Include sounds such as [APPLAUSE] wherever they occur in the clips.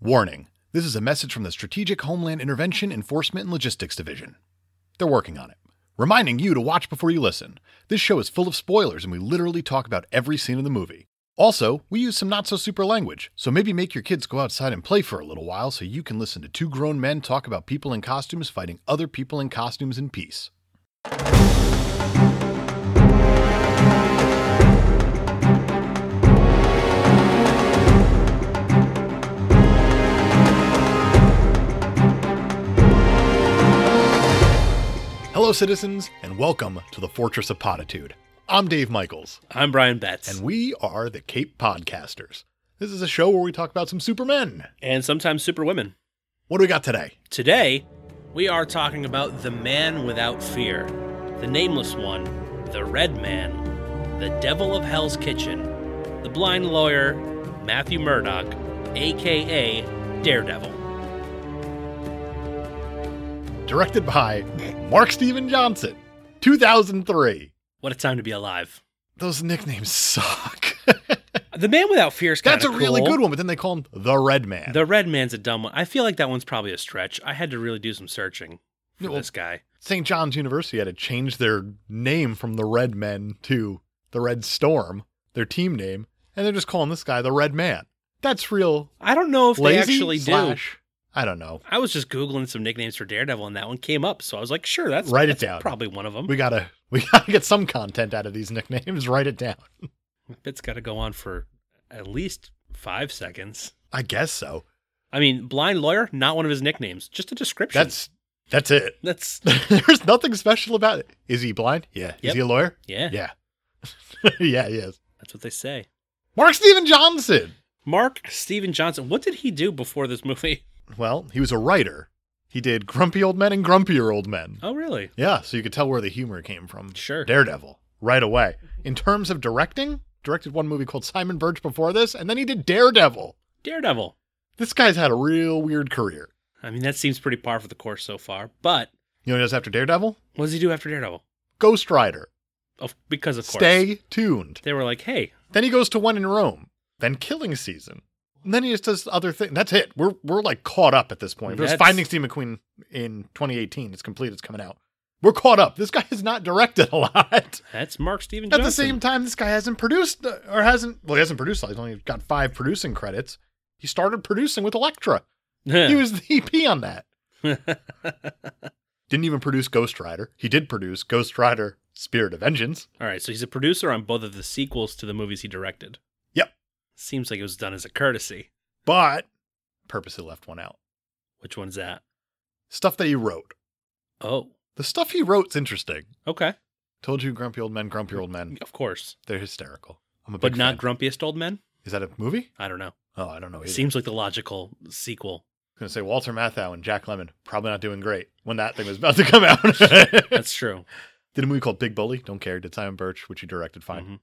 Warning this is a message from the Strategic Homeland Intervention Enforcement and Logistics Division. They're working on it. Reminding you to watch before you listen. This show is full of spoilers and we literally talk about every scene in the movie. Also, we use some not so super language, so maybe make your kids go outside and play for a little while so you can listen to two grown men talk about people in costumes fighting other people in costumes in peace. Hello, citizens, and welcome to the Fortress of Potitude. I'm Dave Michaels. I'm Brian Betts. And And, we are the Cape Podcasters. This is a show where we talk about some supermen. sometimes superwomen. What do we got today? Today, we are talking about the man without fear, the nameless one, the red man, the devil of Hell's Kitchen, the blind lawyer, Matthew Murdock, aka Daredevil. Directed by Mark Steven Johnson, 2003. What a time to be alive. Those nicknames suck. [LAUGHS] The man without fear is kinda That's a really cool. good one, but then they call him the Red Man. The red man's a dumb one. I feel like that one's probably a stretch. I had to really do some searching for Yeah, well- this guy. St. John's University had to change their name from the Red Men to the Red Storm, their team name, and they're just calling this guy the Red Man. That's real. I don't know if lazy they actually do. slash, I don't know. I was just googling some nicknames for Daredevil, and that one came up. So I was like, sure, that's Write it that's down. Probably one of them. We gotta [LAUGHS] we gotta get some content out of these nicknames. [LAUGHS] Write it down. It's got to go on for at least five seconds. I guess so. I mean, blind lawyer, not one of his nicknames, just a description. That's that's it. that's [LAUGHS] There's nothing special about it. Is he blind? Yeah. Is Yep. he a lawyer? yeah, Yeah. [LAUGHS] yeah, he is. that's what they say. Mark Steven Johnson. Mark Steven Johnson. What did he do before this movie? [LAUGHS] Well, he was a writer. He did Grumpy Old Men and Grumpier Old Men. Oh, really? Yeah, so you could tell where the humor came from. Sure. Daredevil, right away. In terms of directing, directed one movie called Simon Birch before this, and then he did Daredevil. Daredevil. This guy's had a real weird career. I mean, that seems pretty par for the course so far. But You know what he does after Daredevil? what does he do after Daredevil? Ghost Rider. Of because of course, Stay tuned. They were like, hey, Then he goes to one in Rome. Then Killing Season. And then he just does other things. That's it. We're we're like caught up at this point. If It was That's- Finding Steve McQueen in 2018. It's complete. It's coming out. We're caught up. This guy has not directed a [LAUGHS] lot. that's Mark Steven At Johnson. the same time, this guy hasn't produced uh, or hasn't well, he hasn't produced. a lot. He's only got five producing credits. He started producing with Elektra. [LAUGHS] He was the EP on that. Didn't even produce Ghost Rider. He did produce Ghost Rider: Spirit of Vengeance. All right, so he's a producer on both of the sequels to the movies he directed. Yep. Seems like it was done as a courtesy. but purposely left one out. Which one's that? Stuff that he wrote. Oh, The stuff he wrote's interesting. okay. Told you, grumpy old men, grumpy old men. Of course. They're hysterical. I'm a big But not fan. grumpiest old men? Is that a movie? I don't know. Oh, I don't know. Either. Seems like the logical [LAUGHS] sequel. I was gonna say Walter Matthau and Jack Lemon probably not doing great when that thing was about to come out. [LAUGHS] did [LAUGHS] That's true. a movie called Big Bully. Don't care. Did Simon Birch, which he directed, fine. Mhm.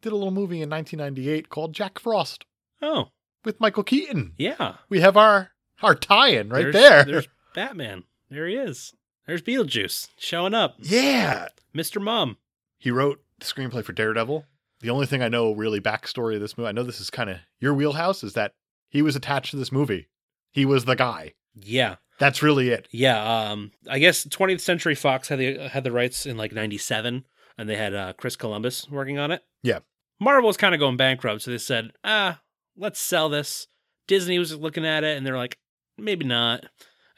Did a little movie in 1998 called Jack Frost Oh, with Michael Keaton. yeah. We have our our tie-in right there. There's- There's Batman. There he is. There's Beetlejuice showing up. Yeah, Mr. Mom. He wrote the screenplay for Daredevil. The only thing I know really backstory of this movie, I know this is kind of your wheelhouse, is that he was attached to this movie. He was the guy. Yeah. That's really it. Yeah. Um, I guess 20th Century Fox had the had the rights in like 97 and they had uh, Chris Columbus working on it. Yeah. Marvel was kind of going bankrupt. So they said, ah, let's sell this. Disney was looking at it and they're like, maybe not.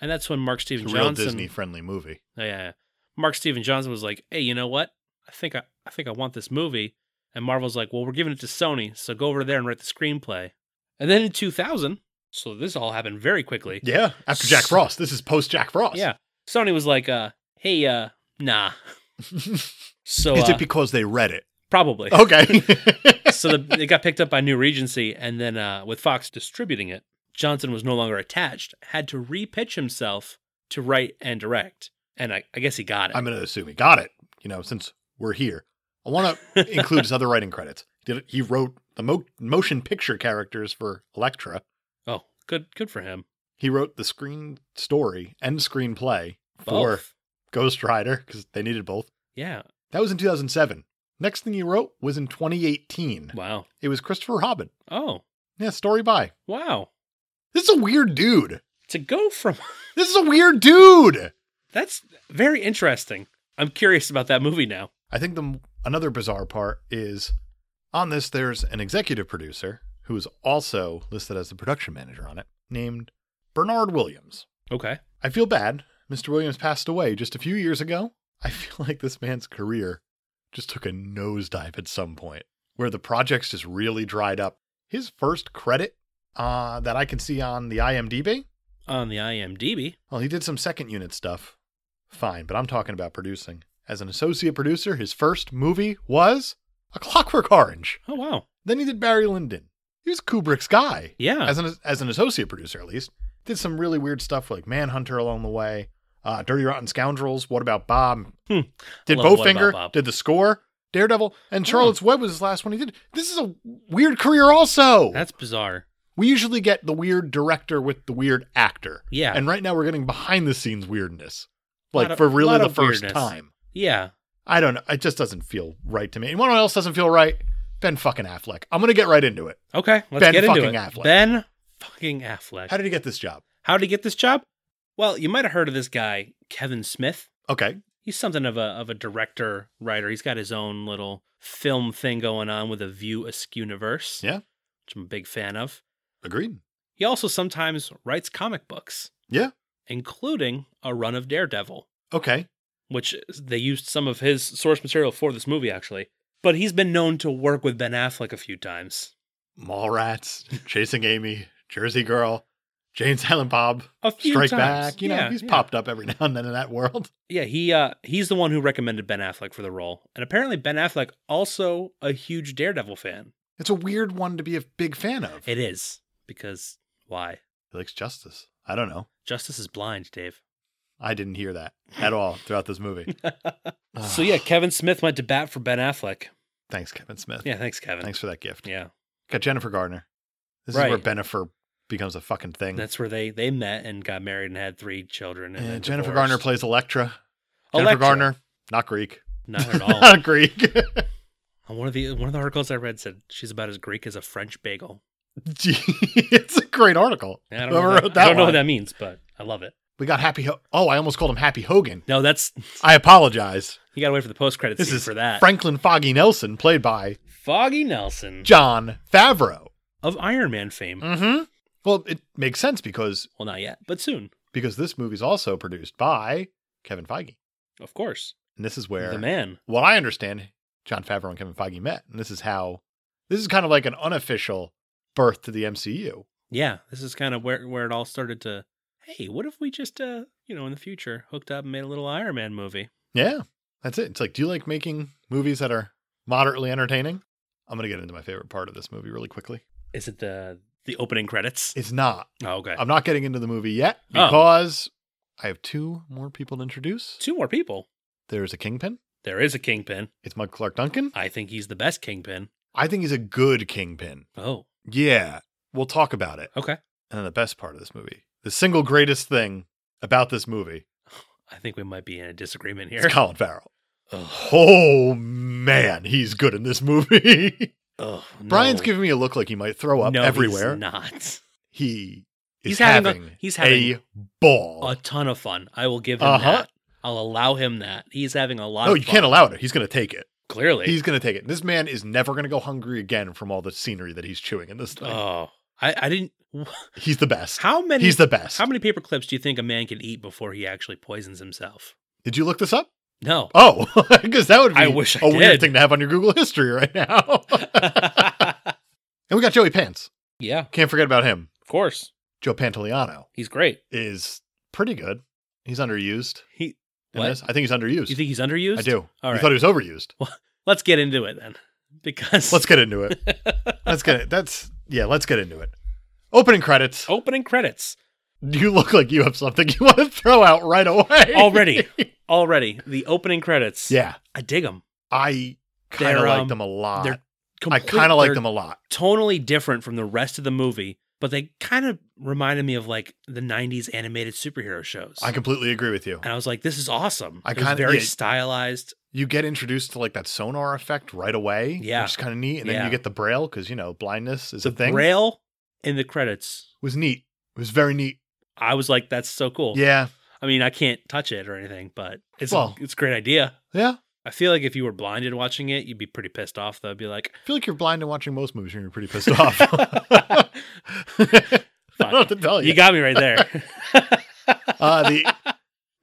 And that's when Mark Steven It's a real Johnson. Disney friendly movie. Oh, yeah, yeah. Mark Steven Johnson was like, "Hey, you know what? I think I, I think I want this movie." And Marvel's like, "Well, we're giving it to Sony, so go over there and write the screenplay." And then in 2000, so this all happened very quickly. Yeah. After Jack S- Frost. This is post Jack Frost. [LAUGHS] Yeah. Sony was like, "Uh, hey, uh, nah." is So uh, it Oh, because they read it? probably. [LAUGHS] Okay. [LAUGHS] so the, it got picked up by New Regency, and then uh, with Fox distributing it, Johnson was no longer attached, had to repitch himself to write and direct, and I, I guess he got [LAUGHS] it. I'm going to assume he got it, you know, since we're here. I [LAUGHS] want to include his other writing credits. Did He wrote the mo- motion picture characters for Elektra. oh, good, good for him. He wrote the screen story and screenplay for Both. Ghost Rider because they needed both. Oh, Yeah. That was in 2007. Next thing he wrote was in 2018. Wow. It was Christopher Robin. Oh, Yeah, story by. wow. This is a weird dude. To go from [LAUGHS] This is a weird dude. that's very interesting. I'm curious about that movie now. I think the another bizarre part is on this there's an executive producer who is also listed as the production manager on it named Bernard Williams. Okay. I feel bad. Mr. Williams passed away just a few years ago. I [LAUGHS] feel like this man's career just took a nosedive at some point where the projects just really dried up. His first credit uh, that I can see on the IMDb, On the IMDb. well, he did some second unit stuff. Fine, but I'm talking about producing. As an associate producer, his first movie was A Clockwork Orange. Oh wow. Then he did Barry Lyndon. He was Kubrick's guy Yeah. as an as an associate producer at least, did some really weird stuff like Manhunter along the way, uh, Dirty Rotten Scoundrels. What about Bob? Hmm. Did I love What Bowfinger? About Bob. Hmm. Did the score? Daredevil and Charlotte's Web was his last one he did. This is a weird career, also. That's bizarre. we usually get the weird director with the weird actor. Yeah. And right now we're getting behind the scenes weirdness, Lot like of- for really lot the of first weirdness. time. Yeah. I don't know. It just doesn't feel right to me. And what else doesn't feel right? Ben fucking Affleck. I'm gonna get right into it. Okay. Let's Ben get into fucking it. Affleck. Ben fucking Affleck. How did he get this job? How did he get this job? Well, you might have heard of this guy, Kevin Smith. Okay. he's something of a of a director writer. He's got his own little film thing going on with a View Askew universe. Yeah. which I'm a big fan of. Agreed. He also sometimes writes comic books. Yeah. including a run of Daredevil, Okay. which is- they used some of his source material for this movie actually. But he's been known to work with Ben Affleck a few times. Mallrats, Chasing Amy, Jersey Girl, Jane Silent Bob, A few Strike times. Back. You know, yeah, he's yeah. popped up every [LAUGHS] now and then in that world. Yeah, he uh he's the one who recommended Ben Affleck for the role. And apparently Ben Affleck also a huge Daredevil fan. It's a weird one to be a big fan of. It is because why? he likes justice. I don't know. Justice is blind, Dave. I didn't hear that at all throughout this movie. [LAUGHS] so Ugh. yeah, Kevin Smith went to bat for Ben Affleck. [SIGHS] Thanks, Kevin Smith. Yeah, thanks, Kevin. Thanks for that gift. Yeah, Got Jennifer Gardner. This is Right. where Benifer becomes a fucking thing. that's where they they met and got married and had three children. And Yeah, then Jennifer divorced. Garner plays Electra. Jennifer Electra. Garner, not Greek. Not [LAUGHS] at all. not Greek. And one of the one of the articles I read said she's about as Greek as a French bagel. Gee, it's a great article. I don't, know, Whoever what wrote that, I don't know one. what that means, but I love it. We got Happy. Ho- oh, I almost called him Happy Hogan. No, that's [LAUGHS] I apologize. you got to wait for the post credits This scene is for that. Franklin Foggy Nelson, played by Foggy Nelson John Favreau. of Iron Man fame. Mm-hmm. Well, it makes sense because Well, not yet, but soon, because this movie's also produced by Kevin Feige, of course. and this is where, The man. what I understand, John Favreau and Kevin Feige met, and this is how this is kind of like an unofficial birth to the MCU. yeah, this is kind of where where it all started to. Hey, what if we just uh you know in the future hooked up and made a little Iron Man movie? Yeah, that's it. It's like, do you like making movies that are moderately entertaining? I'm gonna get into my favorite part of this movie really quickly. Is it the the [LAUGHS] opening credits? It's not Oh, okay. I'm not getting into the movie yet Oh. because I have two more people to introduce. Two more people. There's a kingpin. There is a kingpin. It's Michael Clark Duncan. I think he's the best kingpin. I think he's a good kingpin. Oh, Yeah, we'll talk about it. okay. And then the best part of this movie, the single greatest thing about this movie, I think we might be in a disagreement is here. Colin Farrell. Oh, Oh man, he's good in this movie. [LAUGHS] oh, no. Brian's giving me a look like he might throw up no, everywhere. He's not He is He's having having, a- he's having a ball. a ton of fun. I will give him Uh-huh. that. I'll allow him that. He's having a lot. no, of you fun. can't allow it. He's going to take it. Clearly, He's gonna take it. This man is never gonna go hungry again from all the scenery that he's chewing in this thing. Oh, I, I didn't. he's the best. [LAUGHS] How many? he's the best. How many paper clips do you think a man can eat before he actually poisons himself? Did you look this up? [LAUGHS] No. Oh, because that would be I wish I a weird did. thing to have on your Google history right [LAUGHS] now. and we got Joey Pants. yeah, Can't forget about him. of course. Joe Pantoliano He's great. is pretty good. He's underused. He. in What? this. I think he's underused. You think he's underused? I do. All you right. thought he was overused. Let's get into it then, [LAUGHS] because Let's get into it. let's get it. That's yeah. Let's get into it. Opening credits. [LAUGHS] opening credits You look like you have something you want to throw out right away. already. already the opening [LAUGHS] credits. yeah. I dig them. I kind of They're, like um, them a lot. they're I kind of like them a lot. Totally different from the rest of the movie, but they kind of reminded me of like the '90s animated superhero shows. I completely agree with you. and I was like, "This is awesome." I It was kinda- very yeah. stylized. You get introduced to like that sonar effect right away, Yeah. which is kind of neat, and then Yeah. you get the braille because you know blindness is a thing. Braille in the credits was neat. It was very neat. I was like, that's so cool. Yeah. I mean, I can't touch it or anything, but it's Well- a, it's a great idea. Yeah. I feel like if you were blinded watching it, you'd be pretty pissed off. Though, I'd be like, I feel like you're blind and watching most movies and you're pretty pissed [LAUGHS] off. [LAUGHS] I don't know what to tell you. you got me right there. [LAUGHS] [LAUGHS] uh, the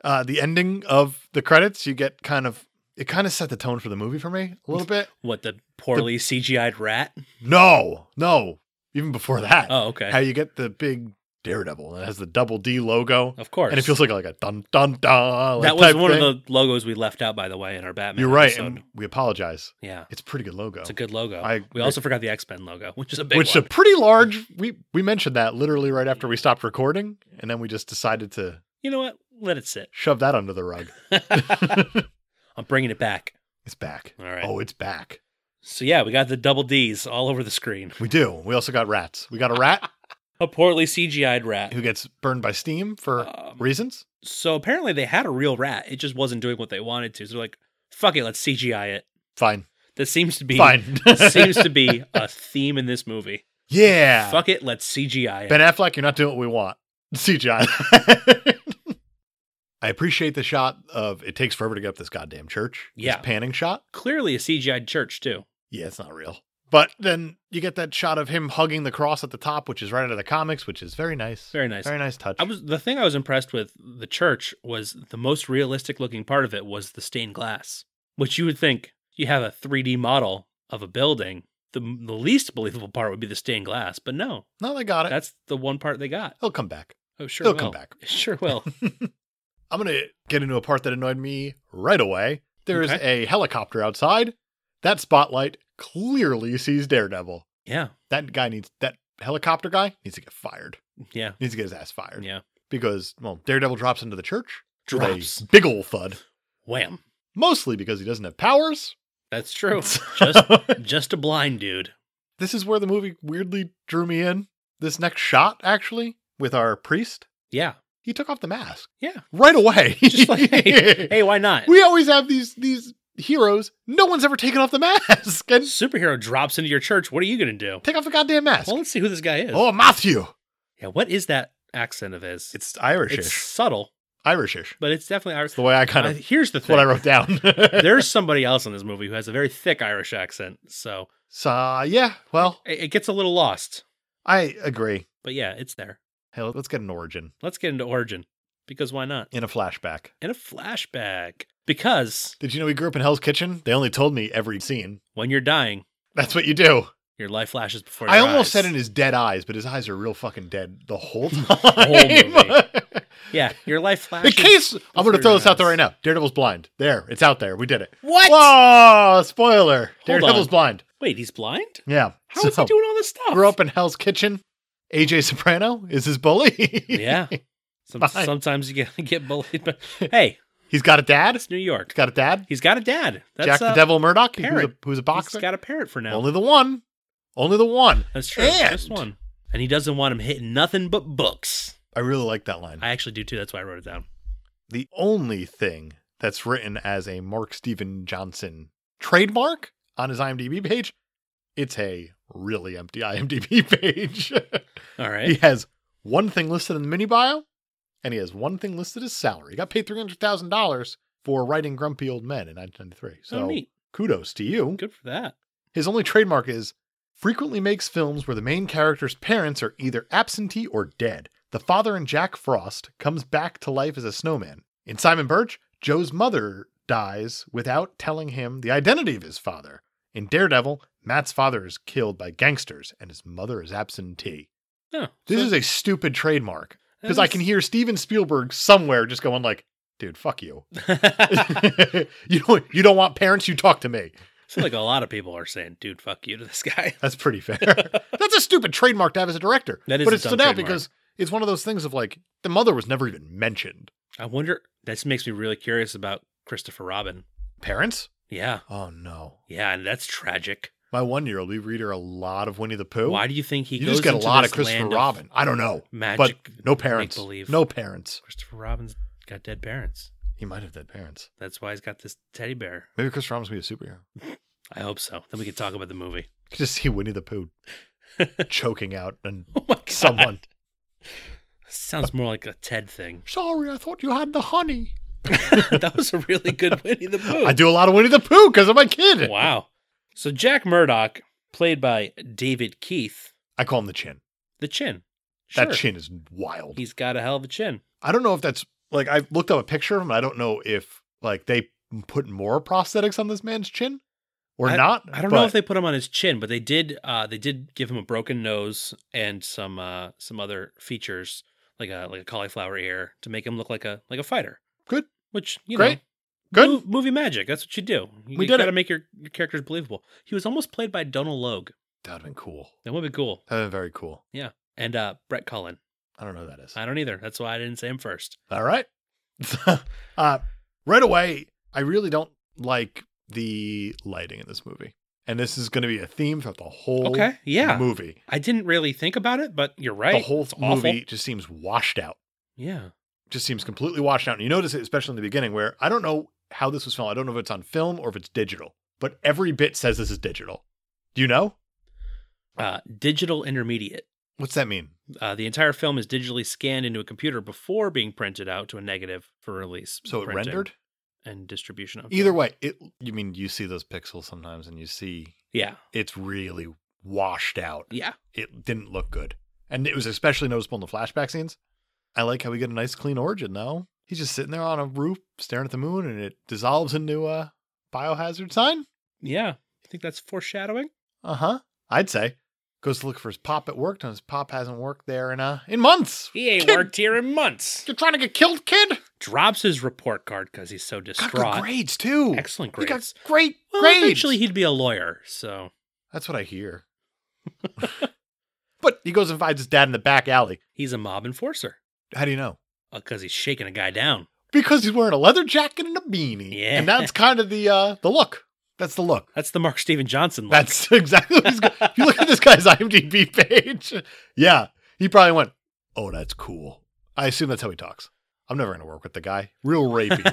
uh, the ending of the credits, you get kind of it kind of set the tone for the movie for me a little bit. what the poorly CGI'd rat? No, no, even before that, Oh, okay. how you get the big Daredevil that has the double D logo, of course. and it feels like like a dun dun dun. Like that was type one thing. of the logos we left out, by the way, in our Batman. You're right, episode. and we apologize. yeah, It's a pretty good logo, it's a good logo. I- we also forgot the X Men logo, [LAUGHS] which is a big which is a one. pretty large. We we mentioned that literally right after we stopped recording, and then we just decided to you know what? Let [LAUGHS] it sit. [LAUGHS] shove that under the rug. I'm bringing it back. It's back. All right. Oh, it's back. So yeah, we got the double D's all over the screen. [LAUGHS] We do. We also got rats. We got a rat A poorly CGI'd rat. who gets burned by steam for Um, reasons. so apparently they had a real rat. It just wasn't doing what they wanted to. So they're like, fuck it, let's CGI it. Fine. This seems to be Fine. [LAUGHS] seems to be a theme in this movie. [LAUGHS] yeah. Fuck it, let's CGI it. Ben Affleck, you're not doing what we want. [LAUGHS] CGI. I appreciate the shot of it takes forever to get up this goddamn church. This Yeah. panning shot. Clearly a CGI'd church too. Yeah, it's not real. But then you get that shot of him hugging the cross at the top, which is right out of the comics, which is very nice. Very nice. Very nice touch. I was the thing I was impressed with the church was the most realistic looking part of it was the stained glass, which you would think you have a 3D model of a building. The, the least believable part would be the stained glass, but no, no, they got it. that's the one part they got. He'll come back. Oh, sure, It'll will come back. It [LAUGHS] Sure [LAUGHS] will. I'm going to get into a part that annoyed me right away. There is a helicopter outside. That spotlight clearly sees Daredevil. yeah, That guy needs, that helicopter guy needs to get fired. yeah, Needs to get his ass fired. yeah. Because, well, Daredevil drops into the church. with a Drops. Big ol' thud. Wham. Mostly because he doesn't have powers. That's [LAUGHS] true. just just a blind dude. this is where the movie weirdly drew me in. This next shot, actually, with our priest, Yeah. he took off the mask Yeah. right away. [LAUGHS] Just [LAUGHS] like, hey, hey, why not? We always have these these heroes. No one's ever taken off the [LAUGHS] mask. And Superhero drops into your church. What are you going to do? take off the goddamn mask. Well, let's see who this guy is. Oh, Matthew. Yeah, what is that accent of his? It's Irishish. It's subtle, Irishish. but it's definitely Irish. It's the way I kind Uh, of. here's the That's what I thing. wrote [LAUGHS] down. There's somebody else in this movie who has a very thick Irish accent, so [LAUGHS] so yeah, well, it, it gets a little lost. I agree. But yeah, it's there. Hey, let's get an origin Let's get into origin because why not? in a flashback. In a flashback, because Did you know he grew up in Hell's Kitchen? They only told me every scene. when you're dying, That's what you do. your life flashes before. I your almost eyes. said in his dead eyes, but his eyes are real fucking dead the [LAUGHS] whole time. [LAUGHS] movie. Yeah, your life in flashes. case I'm going Before to throw your this out there eyes. right now, Daredevil's blind. There, it's out there. We did it. What? Whoa! Spoiler. Daredevil's on. blind. Wait, he's blind? Yeah. How is he doing all this stuff? [LAUGHS] Grew up in Hell's Kitchen. AJ Soprano is his bully. [LAUGHS] yeah. Some, Fine. sometimes you get [LAUGHS] get bullied, but hey, He's got a dad. it's New York. He's got a dad. He's got a dad. That's Jack the uh, Devil Murdoch, who's a, parent. who's a He's boxer. got a parent for now. Only the one. Only the one. That's true. Just And- one. And he doesn't want him hitting nothing but books. I really like that line. I actually do too. That's why I wrote it down. the only thing that's written as a Mark Steven Johnson trademark on his IMDb page, it's a really empty [LAUGHS] IMDb page. All right. Oh, he has one thing listed in the mini bio, and he has one thing listed as salary. He got paid three hundred thousand dollars for writing "Grumpy Old Men" in 1993. So so Oh, neat. kudos to you. Good for that. His only trademark is frequently makes films where the main character's parents are either absentee or dead. The father in Jack Frost comes back to life as a snowman. In Simon Birch, Joe's mother dies without telling him the identity of his father. In Daredevil, Matt's father is killed by gangsters and his mother is absentee. Huh. This Oh, So- is a stupid trademark because that I is- can hear Steven Spielberg somewhere just going like, "Dude, fuck [LAUGHS] you. [LAUGHS] you don't you don't want parents. You talk to me." I feel like a lot of people are saying, "Dude, fuck you" to this guy. That's pretty fair. [LAUGHS] That's a stupid trademark to have as a director. That is but a it's dumb stood out trademark. because it's one of those things of like the mother was never even mentioned. [LAUGHS] I wonder. This makes me really curious about Christopher Robin. Parents? Yeah, Oh no. yeah, and that's tragic. My one year old, we read her a lot of Winnie the Pooh. Why do you think he you goes just get a into lot of this Christopher land Robin. I don't know. magic but no parents. make-believe? No parents. Christopher Robin's got dead parents. He might have dead parents. That's why he's got this teddy bear. Maybe Christopher Robin's gonna be a superhero. I hope so. Then we can talk about the movie. [LAUGHS] You can just see Winnie the Pooh choking out and Oh my god! someone. Sounds more like a [LAUGHS] Ted thing. [LAUGHS] Sorry, I thought you had the honey. that was a [LAUGHS] really good Winnie the Pooh. I do a lot of Winnie the Pooh because I'm a kid. Wow. So Jack Murdoch, played by David Keith, I call him the chin. the chin. That chin is wild. He's got a hell of a chin. I don't know if that's like I looked up a picture of him. I don't know if like they put more prosthetics on this man's chin or not. I don't know if they put him on his chin, but they did. Uh, they did give him a broken nose and some uh, some other features like a like a cauliflower ear to make him look like a like a fighter. Good. Which you Great. know, Good. mo- movie magic. That's what you do. You, We did gotta it. make your, your characters believable. He was almost played by Donald Logue. That'd been cool. That would be cool. That'd been very cool. And uh, Brett Cullen. I don't know who that is. I don't either. That's why I didn't say him first. All right. [LAUGHS] uh, right away, I really don't like the lighting in this movie, and this is going to be a theme throughout the whole Okay. Yeah. movie. I didn't really think about it, but you're right. The whole It's awful. movie just seems washed out. Yeah. just seems completely washed out. And you notice it, especially in the beginning, where I don't know how this was filmed. I don't know if it's on film or if it's digital, but every bit says this is digital. Do you know? Uh, digital intermediate. What's that mean? Uh, the entire film is digitally scanned into a computer before being printed out to a negative for release. So it printing rendered? and distribution of Either way, it you mean you see those pixels sometimes and you see Yeah, it's really washed out. yeah, It didn't look good. And it was especially noticeable in the flashback scenes. I like how we get a nice clean origin though. He's just sitting there on a roof staring at the moon and it dissolves into a biohazard sign. yeah. You think that's foreshadowing? Uh huh. I'd say goes to look for his pop at work, and his pop hasn't worked there in uh in months. He ain't Kid- worked here in months. You're trying to get killed, kid. Drops his report card because he's so Got good distraught. grades too. Excellent He grades. got great Well, grades. eventually he'd be a lawyer. So That's what I [LAUGHS] hear. but he goes and finds his dad in the back alley. he's a mob enforcer How do you know? because he's shaking a guy down. Because he's wearing a leather jacket and a beanie. Yeah. And that's kind of the uh the look. That's the look. That's the Mark Steven Johnson. [LAUGHS] Look. That's [LAUGHS] exactly what he's got. [LAUGHS] If you look at this guy's IMDb page, yeah, he probably went, "Oh, that's cool." I assume that's how he talks. I'm never gonna work with the guy. Real rapey,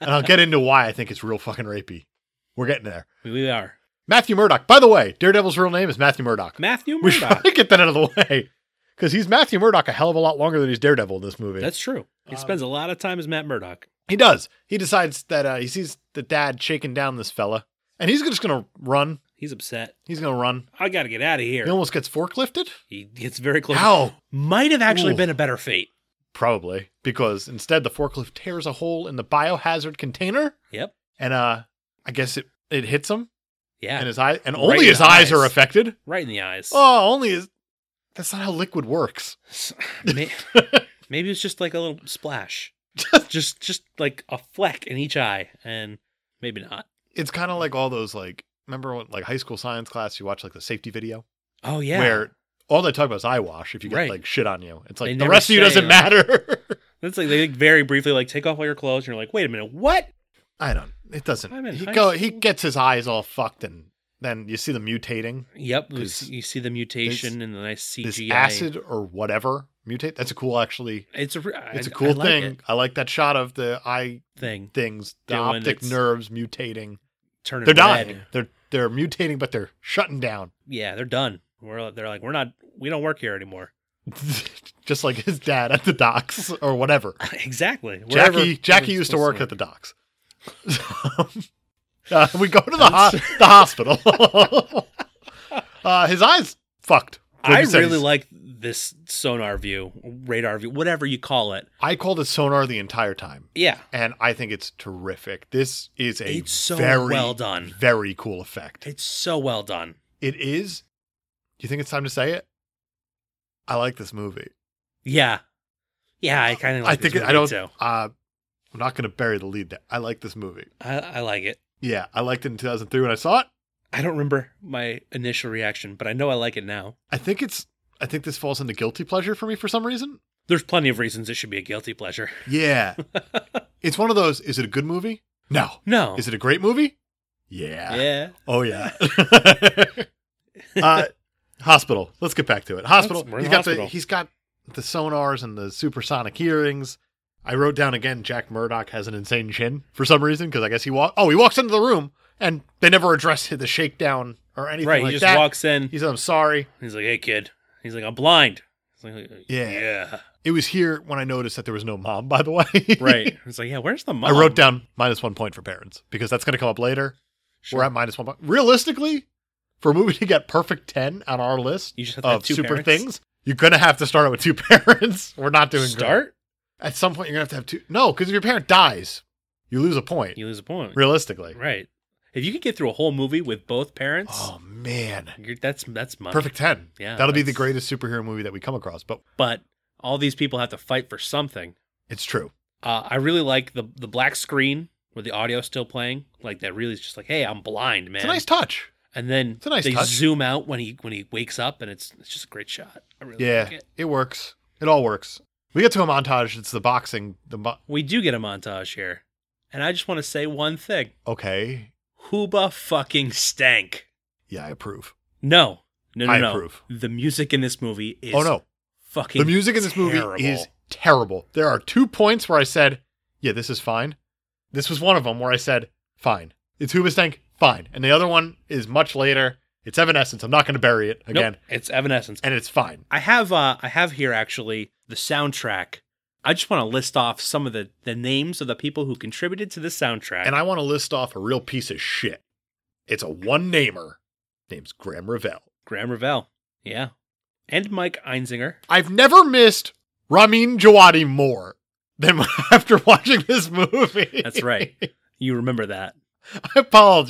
and I'll get into why I think it's real fucking rapey. We're getting there. we are Matthew Murdock. By the way, Daredevil's real name is Matthew Murdock. Matthew [LAUGHS] We should Murdock. probably get that out of the way because he's Matthew Murdock a hell of a lot longer than he's Daredevil in this movie. That's true. He Um, spends a lot of time as Matt Murdock. He does. He decides that uh, he sees the dad shaking down this fella, and he's just gonna run. He's upset. He's gonna run. I got to get out of He here. almost gets forklifted. He gets very close. How? Might have actually Ooh. been a better fate. Probably because instead the forklift tears a hole in the biohazard container, Yep. and uh, I guess it it hits him, Yeah. and his eye, and Right only in his the eyes eyes. are affected. right in the eyes. Oh, only his. That's not how liquid works. May- [LAUGHS] Maybe it's just like a little splash, just just like a fleck in each eye, and maybe not. It's kind of like all those like remember when, like high school science class you watch like the safety video Oh yeah, where all they talk about is eye wash if you get Right. like shit on you. It's They like the never rest of you say, doesn't like- matter. [LAUGHS] that's like they like, very briefly like take off all your clothes, and you're like, wait a minute, what? I don't. It I'm doesn't. in He high go. He school. gets his eyes all fucked, and then you see them mutating. Yep, you 'Cause see- you see the mutation and the nice This CGI. acid or whatever mutate. That's a cool actually. It's a re- I- It's a I cool like thing. it. I like that shot of the eye Thing things, the Doing optic its- nerves mutating. turning. They're red. dying. They're they're mutating, but they're shutting down. [LAUGHS] Yeah, they're done. We're they're like we're not we don't work here anymore. [LAUGHS] Just like his dad at the docks or whatever. exactly. Wherever- Jackie Jackie we're used to supposed work at the docks. [LAUGHS] Uh, we go to the ho- the hospital. [LAUGHS] uh, his eyes fucked. I Like you said, really he's- like this sonar view, radar view, whatever you call it. I called it sonar the entire time, Yeah, and I think it's terrific. This is a It's so very well done. very cool effect. it's so well done. It is. Do you think it's time to say it? I like this movie. Yeah, yeah, I kind of. Like I think this it- I movie, don't. Too. Uh, I'm not going to bury the lead. There. I like this movie. I, I like it. Yeah, I liked it in 2003 when I saw it. I don't remember my initial reaction, but I know I like it now. I think it's. I think this falls into guilty pleasure for me for some reason. There's plenty of reasons it should be a guilty pleasure. [LAUGHS] Yeah, it's one of those. Is it a good movie? No. No. Is it a great movie? Yeah. yeah. Oh yeah. [LAUGHS] uh, hospital. Let's get back to it. Hospital. That's- we're in He's the got hospital. the he's got the sonars and the supersonic hearings. I wrote down again. Jack Murdoch has an insane chin for some reason because I guess he walk. Oh, he walks into the room and they never address the shakedown or anything Right. like he just that. walks in. he said, "I'm sorry." He's like, "Hey, kid." He's like, "I'm blind." He's like, Yeah. Yeah. It was here when I noticed that there was no mom, by the way. Right. It's like, yeah, where's the [LAUGHS] I mom? wrote down minus one point for parents because that's going to come up later. Sure. We're at minus one point. Realistically, for a movie to get perfect 10 on our list You just have to have of two super parents? things, you're going to have to start out with two [LAUGHS] parents. We're not doing great. Start? At some point, you're going to have to have two. No, because if your parent dies, you lose a point, You lose a point. realistically. Right. If you could get through a whole movie with both parents, Oh, man. you're, that's that's money. Perfect 10. Yeah, That'll be the that's- greatest superhero movie that we come across, but But all these people have to fight for something. it's true. Uh, I really like the the black screen where the audio's still playing. Like that really is just like, hey, I'm blind, man. It's a nice touch. and then a nice they touch. zoom out when he when he wakes up, and it's it's just a great shot. I really yeah, like it. it. works. It all works. We get to a montage. It's the boxing. The bo- We do get a montage here, and I just want to say one thing: okay. Hooba fucking stank. Yeah, I approve. No, no, no, I no. approve. The music in this movie is oh no, fucking the music in this terrible. movie is terrible. There are two points where I said, "Yeah, this is fine." This was one of them where I said, "Fine." It's Hoobastank, fine, and the other one is much later. It's Evanescence. I'm not going to bury it Nope, again, it's Evanescence. and it's fine. I have uh I have here actually the soundtrack. I just want to list off some of the the names of the people who contributed to the soundtrack. And I want to list off a real piece of shit. It's a one namer. Name's Graham Revell. Graham Revell, yeah, and Mike Einzinger. I've never missed Ramin Djawadi more than [LAUGHS] after watching this movie. That's right. you remember that. [LAUGHS] I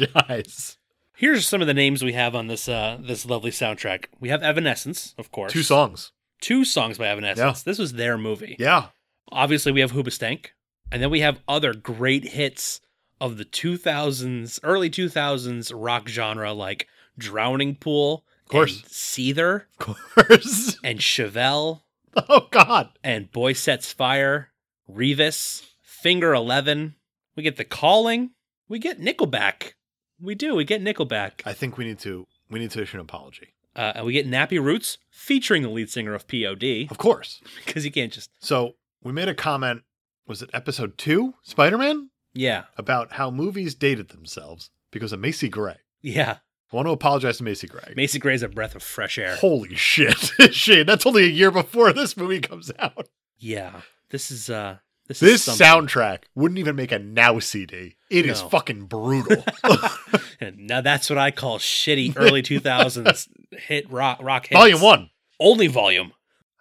apologize. Here's some of the names we have on this uh this lovely soundtrack. We have Evanescence, of course. Two songs. Two songs by Evanescence. This was their movie. Yeah. Obviously, we have Hoobastank, and then we have other great hits of the 2000s, early 2000s rock genre, like Drowning Pool, Of course. and Seether, Of course. and Chevelle, [LAUGHS] Oh God. and Boy Sets Fire, Revis, Finger Eleven. We get The Calling. We get Nickelback. We do. We get Nickelback. I think we need to we need to issue an apology. Uh, and we get Nappy Roots featuring the lead singer of POD Of course. [LAUGHS] because you can't just So we made a comment, was it episode two, Spider Man? yeah About how movies dated themselves because of Macy Gray. yeah. I want to apologize to Macy Gray. Macy Gray's a breath of fresh air. Holy [LAUGHS] shit. Shane, that's only a year before this movie comes out. Yeah, this is uh this, This is something. soundtrack wouldn't even make a now CD. It is No. fucking [LAUGHS] brutal. [LAUGHS] And now that's what I call shitty early two thousands hit rock rock hits. Volume one. only volume.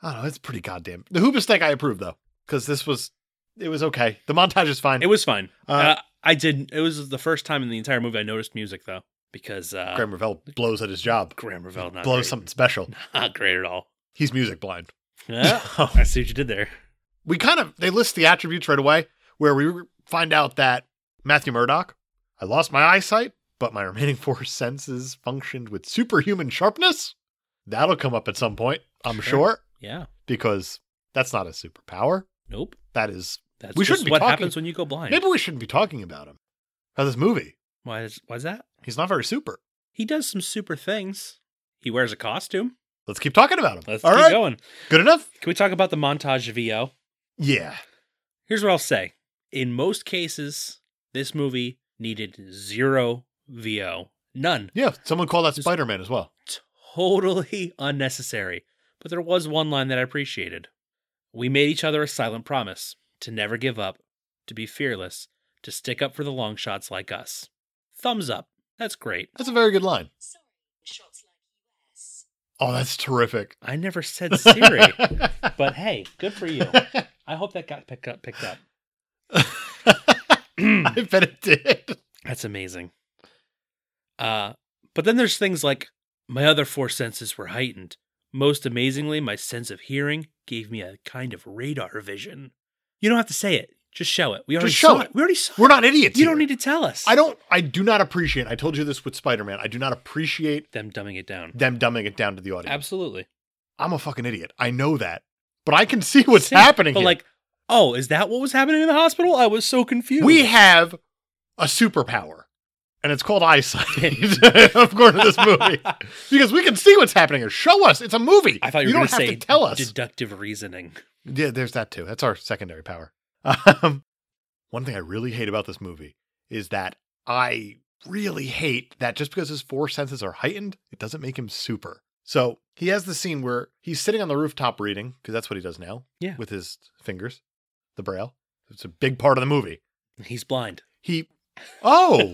I don't know. It's pretty goddamn. The Hoobastank I approve though, because this was it was okay. The montage is fine. It was fine. Uh, Uh, I did. It was the first time in the entire movie I noticed music though because uh, Graham, Graham Revell blows at his job. Revell not blows great. something special. [LAUGHS] not great [LAUGHS] at all. He's music blind. [LAUGHS] [LAUGHS] Yeah, I see what you did there. we kind of they list the attributes right away where we find out that Matthew Murdock, I lost my eyesight, but my remaining [LAUGHS] four senses functioned with superhuman sharpness. That'll come up at some point, I'm Sure. sure, Yeah. because that's not a superpower. Nope. That is That's We just shouldn't be what talking- happens when you go blind. maybe we shouldn't be talking about him. About this movie. Why is why is that? He's not very super. He does some super things. He wears a costume. Let's keep talking about him. Let's All keep right. going. Good enough? Can we talk about the montage of EO? Yeah. Here's what I'll say. In most cases, this movie needed zero VO. None. Yeah. Someone called that Just- Spider Man as well. Totally unnecessary. But there was one line that I appreciated. We made each other a silent promise to never give up, to be fearless, to stick up for the long shots like us. Thumbs up. That's great. That's a very good line. Sorry, shots like US. Oh, that's terrific. [LAUGHS] I never said Siri, but hey, good for you. I hope that got picked up. Picked up. I bet it did. That's amazing. Uh, but then there's things like my other four senses were heightened. Most amazingly, my sense of hearing gave me a kind of radar vision. You don't have to say it; just show it. We already show saw it. We already saw. We're not idiots. it. You here. don't need to tell us. I don't. I do not appreciate. I told you this with Spider Man. I do not appreciate Them dumbing it down. them dumbing it down to the audience. Absolutely. I'm a fucking idiot. I know that, but I can see what's See? happening. But here. like, oh, is that what was happening in the hospital? I was so confused. we have a superpower, and it's called [LAUGHS] eyesight. [LAUGHS] According to [LAUGHS] this movie, because we can see what's happening here. Show us. It's a movie. I thought you, you were don't going to say have to tell us. deductive reasoning. Yeah, there's that too. That's our secondary power. [LAUGHS] Um, one thing I really hate about this movie is that I really hate that just because his four senses are heightened, it doesn't make him super. So he has the scene where he's sitting on the rooftop reading, because that's what he does now. Yeah. With his fingers, the braille. It's a big part of the movie. He's blind. He, [LAUGHS] oh,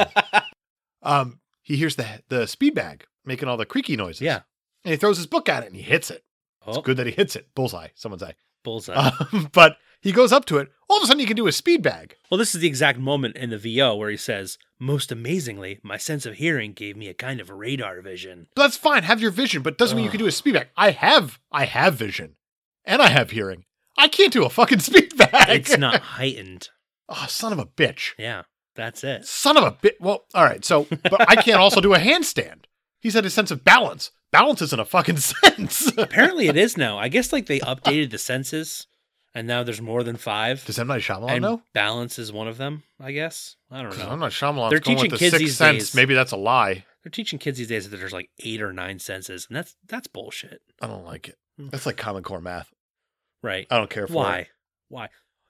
um, he hears the the speed bag making all the creaky noises. Yeah. And he throws his book at it and he hits it. Oh, It's good that he hits it. Bullseye, someone's eye. bullseye. [LAUGHS] Um, but he goes up to it. All of a sudden, he can do a speed bag. well, this is the exact moment in the VO where he says, Most amazingly, my sense of hearing gave me a kind of radar vision. But that's fine. Have your vision, but it doesn't mean you can do a speed bag. I have, I have vision, and I have hearing. I can't do a fucking [LAUGHS] speed bag. It's not heightened. [LAUGHS] Oh, son of a bitch. Yeah, that's it. Son of a bit. Well, all right. So, but I can't also do a handstand. He said his sense of balance. Balance isn't a fucking [LAUGHS] sense. Apparently, it is now. I guess like they updated the senses, and now there's more than five. Does M Night Shyamalan and know? balance is one of them. I guess. I don't 'Cause know. I'm not Shyamalan. They're going teaching with the kids sixth these sense. days. Maybe that's a lie. They're teaching kids these days that there's like eight or nine senses, and that's that's bullshit, I don't like it. That's like Common Core math. right? I don't care for Why? it. Why?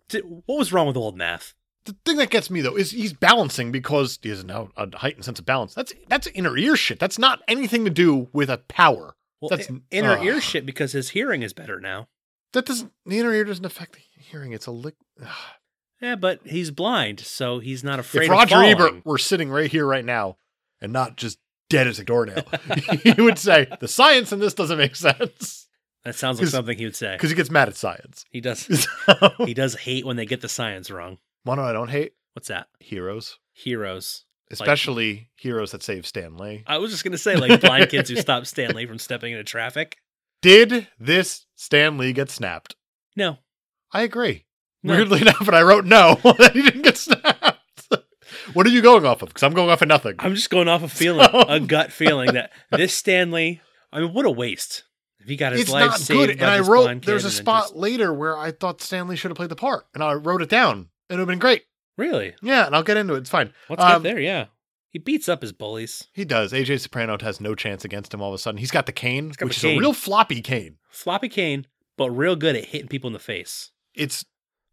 Di- what was wrong with old math? The thing that gets me though is he's balancing because he has now a heightened sense of balance. That's that's inner ear shit. That's not anything to do with a power. Well, That's- uh. i- inner ugh. ear shit because his hearing is better now. That doesn't the inner ear doesn't affect the hearing. It's a lick. Yeah, but he's blind, so he's not afraid. if Roger of falling. Ebert were sitting right here right now and not just dead as a doornail, [LAUGHS] he would say the science in this doesn't make [LAUGHS] sense that sounds like 'cause- something he would say. because he gets mad at science. [LAUGHS] He does. So, [LAUGHS] he does hate when they get the science wrong. one I don't hate What's that? heroes, Heroes. especially heroes that save Stanley. I was just gonna say like blind kids who stop Stanley from stepping into traffic. Did this Stanley get snapped? No, I agree. No. Weirdly [LAUGHS] enough, and I wrote no that he didn't get snapped. [LAUGHS] what are you going off of? Because I'm going off of nothing. I'm just going off a feeling, So- a gut feeling that this Stanley. I mean, what a waste! If he got his it's life not saved good. by And I this wrote blind kid there's a and then spot just- later where I thought Stanley should have played the part, and I wrote it down. It would have been great. really, Yeah, and I'll get into it. It's fine. let's get Um, there. Yeah, he beats up his bullies. He does. AJ Soprano has no chance against him all of a sudden. He's got the cane, got which the is cane. a real floppy cane. Floppy Kane, but real good at hitting people in the face. It's,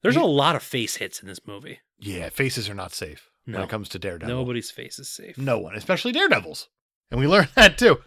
There's Yeah. a lot of face hits in this movie. yeah, faces are not safe No. when it comes to Daredevil. Nobody's face is safe. No one, especially Daredevils. And we learn [LAUGHS] that too.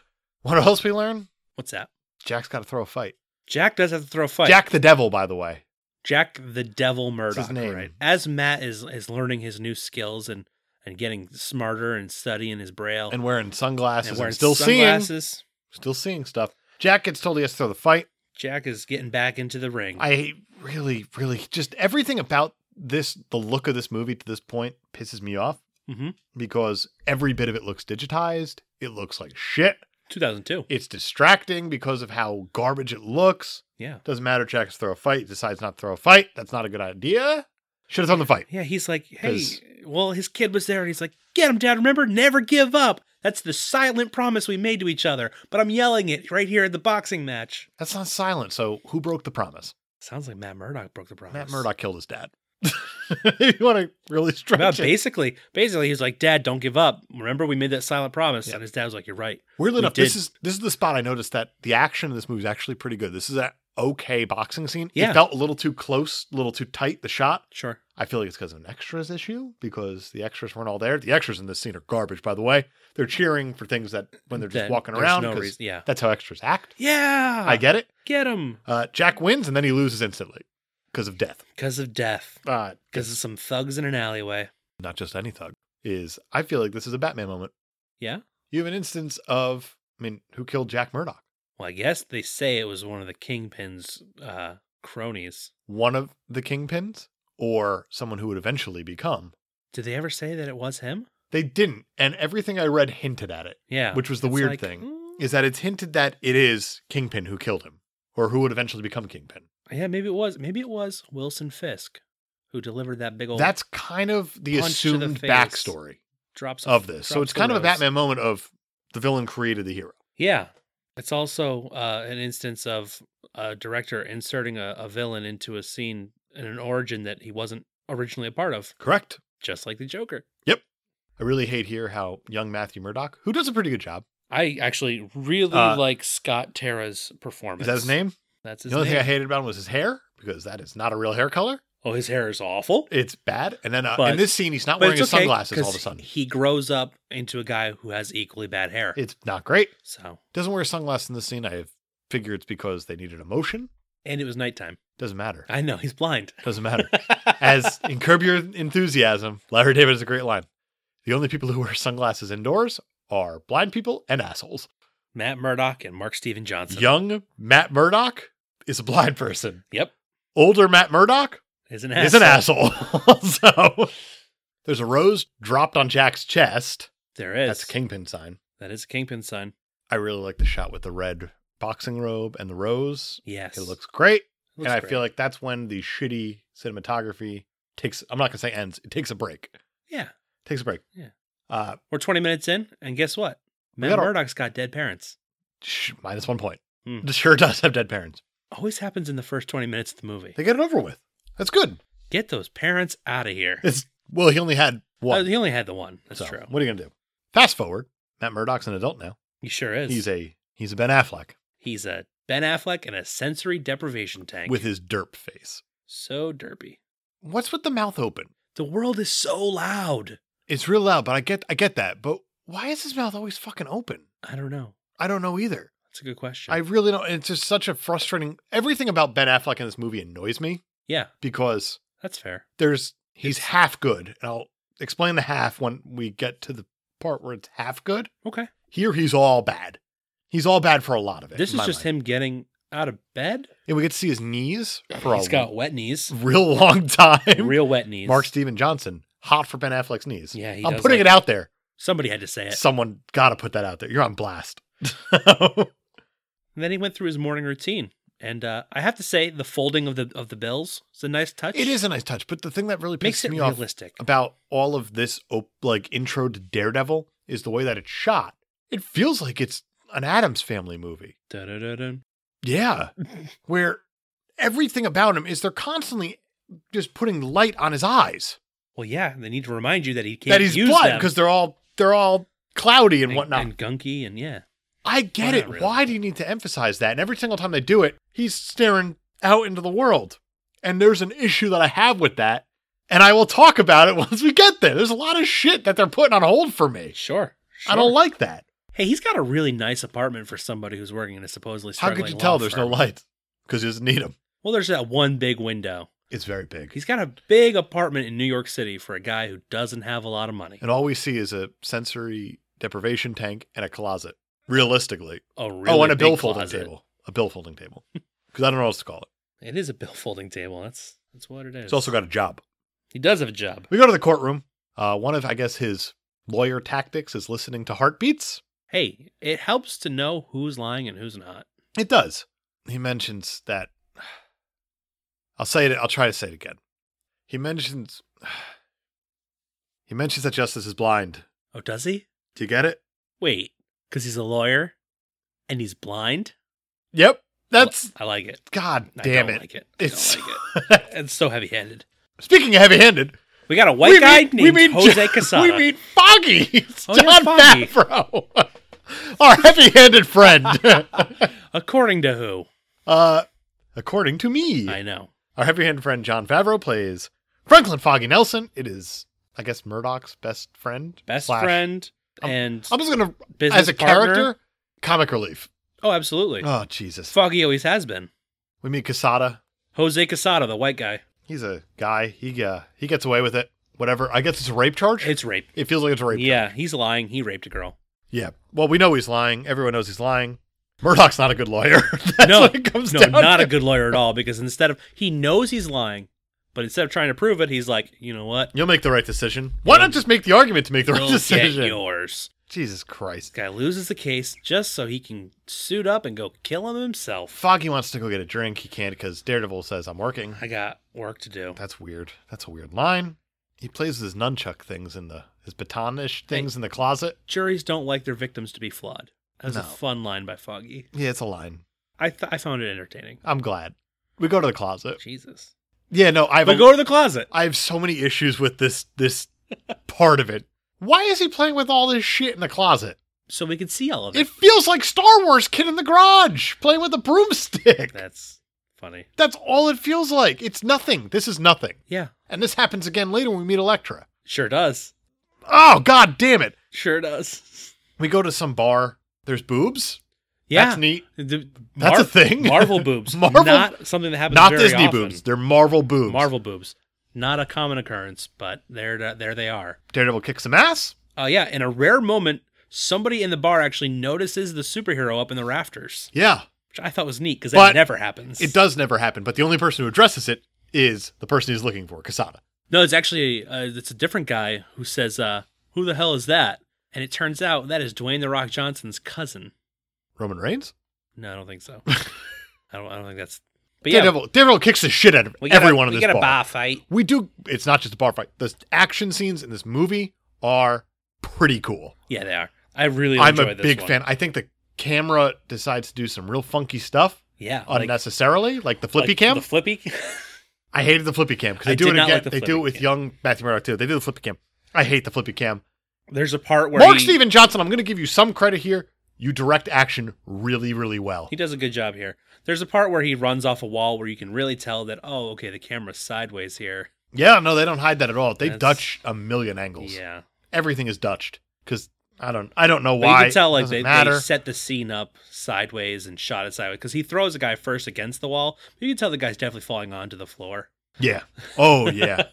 What else we learn? What's that? Jack's got to throw a fight. Jack does have to throw a fight. Jack the Devil, by the way. Jack the Devil That's Murdoch. his name. Right. As Matt is is learning his new skills and and getting smarter and studying his braille And wearing sunglasses and, Oh. and wearing still sunglasses. seeing, still seeing stuff. Jack gets told he has to throw the fight. Jack is getting back into the ring. I really, really, just everything about this, the look of this movie to this point pisses me off. Mhm. because every bit of it looks digitized. It looks like shit. 2002. It's distracting because of how garbage it looks. Yeah. Doesn't matter. Jack has to throw a fight. He decides not to throw a fight. That's not a good idea. Should have thrown the fight. Yeah, he's like, hey, 'Cause- well, his kid was there and he's like, get him, Dad. Remember, never give up. That's the silent promise we made to each other. But I'm yelling it right here at the boxing match. That's not silent. So who broke the promise? Sounds like Matt Murdock broke the promise. Matt Murdock killed his dad. [LAUGHS] you want to really [LAUGHS] stretch Well, it? basically, basically, he's like, Dad, don't give up. Remember, we made that silent promise. Yeah. And his dad was like, You're right. Weirdly we enough, this did. is this is the spot I noticed that the action in this movie is actually pretty good. This is an okay boxing scene. Yeah. It felt a little too close, a little too tight. The shot. Sure. I feel like it's because of an extras issue because the extras weren't all there. The extras in this scene are garbage, by the way. They're cheering for things that when they're just Then walking there's around. no 'cause reason- Ah. Yeah. That's how extras act. Yeah. I get it. get him. Uh, Jack wins and then he loses instantly because of death. Because of death. Uh, Because of some thugs in an alleyway. not just any thug is. I feel like this is a Batman moment. Yeah. You have an instance of. I mean, who killed Jack Murdoch? Well, I guess they say it was one of the kingpin's uh, cronies. One of the kingpins or someone who would eventually become. Did they ever say that it was him? They didn't, and everything I read hinted at it, Yeah. which was the It's weird like, thing. mm, is that it's hinted that it is Kingpin who killed him, or who would eventually become Kingpin. Yeah, maybe it was. Maybe it was Wilson Fisk who delivered that big old That's kind of the Punch to the assumed face backstory drops of this. So drops it's the kind of a rose. Batman moment of the villain created the hero. Yeah. It's also uh, an instance of a director inserting a, a villain into a scene in an origin that he wasn't originally a part of, Correct. just like the Joker. I really hate here how young Matthew Murdock, who does a pretty good job, I actually really Uh, like Scott Terra's performance. is that his name? That's his the only name. thing I hated about him was his hair because that is not a real hair color. Oh, his hair is awful. It's bad. And then uh, But- in this scene, he's not But wearing it's his okay, sunglasses all 'cause of a sudden. He grows up into a guy who has equally bad hair. It's not great. so, Doesn't wear sunglasses in this scene. I figure it's because they needed emotion. and it was nighttime. Doesn't [LAUGHS] matter. I know [LAUGHS] he's blind. Doesn't matter. As in Curb Your Enthusiasm, Larry David has a great line. The only people who wear sunglasses indoors are blind people and assholes. Matt Murdock and Mark Steven Johnson. Young Matt Murdock is a blind person. Yep. Older Matt Murdock Is an is an asshole. [LAUGHS] so there's a rose dropped on Jack's chest. There is. That's a kingpin sign. That is a kingpin sign. I really like the shot with the red boxing robe and the rose. Yes. It looks great. Looks and I great. feel like that's when the shitty cinematography takes, I'm not going to say ends, it takes a break. yeah. Takes a break. Yeah. Uh, We're 20 minutes in, and guess what? Matt gotta- Murdock's got dead parents. sh- minus one point. Hmm. The [LAUGHS] Sure does have dead parents. Always happens in the first 20 minutes of the movie. They get it over with. That's good. Get those parents out of here. It's, well, he only had Uh, one. he only had the one. That's So, true. What are you going to do? Fast forward. Matt Murdock's an adult now. He sure is. He's a, he's a Ben Affleck He's a Ben Affleck in a sensory deprivation tank. with his derp face. so derpy. What's with the mouth open? The world is so loud. It's real loud, but I get I get that. But why is his mouth always fucking open? I don't know. I don't know either. That's a good question. I really don't. It's just such a frustrating. Everything about Ben Affleck in this movie annoys me yeah, because that's fair. there's he's It's- half good, and I'll explain the half when we get to the part where it's half good. Okay. Here he's all bad. He's all bad for a lot of it. This in is my just mind. him getting out of bed. And we get to see his [SIGHS] knees for He's a got wet knees, real long [LAUGHS] time. real wet knees. Mark Steven Johnson hot for Ben Affleck's knees. Yeah, he I'm does putting like- it out there. Somebody had to say it. Someone got to put that out there. You're on blast. [LAUGHS] And then he went through his morning routine, and uh, I have to say, the folding of the of the bills is a nice touch. It is a nice touch, but the thing that really pisses makes it me off realistic. about all of this op- like intro to Daredevil is the way that it's shot. It feels like it's an Adams family movie. Dun-dun-dun-dun. [LAUGHS] Yeah. where everything about him is they're constantly just putting light on his eyes. Well, yeah, they need to remind you that he can't that he's use blind them. because they're all they're all cloudy and, whatnot. and gunky, and yeah, I get Well, it. not really. Why do you need to emphasize that? And every single time they do it, he's staring out into the world. And there's an issue that I have with that. And I will talk about it [LAUGHS] once we get there. There's a lot of shit that they're putting on hold for me. sure. I don't like that. Hey, he's got a really nice apartment for somebody who's working in a supposedly How struggling. could you law tell there's no firm. lights? Because he doesn't need them. Well, there's that one big window. It's very big. He's got a big apartment in New York City for a guy who doesn't have a lot of money. And all we see is a sensory deprivation tank and a closet. Realistically. A really oh, and a big billfolding closet. table. A billfolding [LAUGHS] table. Because I don't know what else to call it. It is a billfolding table. That's that's what it is. He's also got a job. he does have a job. We go to the courtroom. Uh, one of, I guess, his lawyer tactics is listening to heartbeats. Hey, it helps to know who's lying and who's not. It does. He mentions that. [SIGHS] I'll say it. I'll try to say it again. He mentions. [SIGHS] He mentions that justice is blind. Oh, does he? Do you get it? Wait, because he's a lawyer and he's blind. Yep. That's I like it. God I damn don't it. Like it. It's I don't [LAUGHS] like it. It's so heavy-handed. speaking of heavy-handed. We got a white we guy meet- we named meet Jose Jo- [LAUGHS] Casada. We meet Foggy. [LAUGHS] It's Oh, yeah, John Foggy. Favreau, [LAUGHS] our heavy-handed friend. [LAUGHS] According to who? uh, according to me, I know. Our heavy handed friend John Favreau plays Franklin Foggy Nelson. It is, I guess, Murdoch's best friend. Best slash- friend I'm- and I'm just gonna business as a partner. character, comic relief. Oh, absolutely. Oh Jesus! Foggy always has been. We meet Casada. Jose Casada, the white guy. He's a guy. He uh, he gets away with it. Whatever. I guess it's a rape charge. It's rape. it feels like it's a rape. Yeah, he's lying. He raped a girl. Yeah. Well, we know he's lying. Everyone knows he's lying. Murdoch's not a good lawyer. [LAUGHS] That's no, what it comes no, down not to. a good lawyer at all. Because instead of he knows he's lying, but instead of trying to prove it, he's like, you know what? You'll make the right decision. Why not just make the argument to make the right You'll decision? Get yours. Jesus Christ. This guy loses the case just so he can suit up and go kill him himself. Foggy wants to go get a drink. He can't because Daredevil says, I'm working. I got work to do. That's weird. That's a weird line. He plays with his nunchuck things in the his batonish things in the closet. Juries don't like their victims to be flawed. That was a No. fun line by Foggy. Yeah, it's a line. I th- I found it entertaining. I'm glad. We go to the closet. Jesus. Yeah, no, I have But a- go to the closet. I have so many issues with this this part of it. Why is he playing with all this shit in the closet? So we can see all of It feels like Star Wars kid in the garage playing with a broomstick. That's funny. That's all it feels like. It's nothing. This is nothing. Yeah, And this happens again later when we meet Elektra. sure does. Oh, god damn it. Sure does. We go to some bar. There's boobs. Yeah, That's neat. The- That's a thing. Marvel [LAUGHS] boobs, Marvel- not something that happens. Not very Disney often. boobs. They're Marvel boobs. Marvel boobs, not a common occurrence, but there, there they are. Daredevil kicks some ass. Oh yeah, in a rare moment, somebody in the bar actually notices the superhero up in the rafters, Yeah. which I thought was neat because But that never happens. It does never happen, but the only person who addresses it is the person he's looking for, Casada. No, it's actually uh, it's a different guy who says, uh, "Who the hell is that?" And it turns out that is Dwayne the Rock Johnson's cousin. Roman Reigns? No, I don't [LAUGHS] think so. I don't. I don't think that's. But yeah, Daredevil, Daredevil kicks the shit out of we got everyone a, in we this got bar. a bar fight. We do. It's not just a bar fight. The action scenes in this movie are pretty cool. Yeah, they are. I really I'm enjoy a this big one. fan. I think the camera decides to do some real funky stuff Yeah, like- unnecessarily, like the flippy like cam. The flippy. I hated the flippy cam because they I do did it not again. like the they do flippy it with cam. young Matthew Murdock too. They do the flippy cam. I hate the flippy cam. [LAUGHS] There's a part where Mark he, Steven Johnson, I'm going to give you some credit here. You direct action really, really well. he does a good job here. There's a part where he runs off a wall where you can really tell that oh, okay, the camera's sideways here. Yeah, no, they don't hide that at all. They That's- Dutch a million angles. Yeah, Everything is Dutched because I don't, I don't know But why. you can tell It like doesn't they, matter. they set the scene up sideways and shot it sideways because he throws a guy first against the wall. You can tell the guy's definitely falling onto the floor. Yeah. Oh yeah.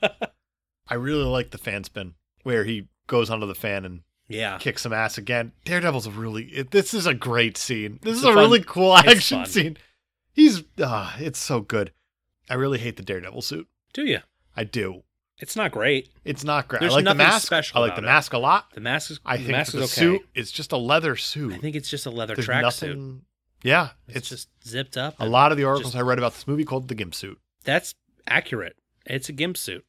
[LAUGHS] I really like the fan spin where he goes onto the fan and [LAUGHS] Yeah, kicks some ass again. Daredevil's a really it, this is a great scene. This It's is a a, fun- really cool it's action fun. scene. He's ah, it's so good. I really hate the Daredevil suit. do you? I do. It's not great. It's not great. There's I like the nothing mask. special I like about the it. mask a lot. The mask is. I the think mask the is okay. suit it's just a leather suit. I think it's just a leather There's tracksuit. nothing. Yeah, It's, it's, just zipped up. a and lot of the articles just- I read about this movie called the Gimp suit. That's accurate. It's a gimp suit.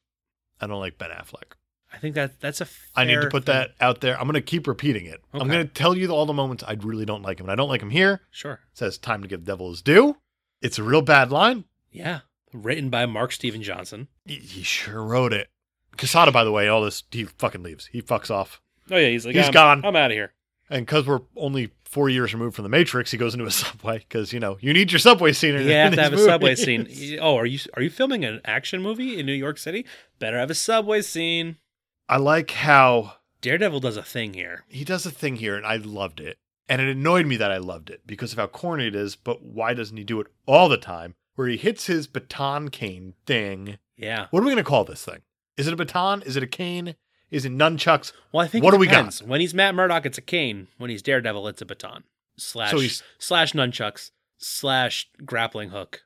I don't like Ben Affleck. I think that that's a. I need to fair put thing. that out there. I'm going to keep repeating it. I'm Okay. going to tell you all the moments I really don't like him. And I don't like him here. It Sure. says, Time to give the devil his due. It's a real bad line. Yeah. Written by Mark Steven Johnson. He, he sure wrote it. Casada, by the way, all this, he fucking leaves. He fucks off. Oh yeah, he's like He's I'm, gone. I'm out of here. And because we're only four years removed from the Matrix, he goes into a [LAUGHS] subway because, you know, you need your subway scene. In, You have [LAUGHS] in these to have a subway movies. scene. Y- Oh, are you are you filming an action movie in New York City? Better have a subway scene. I like how Daredevil does a thing here. he does a thing here, and I loved it. And it annoyed me that I loved it because of how corny it is, but why doesn't he do it all the time? Where he hits his baton cane thing. Yeah. What are we going to call this thing? Is it a baton? Is it a cane? Is it nunchucks? Well, I think What it do we got? depends. When he's Matt Murdock, it's a cane. When he's Daredevil, it's a baton slash So he's- slash nunchucks slash grappling hook.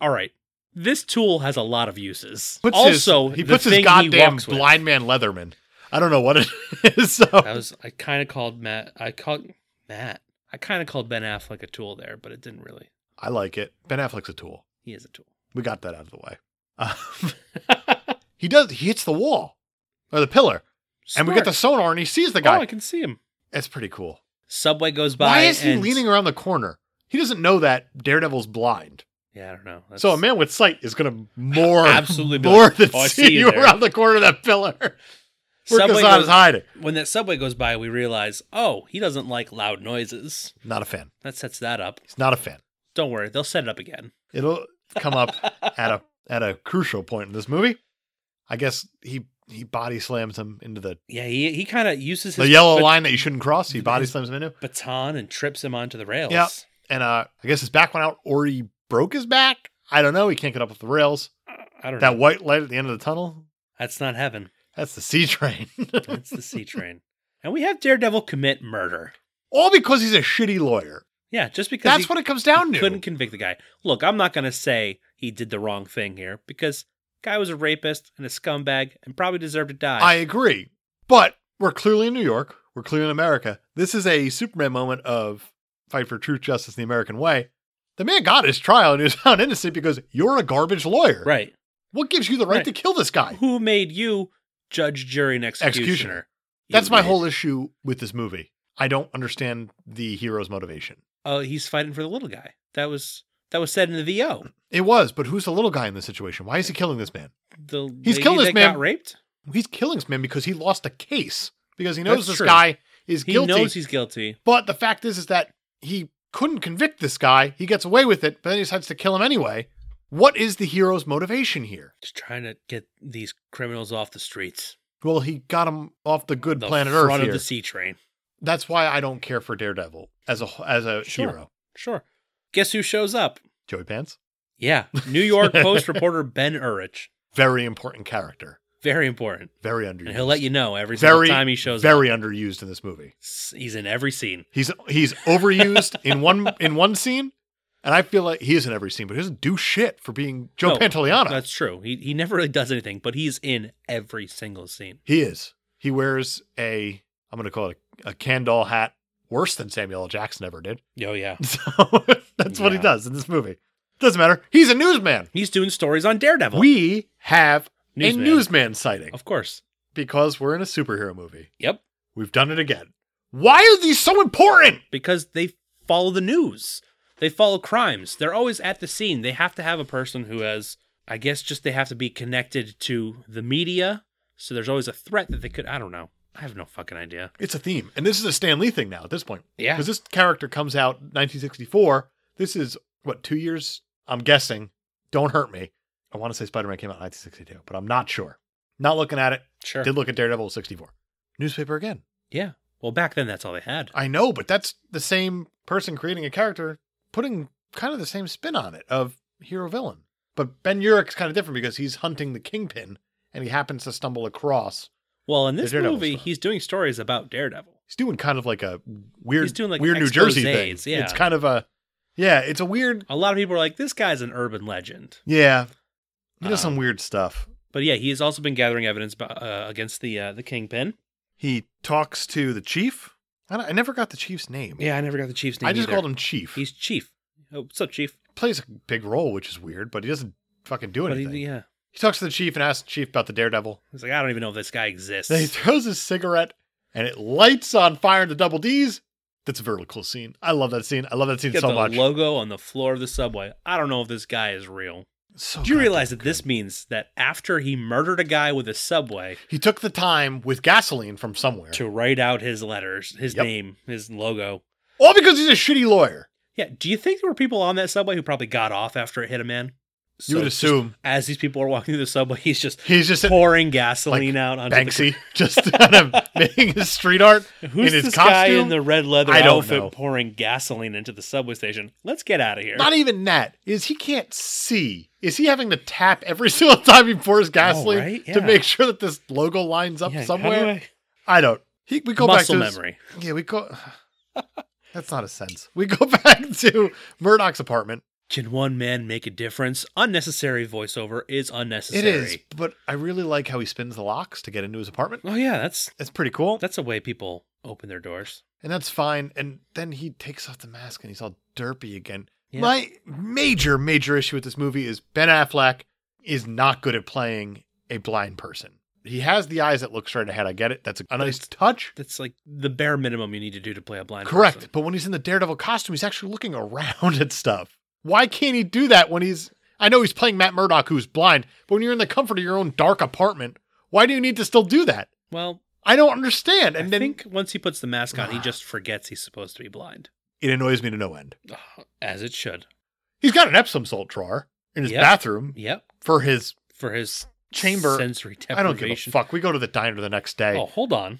All right, this tool has a lot of uses. Puts his- also, he the puts thing his goddamn walks with. blind man Leatherman. I don't know what it [LAUGHS] is. So [LAUGHS] I was I kind of called Matt. I called Matt. I kind of called Ben Affleck a tool there, but it didn't really. I like it. Ben Affleck's a tool. He is a tool. We got that out of the way. Uh, [LAUGHS] he does. He hits the wall or the pillar, and we get the Smart. sonar, and he sees the guy. Oh, I can see him. That's pretty cool. Subway goes by. Why is he and- leaning around the corner? He doesn't know that Daredevil's blind. Yeah, I don't know. so a That's- man with sight is going to more [LAUGHS] Absolutely be more like, than "Oh, I see, see you you there." around the corner of that pillar. [LAUGHS] Where Subway Kazan goes- is hiding. when that subway goes by, we realize, oh, he doesn't like loud noises. Not a fan. That sets that up. He's not a fan. Don't worry, they'll set it up again. It'll come [LAUGHS] up at a at a crucial point in this movie. I guess he he body slams him into the Yeah, he he kind of uses his the yellow bat- line that you shouldn't cross. He body his- slams him into, baton and trips him onto the rails. Yeah. and uh, I guess his back went out, or he broke his back. I don't know. He can't get up off the rails. I don't That know. white light at the end of the tunnel. That's not heaven. That's the C train. [LAUGHS] That's the C train. And we have Daredevil commit murder. All because he's a shitty lawyer. Yeah, just because That's he what it comes down to. couldn't convict the guy. Look, I'm not gonna say he did the wrong thing here because guy was a rapist and a scumbag and probably deserved to die. I agree. But we're clearly in New York. We're clearly in America. This is a Superman moment of fight for truth, justice, the American way. The man got his trial and he was [LAUGHS] found innocent because you're a garbage lawyer. right. What gives you the right, Right. to kill this guy? Who made you judge, jury, and executioner? Executioner. You That's my made- whole issue with this movie. I don't understand the hero's motivation. Oh, he's fighting for the little guy. That was that was said in the VO. It was, but who's the little guy in this situation? Why is he killing this man? The He's lady killed this that man. Got raped. He's killing this man because he lost a case because he knows That's this true. guy is He guilty. knows he's guilty. But the fact is, is that he couldn't convict this guy. He gets away with it, but then he decides to kill him anyway. What is the hero's motivation here? Just trying to get these criminals off the streets. Well, he got him off the good the planet front Earth of here. the sea train. That's why I don't care for Daredevil as a as a Sure. hero. Sure. Guess who shows up? Joey Pants, Yeah, [LAUGHS] New York Post reporter Ben Urich. very important character, Very important, very and underused. he'll let you know every single very time he shows up. very underused in this movie. S- He's in every scene. He's he's overused in one in one scene, and I feel like he is in every scene, but he doesn't do shit for being Joe No, Pantoliano. That's true. He he never really does anything, but he's in every single scene. He is. He wears a I'm going to call it a, a candle hat, worse than Samuel L. Jackson ever [LAUGHS] did. [LAUGHS] Oh yeah, So that's what he Yeah. does in this movie. Doesn't matter. He's a newsman. he's doing stories on Daredevil. We have Newsman. a newsman sighting of course. because we're in a superhero movie. Yep, We've done it again. Why are these so important? because they follow the news. They follow crimes. They're always at the scene. They have to have a person who has, I guess, just they have to be connected to the media. So there's always a threat that they could. I don't know. I have no fucking idea. It's a theme. And this is a Stan Lee thing now at this point. Yeah. Because this character comes out 1964. This is, what, two years? I'm guessing. Don't hurt me. I want to say Spider Man came out in 1962, but I'm not sure. Not looking at it. Sure. Did look at Daredevil with 64. Newspaper again. yeah. Well, back then that's all they had. I know, but that's the same person creating a character, putting kind of the same spin on it of hero villain. But Ben Urich's kind of different because he's hunting the kingpin and he happens to stumble across. Well, in The this Daredevil movie, stuff. he's doing stories about Daredevil. He's doing kind of like a weird, He's doing like weird New Jersey thing. exposés, yeah. It's kind of a, yeah, it's a weird, A lot of people are like, this guy's an urban legend. yeah. He does Um, some weird stuff. But yeah, he has also been gathering evidence bo- uh, against the uh, the kingpin. He talks to the chief. I, don't- I never got the chief's name. Yeah, I never got the chief's name. I just either. called him chief. He He's chief. Oh, what's up, chief? plays a big role, which is weird, but he doesn't fucking do But he- anything. yeah, He talks to the chief and asks the chief about the [LAUGHS] daredevil. he's like, I don't even know if this guy exists. Then he throws his cigarette and it lights on fire in the double D's. That's a very cool scene. I love that scene. I love that scene Get so the much. logo on the floor of the subway. I don't know if this guy is real. So Do you goddamn realize that Oh, good. this means that after he murdered a guy with a subway He took the time with gasoline from somewhere. to write out his letters, his Yep. name, his logo? All because he's a shitty lawyer. Yeah. Do you think there were people on that subway who probably got off after it hit a man? You would it's just- assume as these people are walking through the subway, [LAUGHS] he's just he's just a pouring gasoline out onto Banksy, [LAUGHS] just kind [LAUGHS] of making his street art. The, who's in his this guy in costume? the red leather I don't outfit know. pouring gasoline into the subway station? Let's get out of here. Not even that is he can't see. Is he having to tap every [LAUGHS] single time he pours gasoline Oh, right? to Yeah. make sure that this logo lines up Yeah, how do somewhere? I- I don't. He, we go back to muscle his- memory. Yeah, we go. [SIGHS] That's not a sense. We go [LAUGHS] back to Murdoch's apartment. Can one man make a difference? Unnecessary voiceover is unnecessary. It is, but I really like how he spins the locks to get into his apartment. Oh yeah, that's That's pretty cool, that's a way people open their doors. and that's fine. And then he takes off the mask and he's all derpy again. Yeah. My major, major issue with this movie is Ben Affleck is not good at playing a blind person. He has the eyes that look straight ahead. I get it. That's a nice it's- touch. That's like the bare minimum you need to do to play a blind. Correct. person. But when he's in the Daredevil costume, he's actually looking [LAUGHS] around at stuff. Why can't he do that when he's. I know he's playing Matt Murdock, who's blind, but when you're in the comfort of your own dark apartment, why do you need to still do that? Well, I don't understand. and And I then Ah. think once he puts the mask on, he just forgets he's supposed to be blind, it annoys me to no end. as it should. He's got an Epsom salt drawer in his Yep. bathroom Yep. for his For his chamber. sensory I don't give a deprivation. fuck. We go to the diner the next day. Oh, hold on.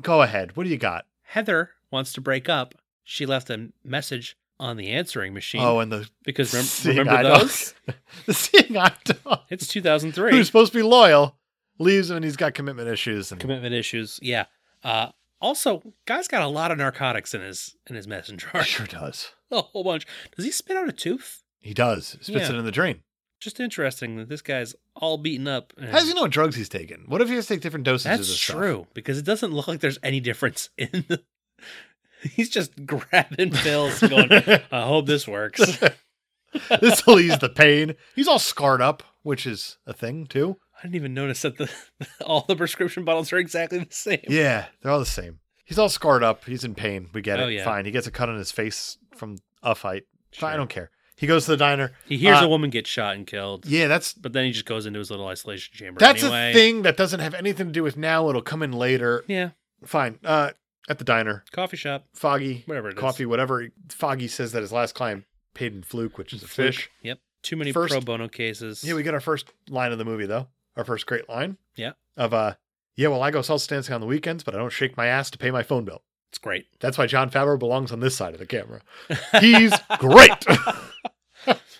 Go ahead. What do you got? Heather wants to break up. She left a message on the answering machine. Oh, and the because rem- seeing remember eye dog. those? [LAUGHS] the seeing eye dog, It's 2003. who's supposed to be loyal, leaves him and he's got commitment issues. And commitment issues. Yeah. Uh, also, guy's got a lot of narcotics in his in his medicine [LAUGHS] he drawer. sure does. a whole bunch. Does he spit out a tooth? He does. Spits Yeah. it in the drain. Just interesting that this guy's all beaten up. and- How does he know what drugs he's taken? What if he has to take different doses of That's this stuff? true because it doesn't look like there's any difference in the. [LAUGHS] He's [LAUGHS] just grabbing pills, and going. [LAUGHS] I hope this works. this will ease the pain. He's all scarred up, which is a thing too. I didn't even notice that the [LAUGHS] all the prescription bottles are exactly the same. Yeah, they're all the same. He's all scarred up. He's in pain. We get Oh, it. yeah. Fine. He gets a cut on his face from a fight. Fine, I Sure. don't care. He goes to the diner. He hears Uh, a woman get shot and killed, Yeah, that's but then he just goes into his little isolation chamber. that's anyway. a thing that doesn't have anything to do with now. It'll come in later. Yeah, Fine. Uh, at the diner, coffee shop, Foggy, whatever it is. coffee, whatever. Foggy says that his last client paid in fluke, which is a fish. Yep. Too many First- pro bono cases. Yeah, we get our first line of the movie though. Our first great line. Yeah. Of uh yeah, well I go salsa dancing on the weekends, but I don't shake my ass to pay my phone bill. it's great. That's why John Favreau belongs on this side of the camera. [LAUGHS] He's great.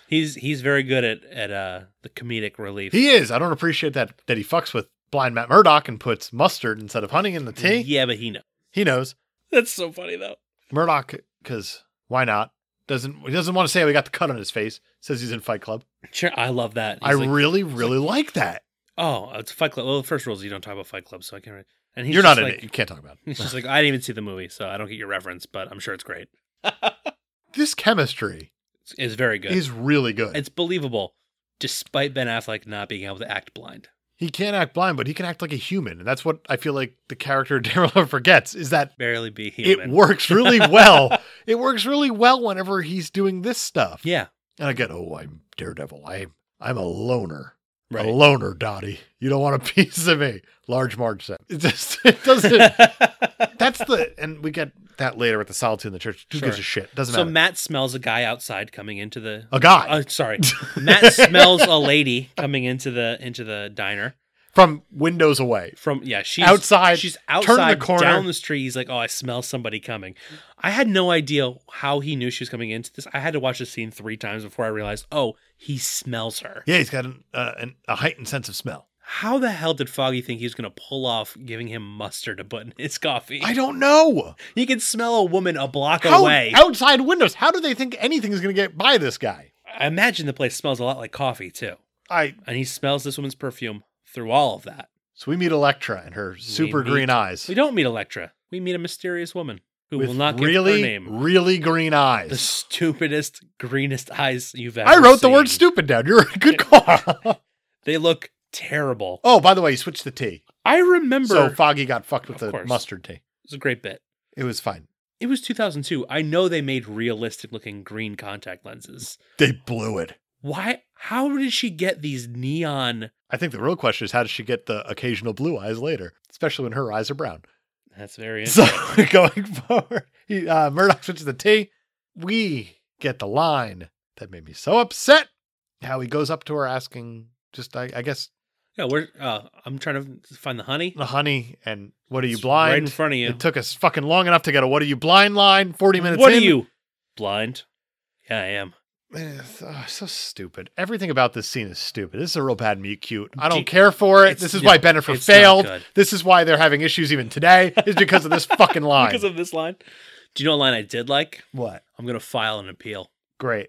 He's he's very good at at uh the comedic relief. he is. I don't appreciate that that he fucks with blind Matt Murdock and puts mustard instead of honey in the tea. Yeah, but he knows. He knows. That's so funny though. Murdoch cuz why not? Doesn't he doesn't want to say we got the cut on his face. Says he's in Fight Club. Sure, I love that. I He's like, really, really like that. oh, it's Fight Club. Well, the first rule is you don't talk about Fight Club, so I can't. Really, and he's You're just not in like, it. You can't talk about it. [LAUGHS] He's just like, I didn't even see the movie, so I don't get your reference, but I'm sure it's great. This chemistry It's, it's very [LAUGHS] good. is really good. it's believable, despite Ben Affleck not being able to act blind. he can't act blind, but he can act like a human, and that's what I feel like the character [LAUGHS] Daryl forgets is that Barely be it human. works [LAUGHS] really well. it works really well whenever he's doing this stuff. Yeah. And I get, oh, I'm Daredevil. I'm I'm a loner, Right. a [LAUGHS] loner, Dottie. You don't want a [LAUGHS] piece of me. Large Marge said. It just [LAUGHS] it [LAUGHS] doesn't. that's the and we get that later with the solitude in the church. Who gives Sure. a shit? Doesn't so matter. Matt smells a guy outside coming into the. a guy Uh, [LAUGHS] sorry, Matt smells a lady coming into the into the diner from windows away. from yeah she's Outside, she's turn the outside corner. down the street he's like oh I smell somebody coming I had no idea how he knew she was coming into this I had to watch the scene three times before I realized oh he smells her Yeah, he's got an, uh, an, a heightened sense of smell. How the hell did Foggy think he was going to pull off giving him mustard to put in his coffee? I don't know. he can smell a woman a block How, away. Outside windows. How do they think anything is going to get by this guy? I imagine the place smells a lot like coffee, too. I And he smells this woman's perfume through all of that. so we meet Electra and her super meet- green eyes. We don't meet Electra. We meet a mysterious woman who with will not give really, her name. really green eyes. The stupidest, greenest eyes you've ever I wrote the word seen. stupid down. You're a good call. [LAUGHS] They look terrible. oh, by the way, you switched the tea. I remember. So Foggy got fucked with Of the course. mustard tea. it was a great bit. It was fine. It was 2002. I know they made realistic looking green contact lenses. They blew it. why how did she get these neon I think the real question is how does she get the occasional blue eyes later, especially when her eyes are brown? that's very So [LAUGHS] going forward, he, uh, Murdoch switches the T. We get the line that made me so upset. How he goes up to her asking, just I, I guess, yeah we're uh i'm trying to find the honey the honey and what are you It's blind? right in front of you It took us fucking long enough to get a what are you blind line. Forty minutes. what in. are you blind yeah i am Eh, oh, so stupid. Everything about this scene is stupid. This is a real bad mute cute. I don't Do- care for it. it's- This is no, why Bennifer it's not failed. good. This is why they're having issues even today. Is because of this fucking line. [LAUGHS] because of this line do you know a line i did like what? i'm gonna file an appeal Great.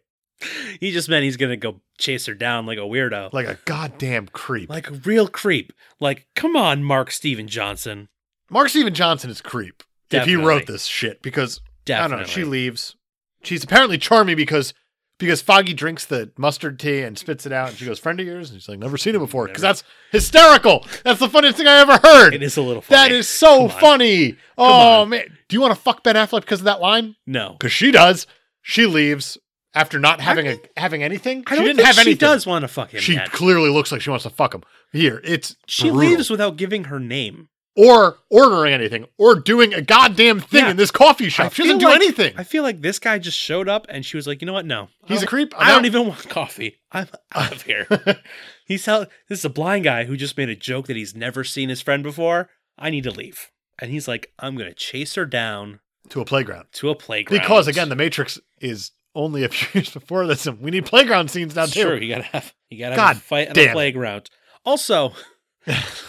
he just meant he's gonna go chase her down like a weirdo Like a goddamn creep. like a real creep like come on mark steven johnson Mark Steven Johnson is creep if he Definitely. wrote this shit because definitely I don't know. She leaves. She's apparently charming because because Foggy drinks the mustard tea and spits it out, and she goes, "Friend of yours," and she's like, "Never seen it before," because Never. that's hysterical. That's the funniest thing I ever heard. it is a little funny. that is so Come on. funny. Oh on. man, do you want to fuck Ben Affleck because of that line? no Because she does. She leaves after not having a don't- having anything. I she don't didn't think have she anything. does want to fuck him. She yet. clearly looks like she wants to fuck him. Here, it's she brutal. leaves without giving her name. or ordering anything or doing a goddamn thing Yeah. in this coffee shop. I She doesn't feel do like- anything. I feel like this guy just showed up and she was like, you know what? No, I He's a don't- creep. I'm I don't out. even want coffee. I'm out of [LAUGHS] here. he's tell this is a blind guy who just made a joke that he's never seen his friend before. I need to leave. And he's like, I'm gonna chase her down to a playground to a playground. because again, the Matrix is only a [LAUGHS] few years before this, and we need playground scenes now that's too. true. You gotta have you gotta God have a fight on damn a it. playground. [LAUGHS] Also,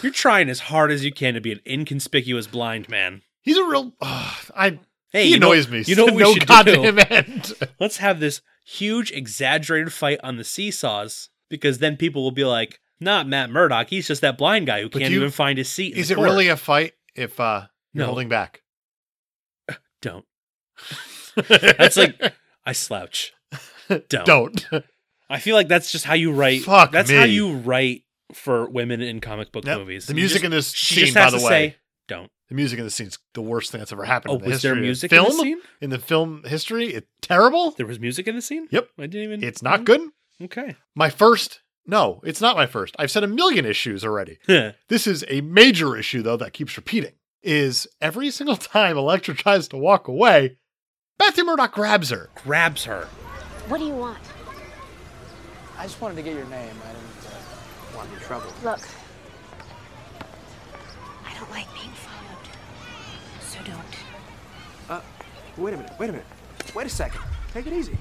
you're trying as hard as you can to be an inconspicuous blind man. He's a real. [SIGHS] ugh, I Hey, he you know- annoys me. [LAUGHS] You know to what we no should do? goddamn [LAUGHS] end. let's have this huge exaggerated fight on the seesaws because then people will be like not matt murdock he's just that blind guy who But can't do you- even find his seat in Is the it court." really a fight if uh, you're No. holding back? don't [LAUGHS] that's like i slouch don't. [LAUGHS] Don't. [LAUGHS] i feel like that's just how you write Fuck that's me. how you write for women in comic book Yep. movies The You music just- in this she scene, just has by the to way, say don't the music in this scene's the worst thing that's ever happened. oh in the was history there of music film? in the scene In the film history, it's terrible. there Mm-hmm. was music in the scene Yep. i didn't even It's not good. okay [LAUGHS] My first, no, it's not my first. I've said a million issues already. yeah This is a major issue, though, that keeps repeating. Is every single [LAUGHS] time Electra tries to walk away, Matthew Murdock grabs her. grabs her What do you want? I just wanted to get your name. I didn't uh, want any trouble. Look, I don't like being followed, so don't. Uh, wait a minute. Wait a minute. Wait a second. Take it easy.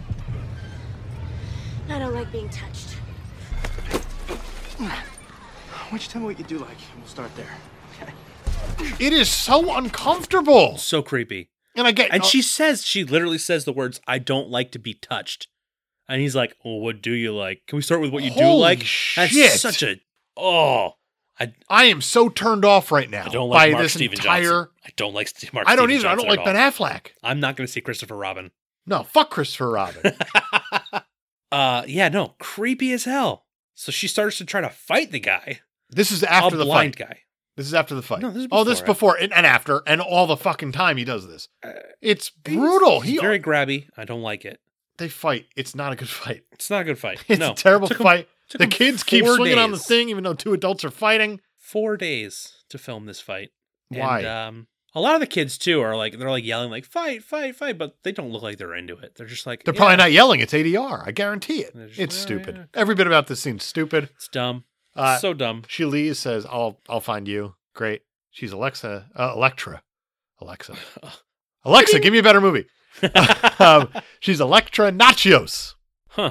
I don't like being touched. Why don't you tell me what you do like? and We'll start there. It is so uncomfortable. So creepy. And I get And she says, she literally says the words, I don't like to be touched. And he's like, Well, what do you like? Can we start with what you do Holy like? shit. That's such a, oh, I, I am so turned off right now I don't like by Mark this Steven entire. Johnson. I don't like Ste- Mark I don't Steven either. I don't Johnson like at Ben all. Affleck. I'm not going to see Christopher Robin. No, fuck Christopher [LAUGHS] Robin. Uh, yeah, no, creepy as hell. So she starts to try to fight the guy, this is a after the blind fight. guy. This is after the fight. No, this is oh, this is before and, and after and all the fucking time he does this. It's brutal. Uh, He's He very grabby. I don't like it. they fight. It's not a good [LAUGHS] fight. It's not a good fight. [LAUGHS] It's no, a terrible It took 'em fight. took the him kids keep four swinging on the days. thing, even though two adults are fighting. four days to film this fight. Why? And, um, a lot of the kids too are like they're like yelling like fight, fight, fight, but they don't look like they're into it. They're just like They're "Yeah, probably not yelling. It's ADR. I guarantee it. They're just It's like, "Oh, stupid. yeah." Every bit about this scene's stupid. It's dumb. Uh, so dumb. She leaves, says, "I'll I'll find you." Great. She's Alexa, uh, Electra, [LAUGHS] Alexa, Alexa. Give me a better movie. um, she's Electra Nachos. Huh?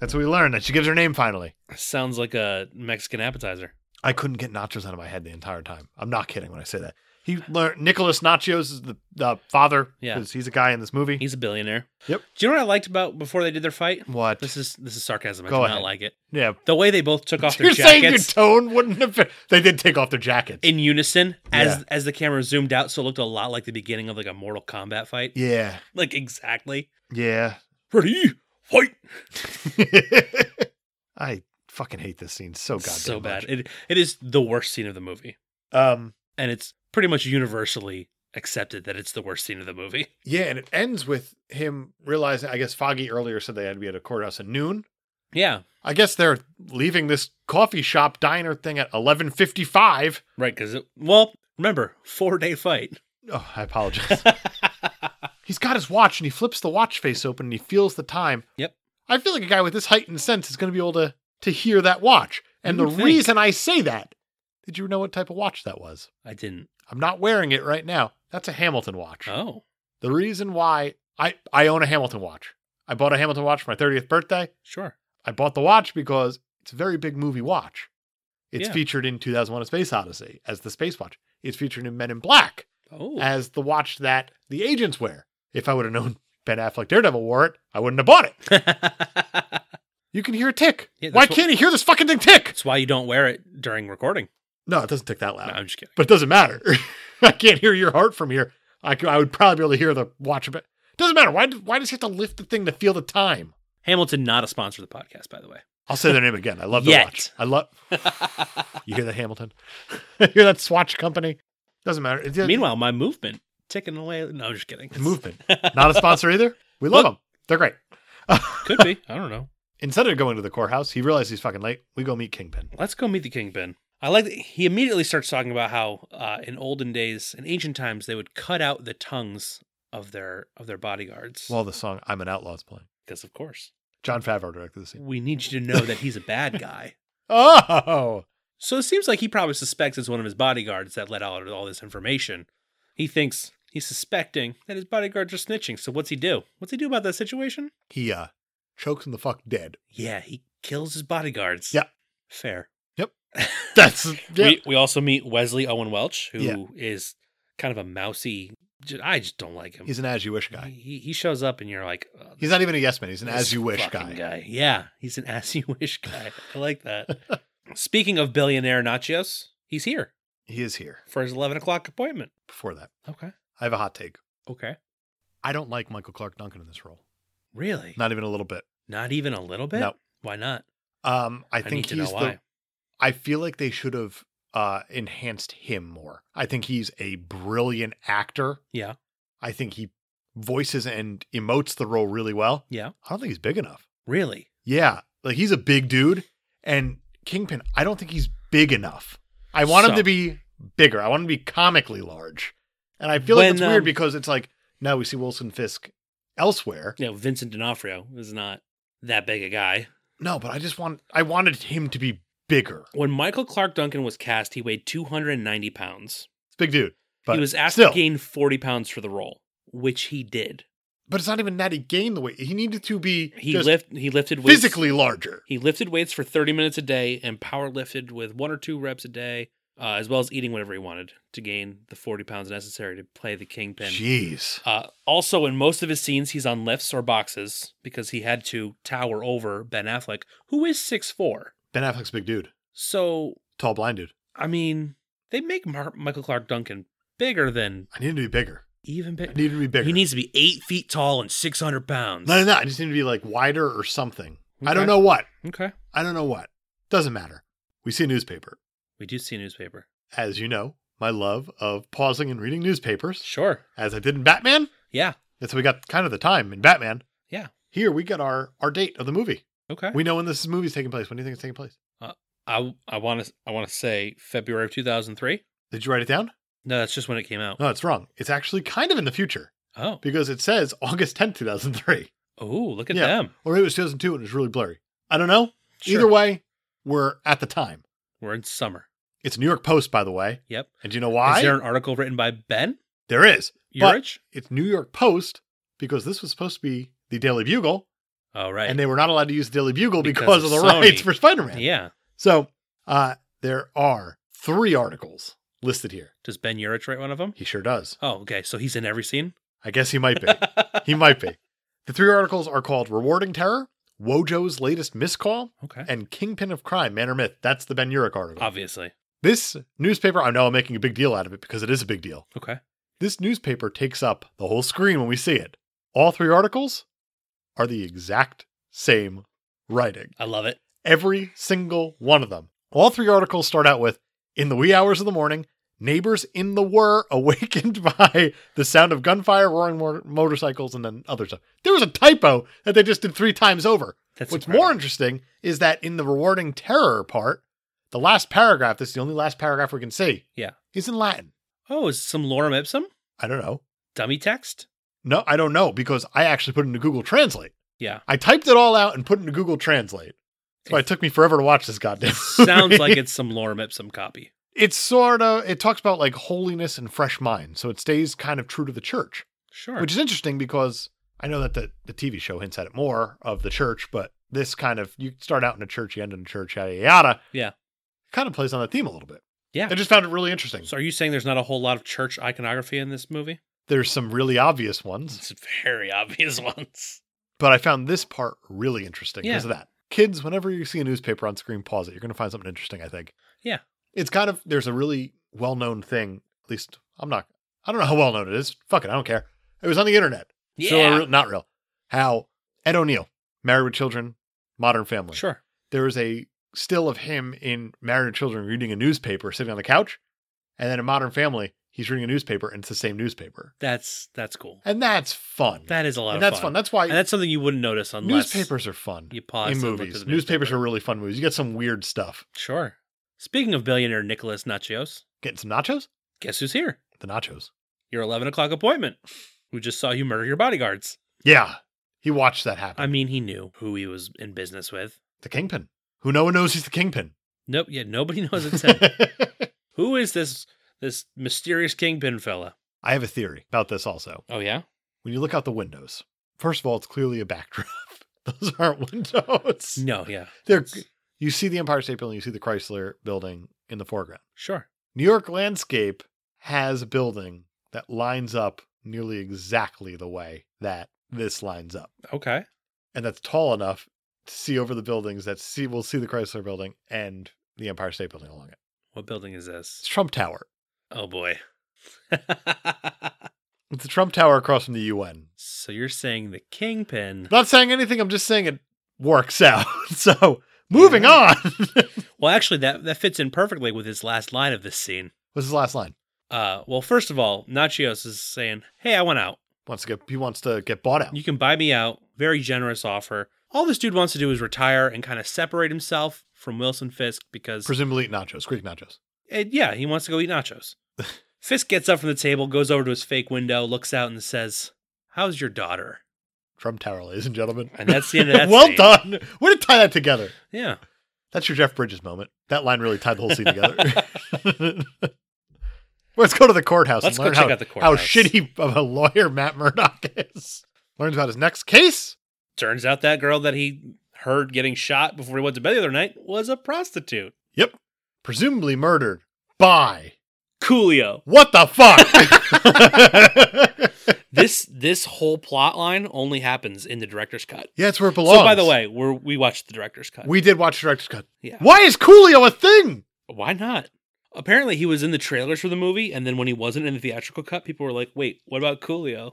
That's what we learned. That she gives her name finally. Sounds like a Mexican appetizer. I couldn't get nachos out of my head the entire time. I'm not kidding when I say that. He learned Nicholas Nachos is the uh, father. Yeah. 'cause he's a guy in this movie. He's a billionaire. Yep. Do you know what I liked about before they did their fight? what? This is this is sarcasm. I Go do ahead. not like it. yeah. The way they [LAUGHS] both took off their You're saying your jackets tone wouldn't have been. They did take off their jackets. in unison as Yeah. as the camera zoomed out, so it looked a lot like the beginning of like a Mortal Kombat fight. yeah. Like exactly. Yeah. [LAUGHS] Ready, fight. I fucking hate this scene so goddamn so bad. Oh, much. It it is the worst scene of the movie, Um, and it's pretty much universally accepted that it's the worst scene of the movie. [LAUGHS] yeah, and it ends with him realizing. I guess Foggy earlier said they had to be at a courthouse at noon. Yeah, I guess they're leaving this coffee shop diner thing at eleven fifty five. right. Because it well, remember four day fight. Oh, I apologize. [LAUGHS] He's got his watch and he flips the watch face open and he feels the time. Yep. I feel like a guy with this heightened sense is going to be able to to hear that watch. And You the would think. reason I say that, did you know what type of watch that was? I didn't. I'm not wearing it right now. That's a Hamilton watch. Oh, The reason why I, I own a Hamilton watch. I bought a Hamilton watch for my 30th birthday. sure. I bought the watch because it's a very big movie watch. It's Yeah. featured in 2001 A Space Odyssey as the space watch. It's featured in Men in Black Oh, [LAUGHS] as the watch that the agents wear. If I would have known [LAUGHS] Ben Affleck Daredevil wore it, I wouldn't have bought it. [LAUGHS] that's You can hear it tick. Yeah, Why that's what- can't you hear this fucking thing tick? why you don't wear it during recording. No, it doesn't tick that No, loud, I'm just kidding. but it doesn't matter. [LAUGHS] I can't hear your heart from here. I, c- I would probably be able to hear the watch a bit. Doesn't matter. Why, d- why does he have to lift the thing to feel the time? Hamilton not a sponsor of the podcast, by the way. I'll say their name again. I love the Yet. watch. I [LAUGHS] love. you hear that, Hamilton? [LAUGHS] you hear that Swatch company? Doesn't matter. It, it- Meanwhile, my movement ticking away. No, I'm just kidding. movement. Not a sponsor either. We love them. They're great. Could be. [LAUGHS] I don't know. Instead of going to the courthouse, he realizes he's fucking late. We go meet Kingpin. Let's go meet the kingpin. I like that he immediately starts talking about how uh, in olden days, in ancient times, they would cut out the tongues of their of their bodyguards. While the song "I'm an Outlaw's playing, because of course, John Favreau directed the scene. we need you to know that he's a bad guy. Oh, So it seems like he probably suspects it's one of his bodyguards that let out all this information. He thinks he's suspecting that his bodyguards are snitching. So what's he do? What's he do about that situation? he uh chokes him the fuck [LAUGHS] dead. Yeah, he kills his bodyguards. Yeah. fair. That's yeah. We, we also meet Wesley Owen Welch, who is Yeah. kind of a mousy. ju- I just don't like him. he's an as you wish guy. he, he shows up and you're like, uh, He's not even a yes man. He's an this as you wish guy. fucking Yeah, he's an [LAUGHS] as you wish guy. I like [LAUGHS] that. Speaking of billionaire Nachos, he's here He is here. for his 11 o'clock appointment. Before that, Okay. I have a hot take. Okay. I don't like Michael Clark Duncan in this role. Really? Not, Not even a little bit. even a little bit? No. Why not? Um, I need think to he's know why. the. I feel like they should have uh enhanced him more. I think he's a brilliant actor. Yeah. I think he voices and emotes the role really well. Yeah. I don't think he's big enough. Really? Yeah, like he's a big dude, and Kingpin. I don't think he's big enough. I want him So- to be bigger. I want him to be comically large, and I feel like When, it's weird um, because it's like now we see Wilson Fisk elsewhere. You know, Vincent D'Onofrio is not that big a guy. No, but I just want I wanted him to be bigger. When Michael Clark Duncan was cast, he weighed 290 pounds. It's a big dude. But he was asked still, to gain 40 pounds for the role, which he did. But it's not even that he gained the weight. He needed to be He just lift he lifted weights physically larger. He lifted weights for 30 minutes a day and power lifted with one or two reps a day, uh, as well as eating whatever he wanted to gain the 40 pounds necessary to play the kingpin. Jeez. Uh, also, in most of his scenes, he's on lifts or boxes because he had to tower over Ben Affleck, who is 6'4. Ben Affleck's a big dude. So, Tall blind dude. I mean, they make Mar- Michael Clark Duncan bigger than I need him to be bigger. even I big. need him to be bigger. He needs to be eight feet tall and 600 pounds. no, no, no. I just need him to be like wider or something. I Okay. don't know what. Okay. I don't know what. Doesn't matter. We see a newspaper. We do see a newspaper. As you know, my love of pausing and reading newspapers, Sure. as I did in Batman. Yeah. That's how we got kind of the time in Batman. Yeah. Here we got our our date of the movie. Okay. We know when this movie's taking place. When do you think it's taking place? I I want to I want to say February of 2003. Did you write it down? No, that's just when it came out. No, it's wrong. It's actually kind of in the future Oh, because it says [LAUGHS] August 10th, 2003. oh, look at Yeah. them. Or it was 2002 and it was really blurry. I don't know. Sure. Either way, we're at the time. We're in summer. It's New York Post, by the way. Yep. And do you know why? Is there an article written by Ben there is. But Urich? it's New York Post because this was supposed to be the Daily Bugle, Oh, right. and they were not allowed to use the Daily Bugle because, Because of of the Sony. rights for Spider Man. yeah. So uh, there are three articles listed here. Does Ben Urich write one of them? He sure does. Oh, okay. So he's in every scene. [LAUGHS] I guess he might be. he might be. The three articles are called Rewarding Terror, Wojo's Latest Miscall, Okay. Uh, and Kingpin of Crime, Man or Myth. That's the Ben Urich article. Obviously. this newspaper, I know I'm making a big deal out of it because it is a big deal. Okay. This newspaper takes up the whole screen when we see it. All three articles are the exact same writing. I love it. Every single one of them. All three articles start out with In the wee hours of the morning, neighbors in the were [LAUGHS] awakened by the sound of gunfire, roaring mor- motorcycles, and then other stuff. There was a typo that they just did three times over. That's What's incredible. more interesting is that in the rewarding terror part, the last paragraph, this is the only last paragraph we can see, Yeah. is in Latin. Oh, is some lorem ipsum? I don't know. Dummy text? No, I don't know because I actually put it into Google Translate. Yeah. I typed it all out and put it into Google Translate. That's why it took me forever to watch this goddamn. [LAUGHS] Sounds movie. [LAUGHS] like it's some lorem ipsum copy. it's sort of it talks about like holiness and fresh mind, so it stays kind of true to the church, Sure. which is interesting because I know that the the TV show hints at it more of the church, but this kind of you start out in a church, you end in a church, yada yada. yada. Yeah. kind of plays on that theme a little bit. Yeah. I just found it really interesting. so are you saying there's not a whole lot of church iconography in this movie? There's some really obvious ones. It's very [LAUGHS] obvious ones. But I found this part really interesting Yeah. because of that. Kids, whenever you see a newspaper on screen, pause it. You're going to find something interesting, I think. Yeah. It's kind of, there's a really well known thing. At least I'm not, I don't know how well known it is. Fuck it. I don't care. It was on the internet. Yeah. So a real- not real. How Ed O'Neill, Married with Children, Modern Family. sure. There was a still of him in Married with Children reading a newspaper sitting on the couch. And then in Modern Family, he's reading a newspaper and it's the same newspaper. That's that's cool. And that's fun. That is a lot and of that's fun. fun. That's why and that's something you wouldn't notice unless newspapers are fun you pause in and look movies. at the Newspapers newspaper. are really fun movies. You get some weird stuff. Sure. Speaking of billionaire Nicholas Nachios, Getting some nachos? guess who's here? The nachos. Your 11 o'clock appointment, who just saw you murder your bodyguards. Yeah. He watched that happen. I mean, he knew who he was in business with. the kingpin. Who no one knows he's the kingpin. Nope, yeah, nobody [LAUGHS] knows it's him. who is this this mysterious kingpin fella? [LAUGHS] I have a theory about this also. Oh yeah? When you look out the windows, first of all, it's clearly a backdrop. [LAUGHS] Those aren't windows. No, yeah. They're, you see the Empire State Building, you see the Chrysler Building in the foreground. Sure. New York landscape has a building that lines up nearly exactly the way that this lines up. Okay. and that's tall enough to see over the buildings that see we'll see the Chrysler Building and the Empire State Building along it. What building is It's this? Trump Tower. Oh boy. It's the Trump Tower across from the UN. so you're saying the kingpin Not saying anything. I'm just saying it works [LAUGHS] out. So moving on. [LAUGHS] Well, actually, that that fits in perfectly with his last line of this scene. What's his last line? Uh, well, first of all, Nachios is saying, "Hey, I want out. Wants to get he wants to get bought out. You can buy me out. Very generous offer." All this dude wants to do is retire and kind of separate himself from Wilson Fisk because, Presumably eat nachos, Greek nachos. eh, yeah, he wants to go eat nachos. Fisk gets up from the table, goes over to his fake window, looks out, and says, "How's your daughter?" Trump Tower, ladies and gentlemen. And that's the end of [LAUGHS] that. well scene. done. Way to tie that together. Yeah. That's your Jeff Bridges moment. That line really tied the whole scene together. [LAUGHS] Let's go to the courthouse Let's and go learn check how, out the how courthouse. shitty of a lawyer Matt Murdock is. Learns about his next case. Turns out that girl that he heard getting shot before he went to bed the other night was a prostitute. Yep. Presumably murdered by. Coolio. What the [LAUGHS] fuck? This [LAUGHS] this whole plot line only happens in the director's cut. [LAUGHS] yeah, it's where it belongs. So by the way, we're, we watched the director's cut. we did watch Director's Cut. yeah. Why is Coolio a thing? Why not? Apparently, he was in the trailers for the movie, and then when he wasn't in the theatrical cut, people were like, "Wait, what about Coolio?"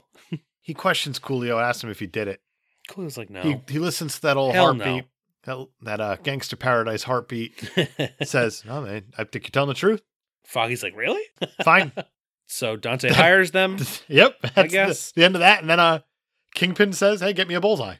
He questions Coolio, asks him if he did it. Coolio's like, "No." He he listens to that old Hell heartbeat, that that uh, gangster paradise heartbeat. says, [LAUGHS] "No man, I think you're telling the truth." [LAUGHS] Foggy's like, "Really?" Fine. [LAUGHS] So Dante hires them. yep. That's the- guess. the, end of that. And then uh, Kingpin says, "Hey, get me a bullseye."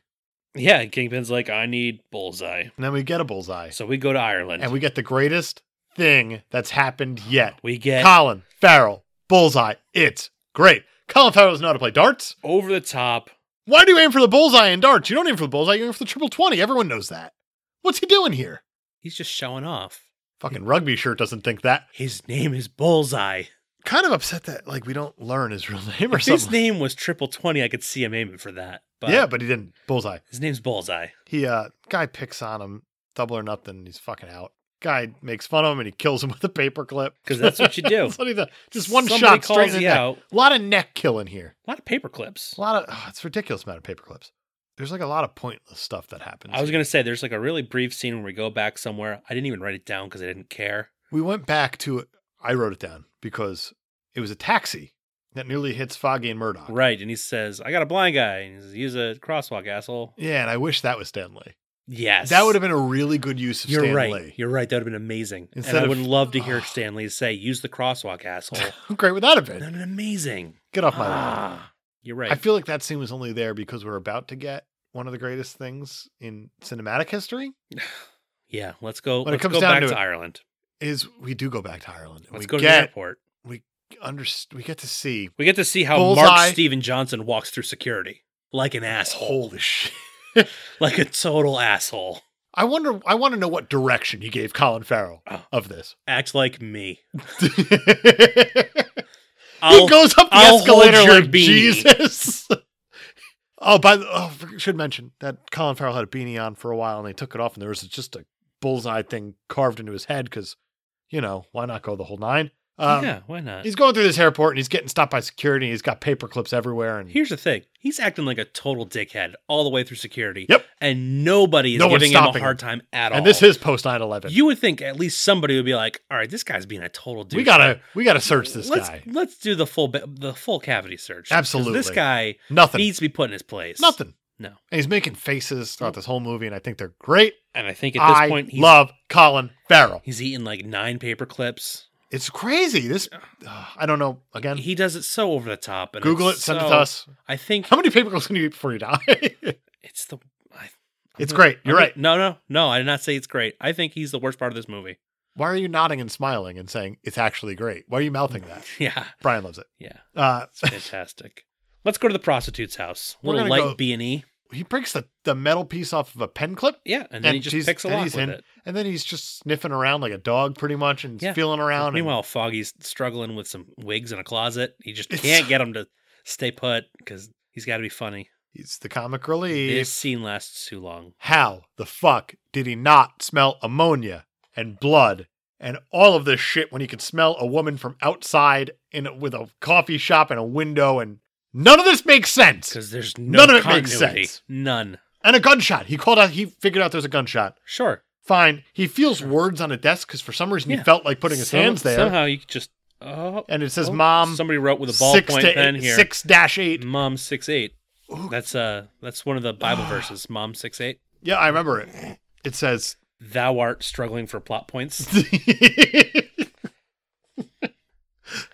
Yeah, and Kingpin's like, "I need Bullseye." And then we get a bullseye, So we go to Ireland, and we get the greatest thing that's happened yet. We get Colin Farrell, bullseye. It's great. Colin Farrell doesn't know how to play darts. over the top. Why do you aim for the bullseye in darts? You don't aim for the bullseye. You aim for the triple twenty. Everyone knows that. What's he doing here? He's just showing off. Fucking rugby shirt doesn't think that. His name is Bullseye. Kind of upset that like we don't learn his real name [LAUGHS] or If his something. name was Triple Twenty, I could see him aiming for that. But yeah, but he didn't. Bullseye. his name's Bullseye. He uh guy picks on him, double or nothing, he's fucking out. Guy makes fun of him and he kills him [LAUGHS] with a paperclip. 'Cause that's what [LAUGHS] you do. That's what he does. Just one Somebody shot calls straight in the you neck. out. A lot of neck killing here. A lot of paper clips. A lot of oh, it's a ridiculous amount of paperclips. There's like a lot of pointless stuff that happens. I was here. gonna say there's like a really brief scene where we go back somewhere. I didn't even write it down because I didn't care. We went back to I wrote it down because it was a taxi that nearly hits Foggy and Murdoch. Right, and he says, "I got a blind guy." And he says, "Use a crosswalk, asshole." Yeah, and I wish that was Stanley. Yes, That would have been a really good use of You're Stanley. right. You're right. That would have been amazing. Instead and I of- would love [SIGHS] to hear Stanley say, "Use the crosswalk, asshole." How [LAUGHS] great would that have that would been? have been amazing. Get off my lawn. Ah, you're right. I feel like that scene was only there because we're about to get one of the greatest things in cinematic history yeah, let's go. When it let's comes go down back to to, it, Ireland. is we do go back to Ireland. and Let's we go to the get airport. under we get to see We get to see how Bullseye. Mark Steven Johnson walks through security like [LAUGHS] an asshole, holy shit. like a total asshole. I wonder I want to know what direction you gave Colin Farrell Oh. of this. [LAUGHS] Act like me. he I'll, goes up the I'll escalator hold your like beanie. Jesus. [LAUGHS] oh, by the oh, I should mention that Colin Farrell had a beanie on for a while and they took it off and there was just a bullseye thing carved into his head cuz you know, why not go the whole nine? Um, yeah, why not? He's going through this airport and he's getting stopped by security. And he's got paper clips everywhere, and Here's the thing: he's acting like a total dickhead all the way through security. Yep. and nobody is No one's giving him a stopping hard time at all. and this is post 9-11. you would think at least somebody would be like, "All right, this guy's being a total douche." we gotta we gotta search this let's, guy. Let's do the full ba- the full cavity search. 'Cause this Absolutely. guy Nothing, needs to be put in his place. nothing. No. And he's making faces throughout this whole movie, and I think they're great. And I think at this I point, he's, love Colin Farrell. he's eating like nine paper clips. It's crazy. This uh, I don't know. Again, he does it so over the top. And Google it. it's Send it so- to us. I think How many paper clips can you eat before you die? [LAUGHS] it's the. I, it's great. You're right. No, no, no. I did not say it's great. I think he's the worst part of this movie. [LAUGHS] Why are you nodding and smiling and saying it's actually great? Why are you mouthing that? Yeah, Brian loves it. [LAUGHS] yeah. Uh, It's fantastic. Let's go to the prostitute's house. We're Little gonna light go- B and E. he breaks the, the metal piece off of a pen clip. Yeah, and then he she's- just picks a and lock he's with in, it. And then he's just sniffing around like a dog, pretty much, and Yeah. feeling around. and- Meanwhile, Foggy's struggling with some wigs in a closet. He just It's- can't [LAUGHS] get him to stay put because he's got to be funny. he's the comic relief. This scene lasts too long. How the fuck did he not smell ammonia and blood and all of this shit when he could smell a woman from outside in a, with a coffee shop and a window and none of this makes sense. Because there's no None of it continuity. makes sense. None. And a gunshot. He called out. He figured out there's a gunshot. Sure. Fine. He feels words on a desk because for some reason he Yeah. felt like putting his Some- hands there. Somehow you could just. Oh, And it says, oh, "Mom, Somebody wrote with a ballpoint to pen eight- here. Mm. six dash eight. Mom six eight. That's uh that's one of the Ah. Bible verses. Mom six eight. Yeah, I remember it. It says Thou art struggling for plot points. [LAUGHS]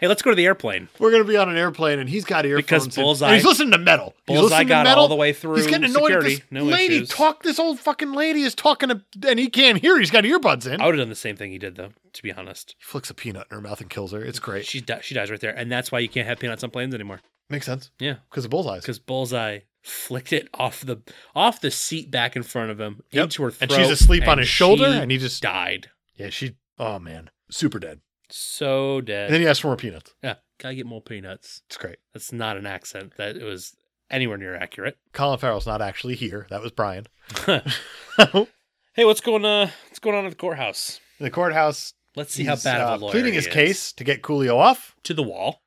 hey, let's go to the airplane. [LAUGHS] We're gonna be on an airplane, and he's got earphones. Because in. Bullseye- and he's listening to metal. He's Bullseye listening to got metal. all the way through He's getting annoyed security. at this No lady issues. talk. This old fucking lady is talking to, and he can't hear. He's got earbuds in. I would have done the same thing he did though, to be honest. He flicks a peanut in her mouth and kills her. It's great. She di- she dies right there, and that's why you can't have peanuts on planes anymore. Makes sense Yeah, because of bullseyes. because Bullseye flicked it off the off the seat back in front of him Yep. into her And throat, she's asleep on his shoulder, she and he just- died. Yeah, she. Oh man, super dead. So dead. And then he asks for more peanuts. yeah, gotta get more peanuts. It's great. That's not an accent that it was anywhere near accurate. Colin Farrell's not actually here. That was [LAUGHS] Brian. [LAUGHS] hey, what's going uh what's going on at the courthouse? the courthouse. Let's see how he's, bad uh, of a lawyer pleading he his is. case to get Coolio off. to the wall.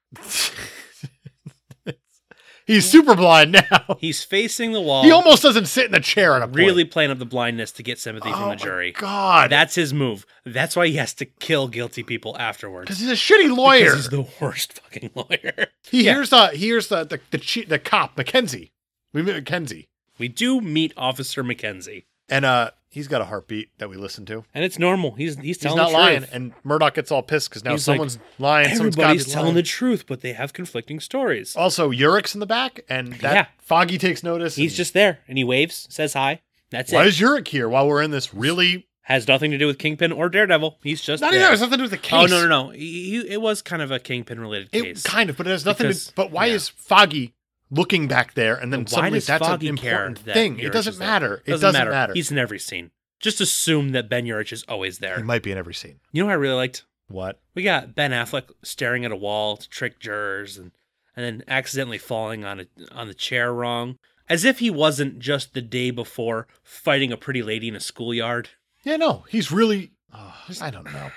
He's super blind now. He's facing the wall. He almost doesn't sit in a chair at a point. Oh. really playing up the blindness to get sympathy Oh from my the jury. God, That's his move. That's why he has to kill guilty people afterwards. because he's a shitty lawyer. Because he's the worst [LAUGHS] fucking lawyer. he Yeah. hears the he hears the the the, chi- the cop Mackenzie. We meet Mackenzie, We do meet Officer McKenzie, and uh, he's got a heartbeat that we listen to. and it's normal. He's he's He's telling not the lying, truth. and Murdoch gets all pissed because now He's like, someone's lying. someone's gotta be Everybody's telling lying." the truth, but they have conflicting stories. Also, Yurik's in the back, and that Yeah. Foggy takes notice. He's and, just there, and he waves, says hi. That's why it. is Yurik here while we're in this really? Has nothing to do with Kingpin or Daredevil. He's just Not there. even. It has nothing to do with the case. Oh no no no! He, he- it was kind of a Kingpin related It case. kind of, but it has nothing. Because- to But why yeah. is Foggy looking back there, and then Why suddenly does that's Foggy an care important that thing? Yurich It doesn't is there? matter. It doesn't matter. He's in every scene. Just assume that Ben Urich is always there. he might be in every scene. You know what I really liked? What? We got Ben Affleck staring at a wall to trick jurors and and then accidentally falling on a, on the chair wrong, as if he wasn't just the day before fighting a pretty lady in a schoolyard. Yeah, no, he's really. oh, I don't know.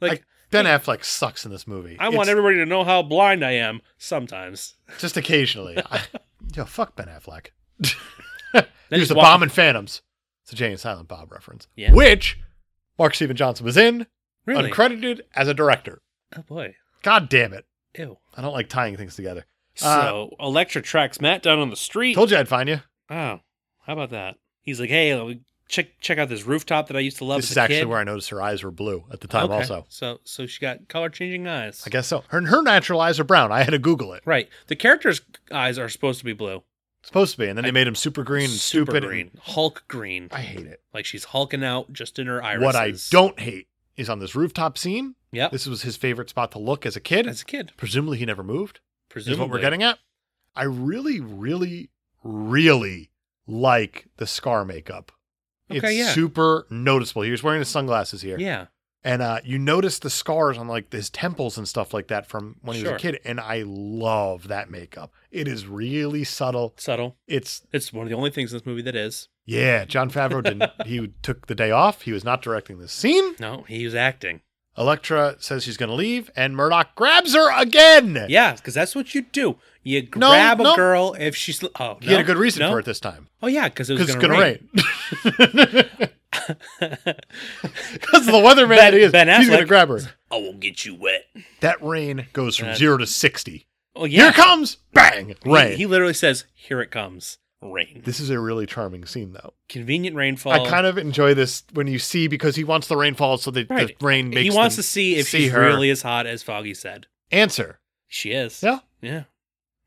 Like Like Ben Affleck sucks in this movie. I want It's everybody to know how blind I am sometimes. just occasionally. I, [LAUGHS] yo, fuck Ben Affleck. [LAUGHS] Then he was he's the walking- bomb in Phantoms. It's a Jay and Silent Bob reference, Yeah. which Mark Steven Johnson was in, Really? uncredited as a director. oh boy. God damn it! Ew. I don't like tying things together. Uh, So Electra tracks Matt down on the street. Told you I'd find you. Oh, how about that? He's like, hey, check check out this rooftop that I used to love. this as is a actually kid." where I noticed her eyes were blue at the time. Okay. Also, so so she got color changing eyes. I guess so. Her her natural eyes are brown. I had to Google it. Right, the character's eyes are supposed to be blue, Supposed to be, and then they made him super green and super stupid. and- green, Hulk green, I hate it. like she's hulking out just in her irises. What I don't hate is on this rooftop scene. Yep, This was his favorite spot to look as a kid. as a kid, Presumably, he never moved. presumably. Is what we're getting at. I really, really, really like the scar makeup. it's Okay, yeah. super noticeable. He was wearing his sunglasses here. Yeah, And uh, you notice the scars on like his temples and stuff like that from when he Sure. was a kid. And I love that makeup. It is really subtle. subtle. It's It's one of the only things in this movie that is. yeah. John Favreau [LAUGHS] didn't. he took the day off. He was not directing this scene. No, he was acting. Electra says she's gonna leave, and Murdoch grabs her again. Yeah, because that's what you do. You No, grab a no. girl if she's. Oh, He no, had a good reason no? for it this time Oh yeah, because it was because it's gonna, gonna rain. rain. [LAUGHS] Because the weatherman Ben- he is, Ben he's gonna Affleck. grab her. [LAUGHS] I will get you wet. That rain goes from Uh, zero to sixty. Oh yeah, Here it comes, bang, He- rain. He, literally says, "Here it comes, rain." this is a really charming scene, though. Convenient rainfall. I kind of enjoy this when you see because he wants the rainfall, so that Right. the rain makes. he wants them to see if she's her. really as hot as Foggy said. answer. She is. Yeah. Yeah.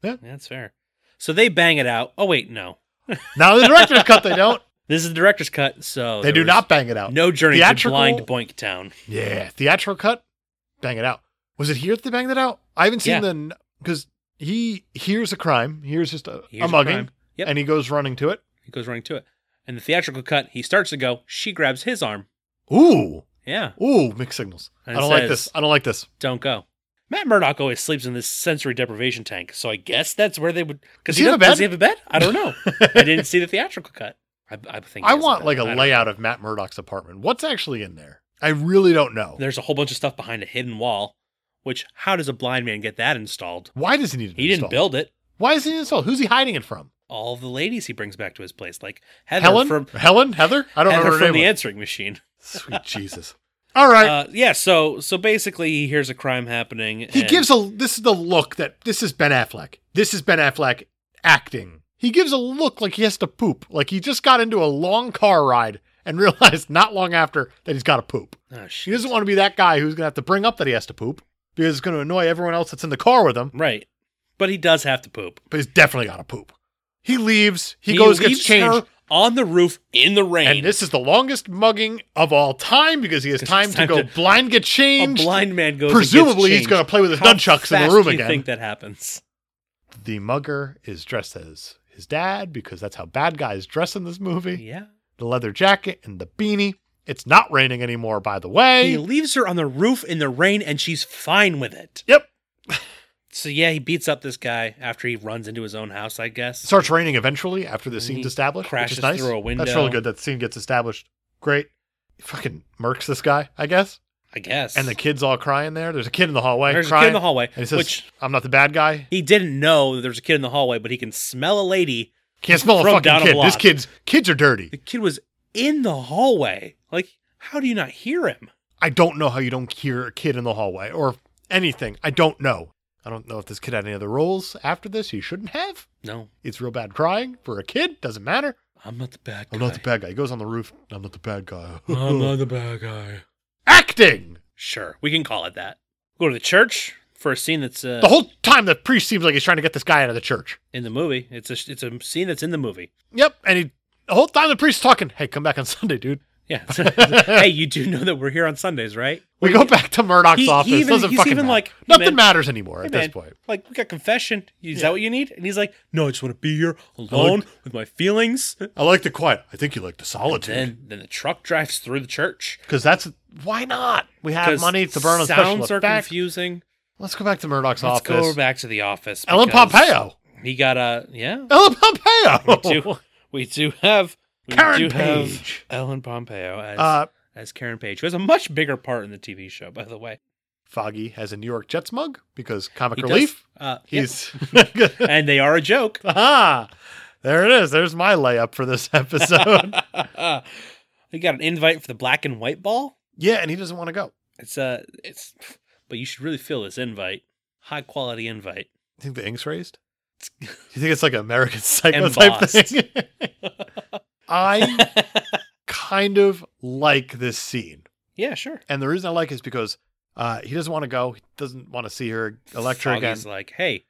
Yeah. That's fair. So they bang it out. Oh wait, no. Now the director's cut. They [LAUGHS] don't. This is the director's cut, so They Oh, there do was not bang it out. No journey Theatrical- to blind Boink Town. Yeah, theatrical cut, bang it out. Was it here that they banged it out? I haven't seen Yeah. the because he hears a crime. Here's just a, Here's a mugging, crime. Yep. and he goes running to it. he goes running to it. And the theatrical cut, he starts to go. She grabs his arm. Ooh, Yeah. ooh, mixed signals. And I it don't like says- this. I don't like this. Don't go. Matt Murdock always sleeps in this sensory deprivation tank, so I guess that's where they would. Because Does he have a bed? Does he have a bed? I don't know. I didn't see the theatrical cut. I, I think. he I has want bed. like a I don't- layout of Matt Murdock's apartment. What's actually in there? I really don't know. There's a whole bunch of stuff behind a hidden wall. Which how does a blind man get that installed? Why does he need? It He didn't installed? build it. Why is he installed? Who's he hiding it from? All the ladies he brings back to his place, like Heather Helen? from Helen? Heather? [LAUGHS] I don't Heather remember her from the name. was. answering machine. Sweet [LAUGHS] Jesus. All right. Uh, yeah, so so basically, he hears a crime happening. He and gives a. This is the look that. This is Ben Affleck. This is Ben Affleck acting. He gives a look like he has to poop. Like he just got into a long car ride and [LAUGHS] realized not long after that he's got to poop. Oh, He shit. doesn't want to be that guy who's gonna have to bring up that he has to poop because it's gonna annoy everyone else that's in the car with him. right, but he does have to poop. But he's definitely got to poop. He leaves. He, goes gets leaves her changed. on the roof in the rain. And this is the longest mugging of all time because he has 'Cause time, it's to time go to- blind, get a changed. blind man goes. and gets Presumably, he's changed. gonna play with his How nunchucks in the fast room do you again. Think that happens? The mugger is dressed as his dad because that's how bad guys dress in this movie. Yeah. The leather jacket and the beanie. It's not raining anymore, by the way. He leaves her on the roof in the rain and she's fine with it. yep. So yeah, he beats up this guy after he runs into his own house, I guess. It starts raining eventually after the scene's he established. crashes which is nice. through a That's really window. good. That scene gets established. Great. He fucking murks this guy, I guess. I guess. And the kid's all crying there. There's a kid in the hallway. There's a kid crying, in the hallway, And he says, which- I'm not the bad guy. he didn't know that there's a kid in the hallway, but he can smell a lady. Can't smell a From down fucking a kid. block. This kid's kids are The dirty. kid was in the hallway. Like, how do you not hear him? I don't know how you don't hear a kid in the hallway or anything. I don't know. I don't know if this kid had any other roles after this. He shouldn't have. No, It's real bad crying for a kid. Doesn't matter. I'm not the bad guy. I'm not the bad guy. He goes on the roof. I'm not the bad guy. [LAUGHS] I'm not the bad guy. Acting. Sure, we can call it that. Go to the church for a scene that's uh, The whole time the priest seems like he's trying to get this guy out of the church. in the movie. It's a it's a scene that's in the movie. Yep. And he the whole time the priest's talking, hey, come back on [LAUGHS] Sunday, dude. Yeah. [LAUGHS] hey, you do know that we're here on Sundays, right? We go back to Murdoch's he- he office. even- Doesn't he's fucking even matter. like, hey, nothing man. matters anymore Hey, at man, this point. Like, we got confession. Is Yeah. that what you need? And he's like, no, I just want to be here alone with my feelings. I like the quiet. I think you like the solitude. then, then the truck drives through the church. Because that's why not? We have 'Cause money to burn on Sounds special are effects. confusing. Let's go back to Murdoch's Let's office. go back to the office. Ellen because Pompeo. He got a, yeah. Ellen [LAUGHS] Pompeo. We do, [LAUGHS] we do have. We Karen do Page. have Ellen Pompeo as, Uh, as Karen Page, who has a much bigger part in the TV show, by the way. Foggy has a New York Jets mug because comic He does- relief. uh, yeah. He's [LAUGHS] and they are a joke. [LAUGHS] ah, there it is. There's my layup for this [LAUGHS] episode. he got an invite for the black and white ball. yeah, and he doesn't want to go. It's uh it's but you should really feel this invite. High quality invite. You think the ink's raised? You think it's like an American Psycho type Embossed. [LAUGHS] thing? I kind of like this scene, yeah, sure. and the reason I like it is because uh, he doesn't want to go. He doesn't want to see her Electra again. Foggy's like, hey,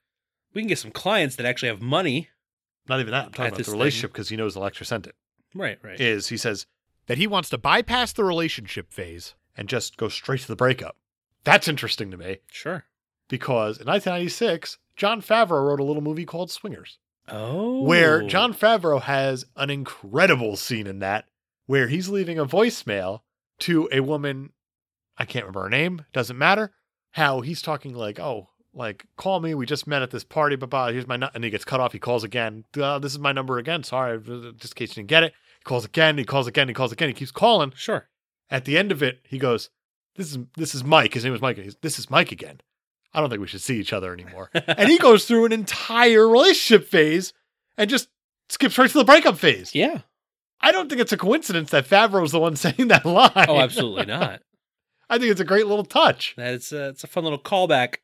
we can get some clients that actually have money. Not even that. I'm at talking about this the thing. relationship because he knows Electra sent it. Right, right. is he says that he wants to bypass the relationship phase and just go straight to the breakup. That's interesting to me sure. because in 1996, John Favreau wrote a little movie called Swingers, Oh where John Favreau has an incredible scene in that where he's leaving a voicemail to a woman, I can't remember her name, doesn't matter, how he's talking like, oh, like, call me, we just met at this party, blah, blah, here's my, nu-. and he gets cut off, he calls again, "Uh, this is my number again, sorry, just in case you didn't get it. He calls again, he calls again, he calls again, he keeps calling, Sure. at the end of it, he goes, "This is this is Mike. His name was Mike. He's, this is Mike again. I don't think we should see each other [LAUGHS] anymore." and he goes through an entire relationship phase and just skips right to the breakup phase. Yeah. I don't think it's a coincidence that Favreau's the one [LAUGHS] saying that line. Oh, absolutely not. [LAUGHS] I think it's a great little touch. That's a, it's a fun little callback.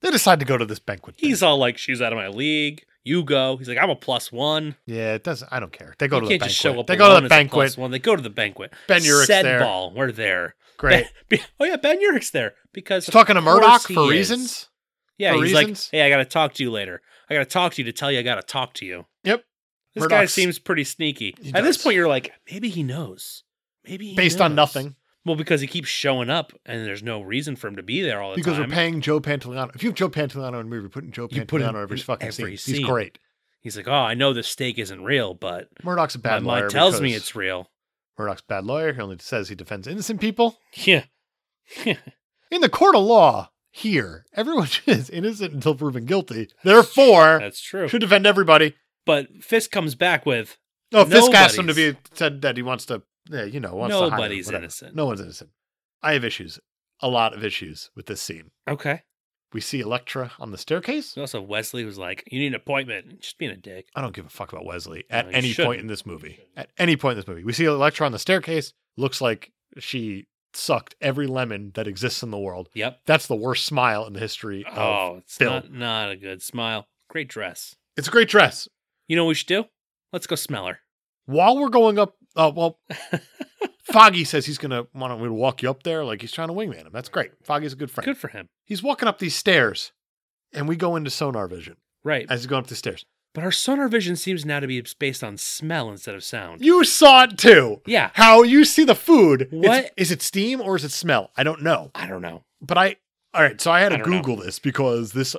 They decide to go to this banquet. thing. He's all like, she's out of my league. You go. He's like, I'm a plus one. yeah, it doesn't. I don't care. They go you to the can't banquet. just show up. they go alone to the as a plus banquet. One. They go to the banquet. Ben Urich's Said there. ball. We're there. Great. Ben- oh yeah, Ben Urich's there because He's of talking to course Murdoch he for is. reasons. Yeah, For he's reasons. like, hey, I gotta talk to you later. I gotta talk to you to tell you I gotta talk to you. Yep. This guy Murdoch's- seems pretty sneaky. He At this does. point, you're like, maybe he knows. Maybe he Based on knows. nothing. Well, because he keeps showing up, and there's no reason for him to be there all the Because time. we're paying Joe Pantoliano. If you have Joe Pantoliano in a movie, putting Joe You Pantoliano put him in every in fucking every scene. He's scene. great. he's like, oh, I know this steak isn't real, but Murdoch's a bad my lawyer. mind tells because me [LAUGHS] it's real. Murdoch's a bad lawyer. He only says he defends innocent people. Yeah. [LAUGHS] In the court of law, here, everyone [LAUGHS] is innocent until proven guilty. Therefore, That's true. should defend everybody. Oh, But Fisk comes back with No, Fisk asked him to Nobody's- be said that he wants to. Yeah, you know, wants to hide him, Nobody's whatever. innocent. No one's innocent. I have issues, a lot of issues with this scene. Okay. We see Electra on the staircase. Also, Wesley was like, "You need an appointment." Just being a dick. I don't give a fuck about Wesley No, at you any point shouldn't. in this movie. At any point in this movie, we see Electra on the staircase. Looks like she sucked every lemon that exists in the world. Yep. That's the worst smile in the history of Oh, it's Bill. not, not a good smile. Great dress. It's a great dress. You know what we should do? Let's go smell her. While we're going up, uh, [LAUGHS] well, Foggy says he's going to want to walk you up there like he's trying to wingman him. That's great. Foggy's a good friend. Good for him. He's walking up these stairs, and we go into sonar vision Right. as he's going up the stairs. but our sonar vision seems now to be based on smell instead of sound. You saw it too. Yeah. How you see the food. It's- What? Is it steam or is it smell? I don't know. I don't know. But I, all right, so I had I to don't know. Google this because this,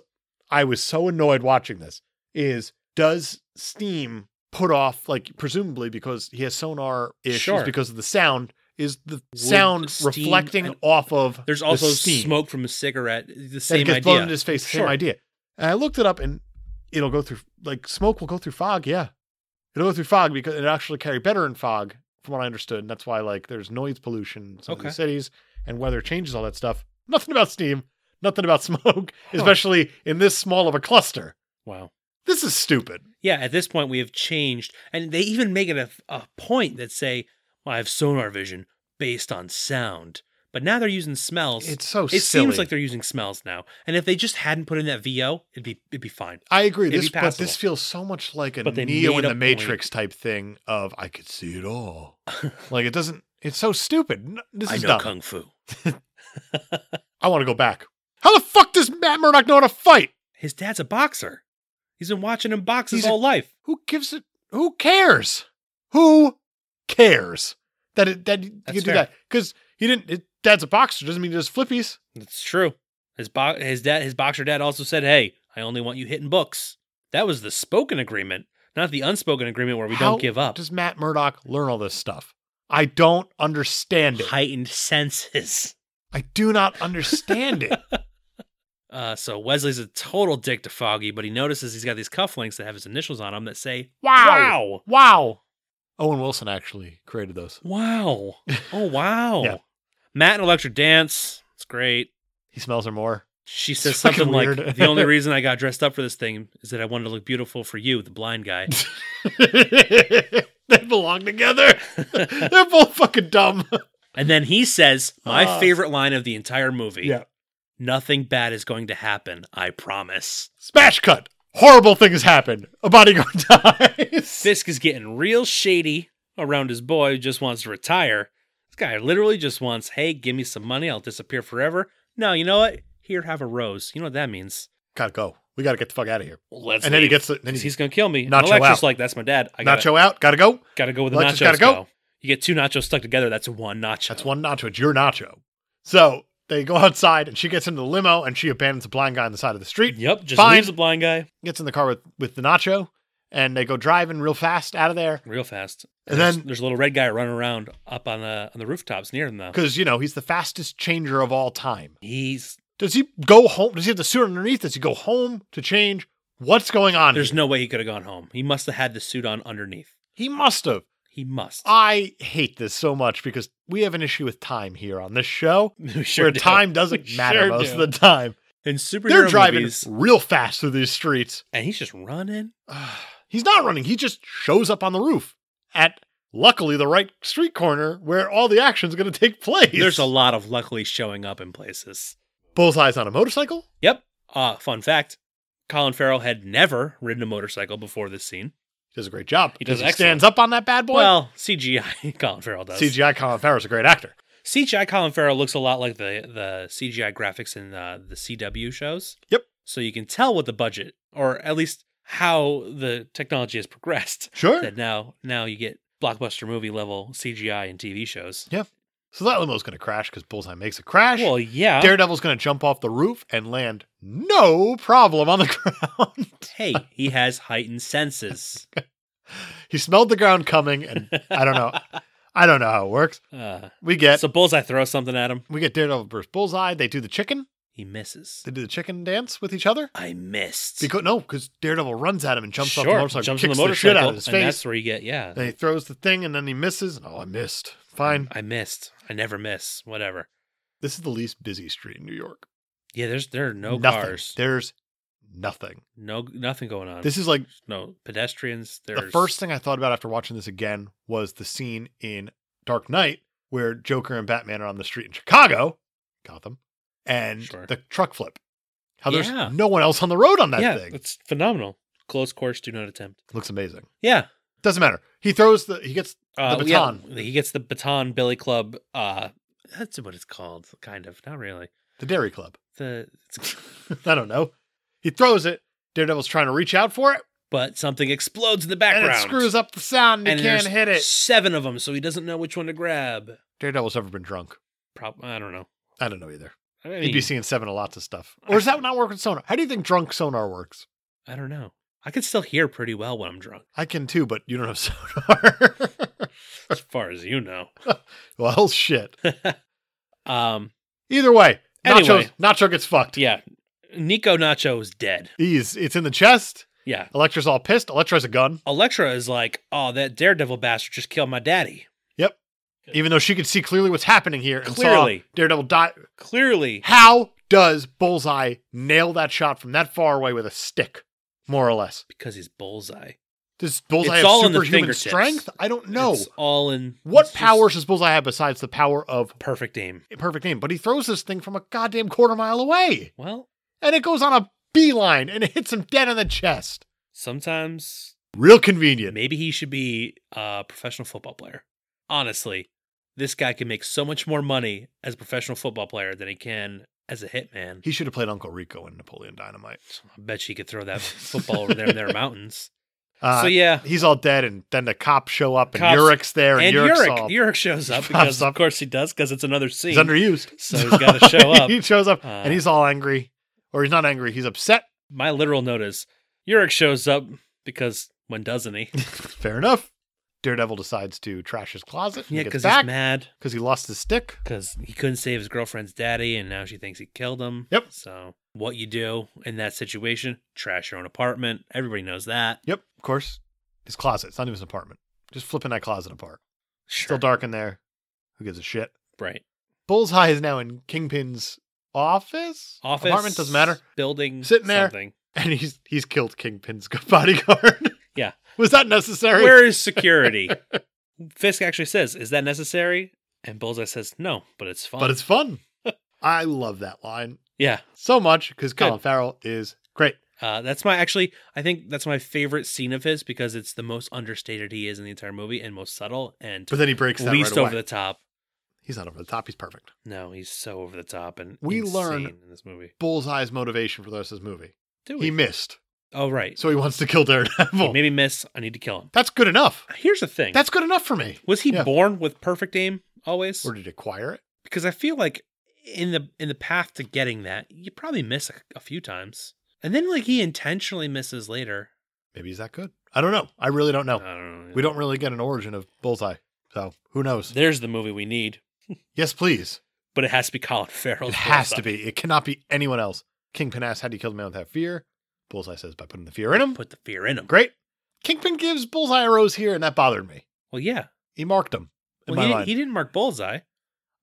I was so annoyed watching this. Is does steam put off, like presumably because he has sonar issues Sure. because of the sound, is the sound steam reflecting and- off of There's the also steam smoke from a cigarette. The that same gets blown idea. in his face. Sure. Same idea. And I looked it up, and it'll go through like smoke will go through fog. Yeah, it'll go through fog because it actually carry better in fog, from what I understood. And that's why like there's noise pollution in some of Okay. these cities, and weather changes all that stuff. Nothing about steam. Nothing about [LAUGHS] smoke, especially in this small of a cluster. Wow. This is stupid. Yeah, at this point we have changed, and they even make it a, a point that say, well, "I have sonar vision based on sound," but now they're using smells. It's so it silly. seems like they're using smells now, and if they just hadn't put in that VO, it'd be it'd be fine. I agree. It'd This, be but this passable. feels so much like a But they Neo made in a the Matrix type thing of I could see it all. [LAUGHS] like it doesn't. It's so stupid. N- This I is dumb. know kung fu. I want to go back. How the fuck does Matt Murdock know how to fight? His dad's a boxer. He's been watching him box his He's a- whole life. Who gives it? Who cares? Who cares that it, that you That's could do fair. that? Because he didn't. It, Dad's a boxer. Doesn't mean he does flippies. That's true. His bo- his dad his boxer dad also said, "Hey, I only want you hitting books." That was the spoken agreement, not the unspoken agreement where we How don't give up. Does Matt Murdock learn all this stuff? I don't understand it. Heightened senses. I do not understand [LAUGHS] it. Uh, so Wesley's a total dick to Foggy, but he notices he's got these cufflinks that have his initials on them that say Wow. Wow. Owen Wilson actually created those. [LAUGHS] "Wow, wow, oh wow." Yeah. Matt and Electra dance. It's great. He smells her more. [LAUGHS] She says It's fucking something like, weird. [LAUGHS] "The only reason I got dressed up for this thing is that I wanted to look beautiful for you, the blind guy." [LAUGHS] they belong together. [LAUGHS] They're both fucking dumb. and then he says, "My Ah. favorite line of the entire movie: Nothing bad is going to happen. I promise." Smash cut. Horrible things happen. A bodyguard [LAUGHS] dies. Fisk is getting real shady around his boy who just wants to retire. This guy literally just wants, hey, give me some money, I'll disappear forever. No, you know what? Here, have a rose. You know what that means. Gotta go. We gotta get the fuck out of here. Well, let's and then he leave, gets the, then 'cause he, he's gonna kill me. And Nacho Alexa's out. like, that's my dad. I gotta, nacho out. Gotta go. gotta go with the Alexa's nachos. gotta go. go. You get two nachos stuck together, that's one nacho. That's one nacho. It's your nacho. So they go outside, and she gets into the limo, and she abandons a blind guy on the side of the street. Yep, just Fine. leaves the blind guy Gets in the car with with the nacho, and they go driving real fast out of there. real fast. And there's, then- there's a little red guy running around up on the on the rooftops near them though. because you know he's the fastest changer of all time. He's Does he go home? Does he have the suit underneath? Does he go home to change? What's going on? there's here? no way he could have gone home. He must have had the suit on underneath. he must have. He must. I hate this so much because we have an issue with time here on this show, [LAUGHS] We sure where do. time doesn't We matter sure most do. of the time. in superhero They're driving movies, real fast through these streets. and he's just running. He's not running. He just shows up on the roof at luckily the right street corner where all the action's going to take place. There's a lot of luckily showing up in places. bullseyes on a motorcycle. Yep. Uh, fun fact: Colin Farrell had never ridden a motorcycle before this scene. He does a great job. He does he stands up on that bad boy. Well, CGI [LAUGHS] Colin Farrell does. CGI Colin Farrell's a great actor. CGI Colin Farrell looks a lot like the the CGI graphics in uh, the CW shows. Yep. So you can tell what the budget, or at least how the technology has progressed. Sure. That now now you get blockbuster movie level CGI and TV shows. So that limo's going to crash because Bullseye makes a crash. Well, yeah. Daredevil's going to jump off the roof and land no problem on the [LAUGHS] ground. hey, he has heightened senses. he smelled the ground coming, and I don't know. I don't know how it works. [LAUGHS] Uh, We get so Bullseye throws something at him. we get Daredevil versus Bullseye. They do the chicken. He misses. They do the chicken dance with each other. I missed. Because no, because Daredevil runs at him and jumps off the Sure, motorcycle, jumps on kicks the motorcycle, the shit out of his and that's face. where you get yeah. Then he throws the thing, and then he misses. And, oh, I missed. Fine. I missed. I never miss. Whatever. This is the least busy street in New York. Yeah, there's there are no nothing. cars. Um, There's nothing. No nothing going on. This is like no pedestrians. There's The first thing I thought about after watching this again was the scene in Dark Knight where Joker and Batman are on the street in Chicago, Gotham, and Sure. the truck flip. How there's Yeah. no one else on the road on that yeah, thing. it's phenomenal. Close course, do not attempt. Looks amazing. Yeah. Doesn't matter. He throws the he gets Uh, The we have- baton. he gets the baton billy club. Uh, that's what it's called, kind of. Not really. the Dairy Club. [LAUGHS] The I don't know. He throws it. Daredevil's trying to reach out for it, [LAUGHS] but something explodes in the and background. it screws up the sound. And and he can't there's hit it. Seven of them, so he doesn't know which one to grab. Daredevil's ever been drunk. Prob- I don't know. I don't know either. I, mean, [LAUGHS] He'd be seeing seven of lots of stuff. Or does that not work with sonar? How do you think drunk sonar works? I don't know. I can still hear pretty well when I'm drunk, I can too, but you don't have [LAUGHS] sonar. as far as you know. well, shit. Um, Either way, Anyway. Nacho's, Nacho gets fucked. yeah, Nico Nacho is dead. He's it's in the chest. Yeah, Electra's all pissed. Electra has a gun. Electra is like, oh, that daredevil bastard just killed my daddy. Yep. Even though she could see clearly what's happening here and Clearly. saw Daredevil die. Clearly, How does Bullseye nail that shot from that far away with a stick, more or less? because he's bullseye. Does Bullseye It's have all in the superhuman fingertips. strength? I don't know. it's all in what it's just powers does Bullseye have besides the power of Perfect aim. perfect aim? But he throws this thing from a goddamn quarter mile away, Well, and it goes on a beeline and [LAUGHS] it hits him dead in the chest. sometimes Real convenient. maybe he should be a professional football player. Honestly, this guy can make so much more money as a professional football player than he can as a hitman. He should have played Uncle Rico in Napoleon Dynamite. I bet she could [LAUGHS] throw that football over there in their mountains. Uh, so yeah, he's all dead, and then the cops show up, and Cops- Yurik's there, and, and Yurik's Yurik, all- Yurik shows up [LAUGHS] pops because up. of course he does because it's another scene. he's underused, So he's [LAUGHS] gotta show up. he shows up, Uh, and he's all angry, or he's not angry. He's upset. [LAUGHS] My literal note is Yurik shows up because when doesn't he? Fair enough. Daredevil decides to trash his closet. [LAUGHS] yeah, because because he's mad because he lost his stick. because he couldn't save his girlfriend's daddy, and now she thinks he killed him. Yep. So what you do in that situation? Trash your own apartment. Everybody knows that. Yep, of course. His closet. It's not even his apartment. Just flipping that closet apart. Sure. Still dark in there. Who gives a shit? Right. Bullseye is now in Kingpin's office. Office apartment doesn't matter. [LAUGHS] Building Sitting there. Something. And he's he's killed Kingpin's [LAUGHS] bodyguard. [LAUGHS] Yeah. Was that necessary? Where [LAUGHS] is security? Fisk actually says, "Is that necessary?" And Bullseye says, "No, but it's fun." but it's [LAUGHS] fun. I love that line yeah. so much because Good. Colin Farrell is great. Uh, that's my actually. I think that's my favorite scene of his because it's the most understated he is in the entire movie and most subtle and But then he breaks that least right away. over the top. he's not over the top. He's perfect. No, he's so over the top and We insane learn- in this movie. Bullseye's motivation for the rest of this movie. Do we? He missed, oh right. so he wants to kill Daredevil. Maybe miss. I need to kill him. That's good enough. Here's the thing. That's good enough for me. was he Yeah. born with perfect aim always? Or did he acquire it? because I feel like in the in the path to getting that, you probably miss a, a few times, and then like he intentionally misses later. Maybe he's that good. I don't know. I really don't know. I don't know. Oh. we don't really get an origin of Bullseye, so who knows? There's the movie we need, Yes, please. but it has to be Colin [LAUGHS] Farrell. It has to be. It cannot be anyone else. Kingpin asks, "How do you kill the man without fear?" Bullseye says, "By putting the fear in him." Put the fear in him. Great. Kingpin gives Bullseye a rose here, and that bothered me. Well, yeah. He marked him in Well, he, my didn't, mind. he didn't mark bullseye.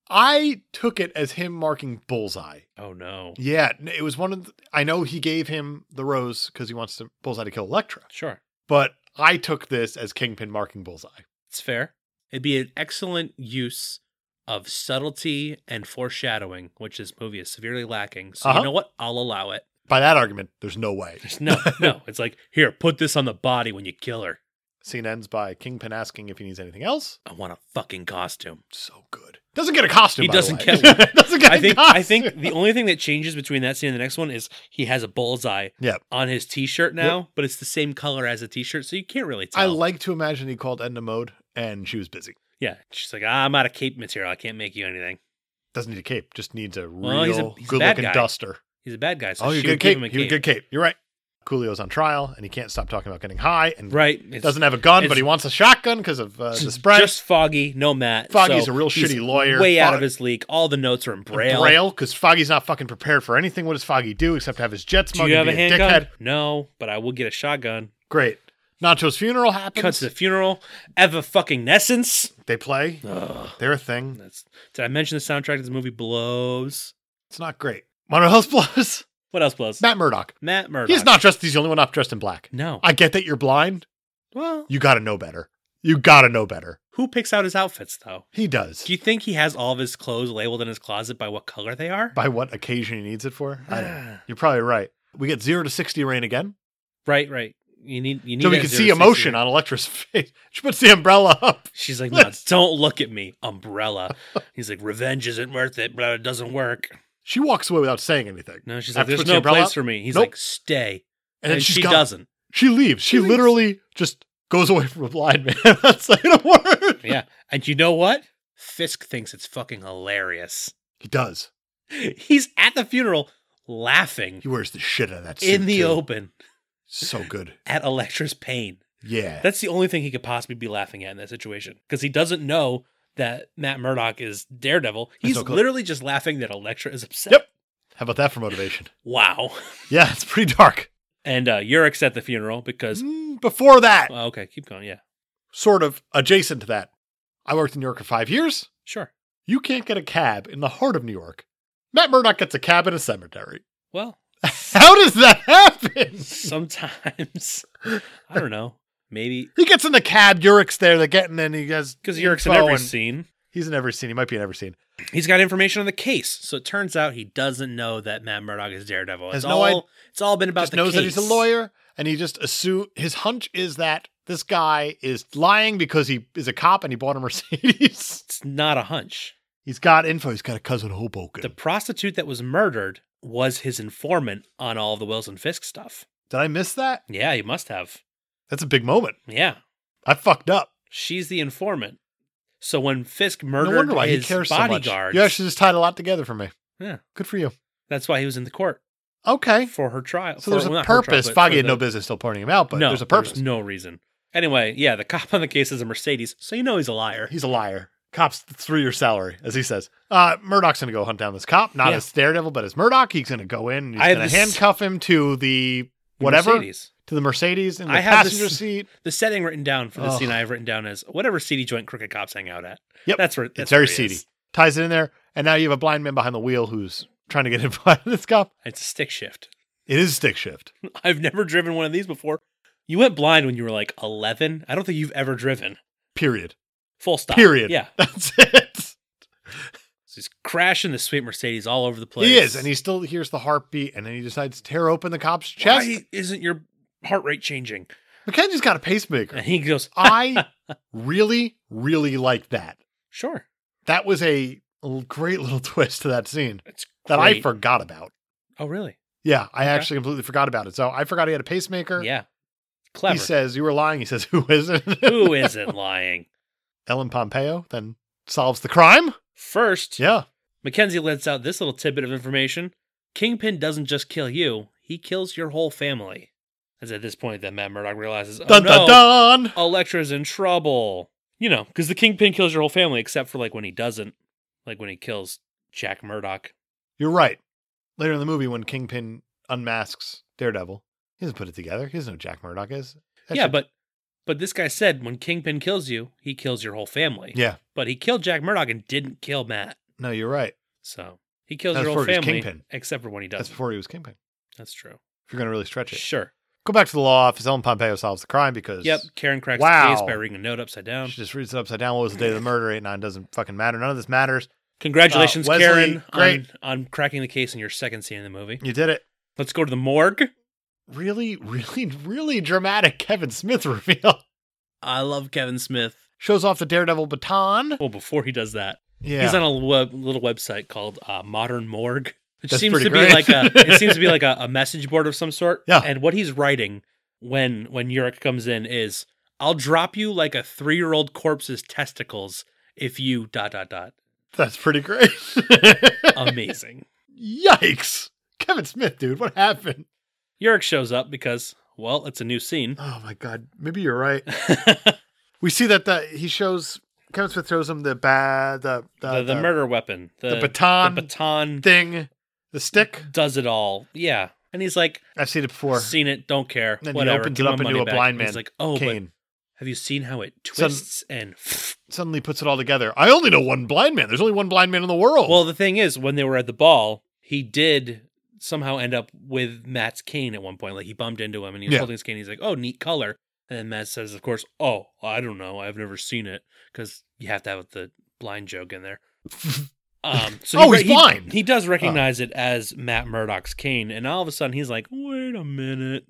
I took it as him marking Bullseye. Oh no. Yeah, n- it was one of. The, I know he gave him the rose because he wants to Bullseye to kill Elektra, Sure, but I took this as Kingpin marking Bullseye. it's fair. It'd be an excellent use of subtlety and foreshadowing, which this movie is severely lacking. So Uh-huh. you know what? I'll allow it. By that argument, there's no way. There's no, [LAUGHS] no. It's like, here, put this on the body when you kill her. Scene ends by Kingpin asking if he needs anything else. I want a fucking costume. So good. Doesn't get a costume. He by the doesn't way. [LAUGHS] get [LAUGHS] one. doesn't get. I a think costume. [LAUGHS] I think the only thing that changes between that scene and the next one is he has a bullseye Yep. on his t-shirt now, but it's the same color as a t-shirt, so you can't really tell. I like to imagine he called Edna Mode, and she was busy. yeah, she's like, "Ah, I'm out of cape material. I can't make you anything." Doesn't need a cape. Just needs a Well, he's a- real he's a bad good-looking guy. duster. He's a bad guy, so oh, she you would good give cape. him a You cape. good cape. You're right. Coolio's on trial, and he can't stop talking about getting high, and Right? It's doesn't have a gun, it's- but he wants a shotgun because of uh, the just- spray. Just Foggy, no Matt. Foggy's so a real he's shitty lawyer. Way out of Fog- his league. All the notes are in braille. Braille. because Foggy's not fucking prepared for anything. What does Foggy do except have his jets? Do smug you have and a be handgun? dickhead? No, but I will get a shotgun. Great. Nacho's funeral Cut happens. to the funeral. Ever fucking nescence. They play. They're a thing. That's did I mention the soundtrack to this movie blows? It's not great. Mono House blows. What else blows? Matt Murdock. Matt Murdock. He's not dressed. He's the only one not dressed in black. No. I get that you're blind. well, You got to know better. You got to know better. who picks out his outfits though? He does. Do you think he has all of his clothes labeled in his closet by what color they are? By what occasion he needs it for? I don't [SIGHS] know. Ah. You're probably right. We get zero to sixty rain again, right, right. You need you need so we that can zero see to emotion 60. on Electra's [LAUGHS] face. She puts the umbrella up. [LAUGHS] She's like, no, don't look at me, umbrella. He's like, revenge isn't worth it, but it doesn't work. She walks away without saying anything. No, she's After like, she there's puts the no umbrella place up, for me. He's nope. like, stay. and then she's she gone. [LAUGHS] doesn't. She leaves. She, leaves. literally just goes away from the blind man [LAUGHS] without saying a word. Yeah. And you know what? Fisk thinks it's fucking hilarious. He does. He's at the funeral laughing. He wears the shit out of that suit in the too. open. So good. [LAUGHS] at Electra's pain. Yeah. That's the only thing he could possibly be laughing at in that situation because he doesn't know that Matt Murdock is Daredevil. He's so close. literally just laughing that Elektra is upset. Yep. How about that for motivation? Wow. [LAUGHS] Yeah, it's pretty dark. And uh, Yurik's at the funeral because. Mm, Before that, Oh, okay, keep going. Yeah, sort of adjacent to that, I worked in New York for five years. sure. You can't get a cab in the heart of New York. Matt Murdock gets a cab in a cemetery. [LAUGHS] Well, How does that happen? sometimes I don't know. Maybe He gets in the cab. Yurik's there. They're getting in. He has because Yurik's in info every and- scene. He's in every scene. He might be in every scene. He's got information on the case, so it turns out he doesn't know that Matt Murdock is Daredevil. Has It's no all id- it's all been about just the knows case. that he's a lawyer, and he just assume his hunch is that this guy is lying because he is a cop and he bought a [LAUGHS] Mercedes. It's not a hunch. he's got info. He's got a cousin Hoboken. The prostitute that was murdered was his informant on all of the Wilson Fisk stuff. Did I miss that? Yeah, he must have. That's a big moment. Yeah, I fucked up. she's the informant. So when Fisk No murdered wonder why he his cares so much. bodyguards, You actually just tied a lot together for me. yeah, Good for you. that's why he was in the court Okay. for her trial. So for- there's well, a not her trial, purpose. but Foggy for had no the- business still pointing him out, but no, there's a purpose. no reason. Anyway, yeah, the cop on the case is a Mercedes, so you know he's a liar. He's a liar. Cops through your salary, as he says. Uh, Murdoch's going to go hunt down this cop, not Yeah. as Daredevil, but as Murdoch. He's going to go in and he's I have going to this- handcuff him to the whatever, Mercedes. to the Mercedes in the I have passenger this- [LAUGHS] seat. The setting written down for the Ugh. scene I've written down is whatever seedy joint crooked cops hang out at. Yep. that's where that's it's very where he seedy. is. Ties it in there. And now you have a blind man behind the wheel who's trying to get [LAUGHS] in front of this cop. It's a stick shift. It is stick shift. [LAUGHS] I've never driven one of these before. You went blind when you were like 11. I don't think you've ever driven. Period. [LAUGHS] Full stop. Period. Yeah. [LAUGHS] That's it. So he's crashing the sweet Mercedes all over the place. He is, and he still hears the heartbeat, and then he decides to tear open the cop's Why chest. isn't your heart rate changing? Mackenzie's got a pacemaker. And he goes, [LAUGHS] I really, really like that. sure. That was a l- great little [LAUGHS] twist to that scene That's that I great. forgot about. Oh, really? Yeah, I Okay. actually completely forgot about it. So I forgot he had a pacemaker. Yeah. Clever. He [LAUGHS] says, You were lying. He says, Who is it? [LAUGHS] Who isn't lying? Ellen Pompeo then solves the crime. First, Yeah. Mackenzie lets out this little tidbit of information. Kingpin doesn't just kill you, he kills your whole family. It's at this point that Matt Murdock realizes, oh, Dun no, dun dun. Electra's in trouble. You know, because the Kingpin kills your whole family, except for like when he doesn't, like when he kills Jack Murdoch. You're right. Later in the movie, when Kingpin unmasks Daredevil, he doesn't put it together. He doesn't know who Jack Murdoch is. That yeah, should- but but this guy said when Kingpin kills you, he kills your whole family. Yeah. But he killed Jack Murdoch and didn't kill Matt, No, you're right. so he kills That's your before whole he was family, Kingpin. except for when he That's doesn't. before he was kingpin. That's true. If you're going to really stretch it, Sure. go back to the law office. Ellen Pompeo solves the crime because Yep. Um, Karen cracks Wow. the case by reading a note upside down. she just reads it upside down. What was the date of [LAUGHS] the murder? Eight nine doesn't fucking matter. None of this matters. Congratulations, Uh, Wesley, Karen, great. On, on cracking the case in your second scene in the movie. You did it. Let's go to the morgue. Really, really, really dramatic. Kevin Smith [LAUGHS] reveal I love Kevin Smith. shows off the Daredevil baton. Well, before he does that, Yeah, He's on a web, little website called uh, Modern Morgue, which That's seems pretty to great. be [LAUGHS] like a it seems to be like a, a message board of some sort. Yeah. And what he's writing when when Yurik comes in is, "I'll drop you like a three year old corpse's testicles if you dot [LAUGHS] dot dot." that's pretty great. [LAUGHS] Amazing. Yikes, Kevin Smith, dude, what happened? Yurik shows up because well, it's a [LAUGHS] new scene. [LAUGHS] Oh my god, maybe you're right. We see that the, he shows Kevin Smith throws him the bad the the, the, the the murder weapon, the, Uh, the baton the baton thing, the stick. does it all. Yeah. And he's like, I've seen it before. seen it, don't care. And then he whatever. opens give it my up into money a back." blind And man. He's like, oh, but Kane Have you seen how it Sudden- twists and? suddenly puts it all together. I only know one blind man. There's only one blind man in the world. Well, the thing is, when they were at the ball, he did somehow end up with Matt's cane at one point. Like he bumped into him and he was Yeah. holding his cane. He's like, "Oh, neat color." And then Matt says, "Of course, oh, I don't know. I've never seen it because you have to have the blind joke [LAUGHS] in there." um, so Oh, re- he's blind! He does recognize it as Matt Murdock's cane, and all of a sudden he's like, "Wait a minute."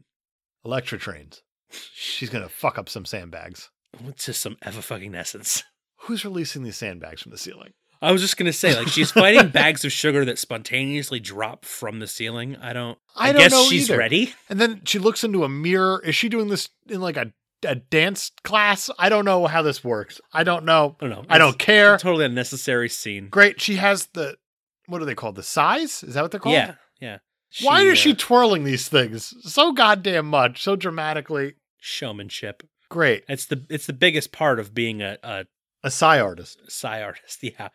Electra trains. She's gonna fuck up some sandbags. What's just some ever fucking essence? Who's releasing these sandbags from the ceiling? I was just gonna say, like, she's [LAUGHS] fighting bags of sugar that spontaneously drop from the ceiling. I don't. I don't guess know she's either. ready. And then she looks into a mirror. Is she doing this in like a, a dance class? I don't know how this works. I don't know. I don't know. I don't care. It's a totally unnecessary scene. Great. She has the what are they called? The size? Is that what they're called? Yeah, yeah. Why is uh, she twirling these things so goddamn much, so dramatically? showmanship? Great. It's the it's the biggest part of being a, a A psi artist. psi artist. [LAUGHS] Yeah,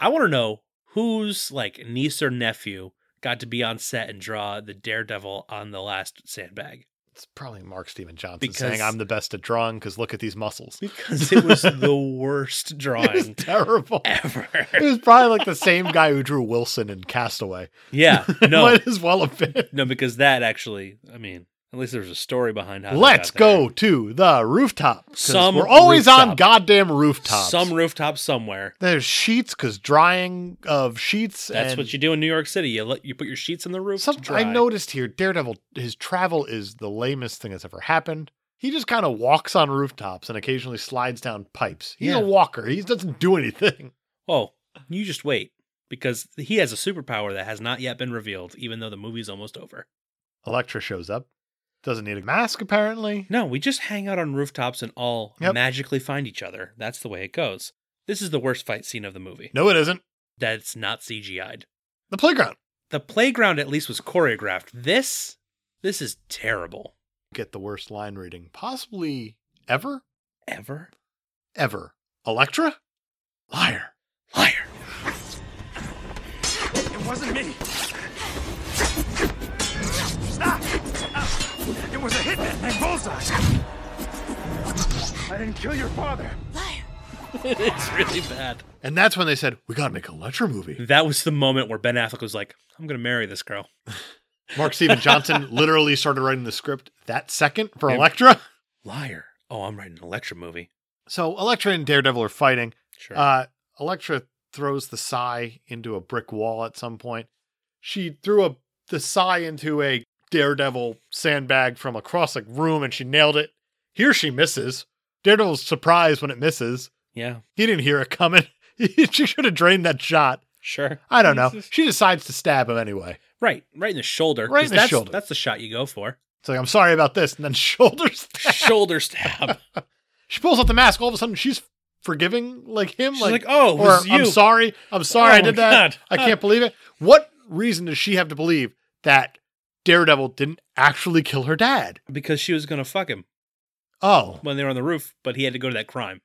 I want to know whose like niece or nephew got to be on set and draw the daredevil on the last sandbag [LAUGHS] It's probably Mark Steven Johnson Because- saying, I'm the best at drawing because look at these muscles. because it was the [LAUGHS] worst It was drawing terrible. ever. It was probably like the same guy who drew Wilson in Castaway. [LAUGHS] Yeah, no, Might as well [LAUGHS] have been. no, because that actually, I mean, at least there's a story behind how. that Let's got there. go to the rooftop. 'cause Some we're always on rooftop. goddamn rooftops. Some rooftop somewhere. There's sheets because drying of sheets. That's and what you do in New York City. You let you put your sheets on the roof. Some, to dry. I noticed here, Daredevil, his travel is the lamest thing that's ever happened. He just kind of walks on rooftops and occasionally slides down pipes. He's Yeah. a walker. He doesn't do anything. Oh, you just wait because he has a superpower that has not yet been revealed, even though the movie's almost over. Elektra shows up. Doesn't need a mask, apparently. No, we just hang out on rooftops and all Yep. magically find each other. That's the way it goes. This is the worst fight scene of the movie. No, it isn't. That's not CGI'd. The playground. The playground at least was choreographed. This, this is terrible. Get the worst line reading possibly ever, Ever ever. Elektra? Liar. liar. [LAUGHS] It wasn't me. Stop! Stop. Ah, It was a hitman named Bullseye. I didn't kill your father. it's really bad. And that's when they said, we got to make an Elektra movie. That was the moment where Ben Affleck was like, "I'm gonna marry this girl." Mark Steven Johnson literally started writing the script that second for Elektra. Liar. Oh, I'm writing an Electra movie. So Elektra and Daredevil are fighting. Sure. Uh, Elektra throws the Psy into a brick wall at some point. She threw a the Psy into a Daredevil sandbag from across a room and she nailed it. Here she misses. Daredevil's surprised when it misses. yeah. He didn't hear it coming. [LAUGHS] she should have drained that shot. Sure. I don't know. Jesus. She decides to stab him anyway. Right, right in the shoulder. Right in 'cause the that's, shoulder. That's the shot you go [LAUGHS] for. It's like, I'm sorry about this. And then [LAUGHS] shoulder stab. shoulder stab. She pulls out the mask. All of a sudden, she's forgiving like him. She's like, "Oh, it was or, I'm you." sorry. I'm sorry Oh I did my that. God. I can't believe it. What reason does she have to believe that Daredevil didn't actually kill her dad? because she was going to fuck him Oh, when they were on the roof, but he had to go to that crime.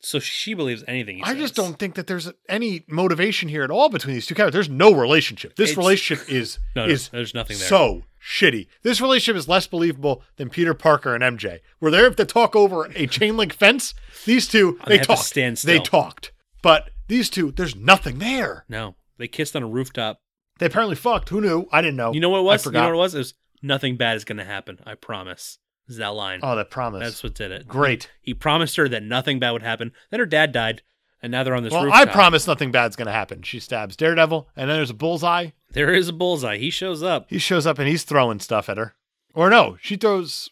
So she believes anything he I just says. don't think that there's any motivation here at all between these two characters. There's no relationship. This It's- relationship is [LAUGHS] No, no, is there's nothing there. So shitty. This relationship is less believable than Peter Parker and MJ. Where they have to talk over a chain link fence. These two, And they, they have to talked. stand They still. talked, but these two, there's nothing there. No, they kissed on a rooftop. They apparently fucked. Who knew? I didn't know. You know what it Oh, I was? You forgot. know what it was? It was nothing bad is going to happen. I promise. Is that line? Oh, that promise. That's what did it. great. He promised her that nothing bad would happen. Then her dad died, and now they're on this Well, I rooftop. promise nothing bad's gonna happen. She stabs Daredevil, and then there's a bullseye. There is a bullseye. He shows up. He shows up and he's throwing stuff at her. Or no, she throws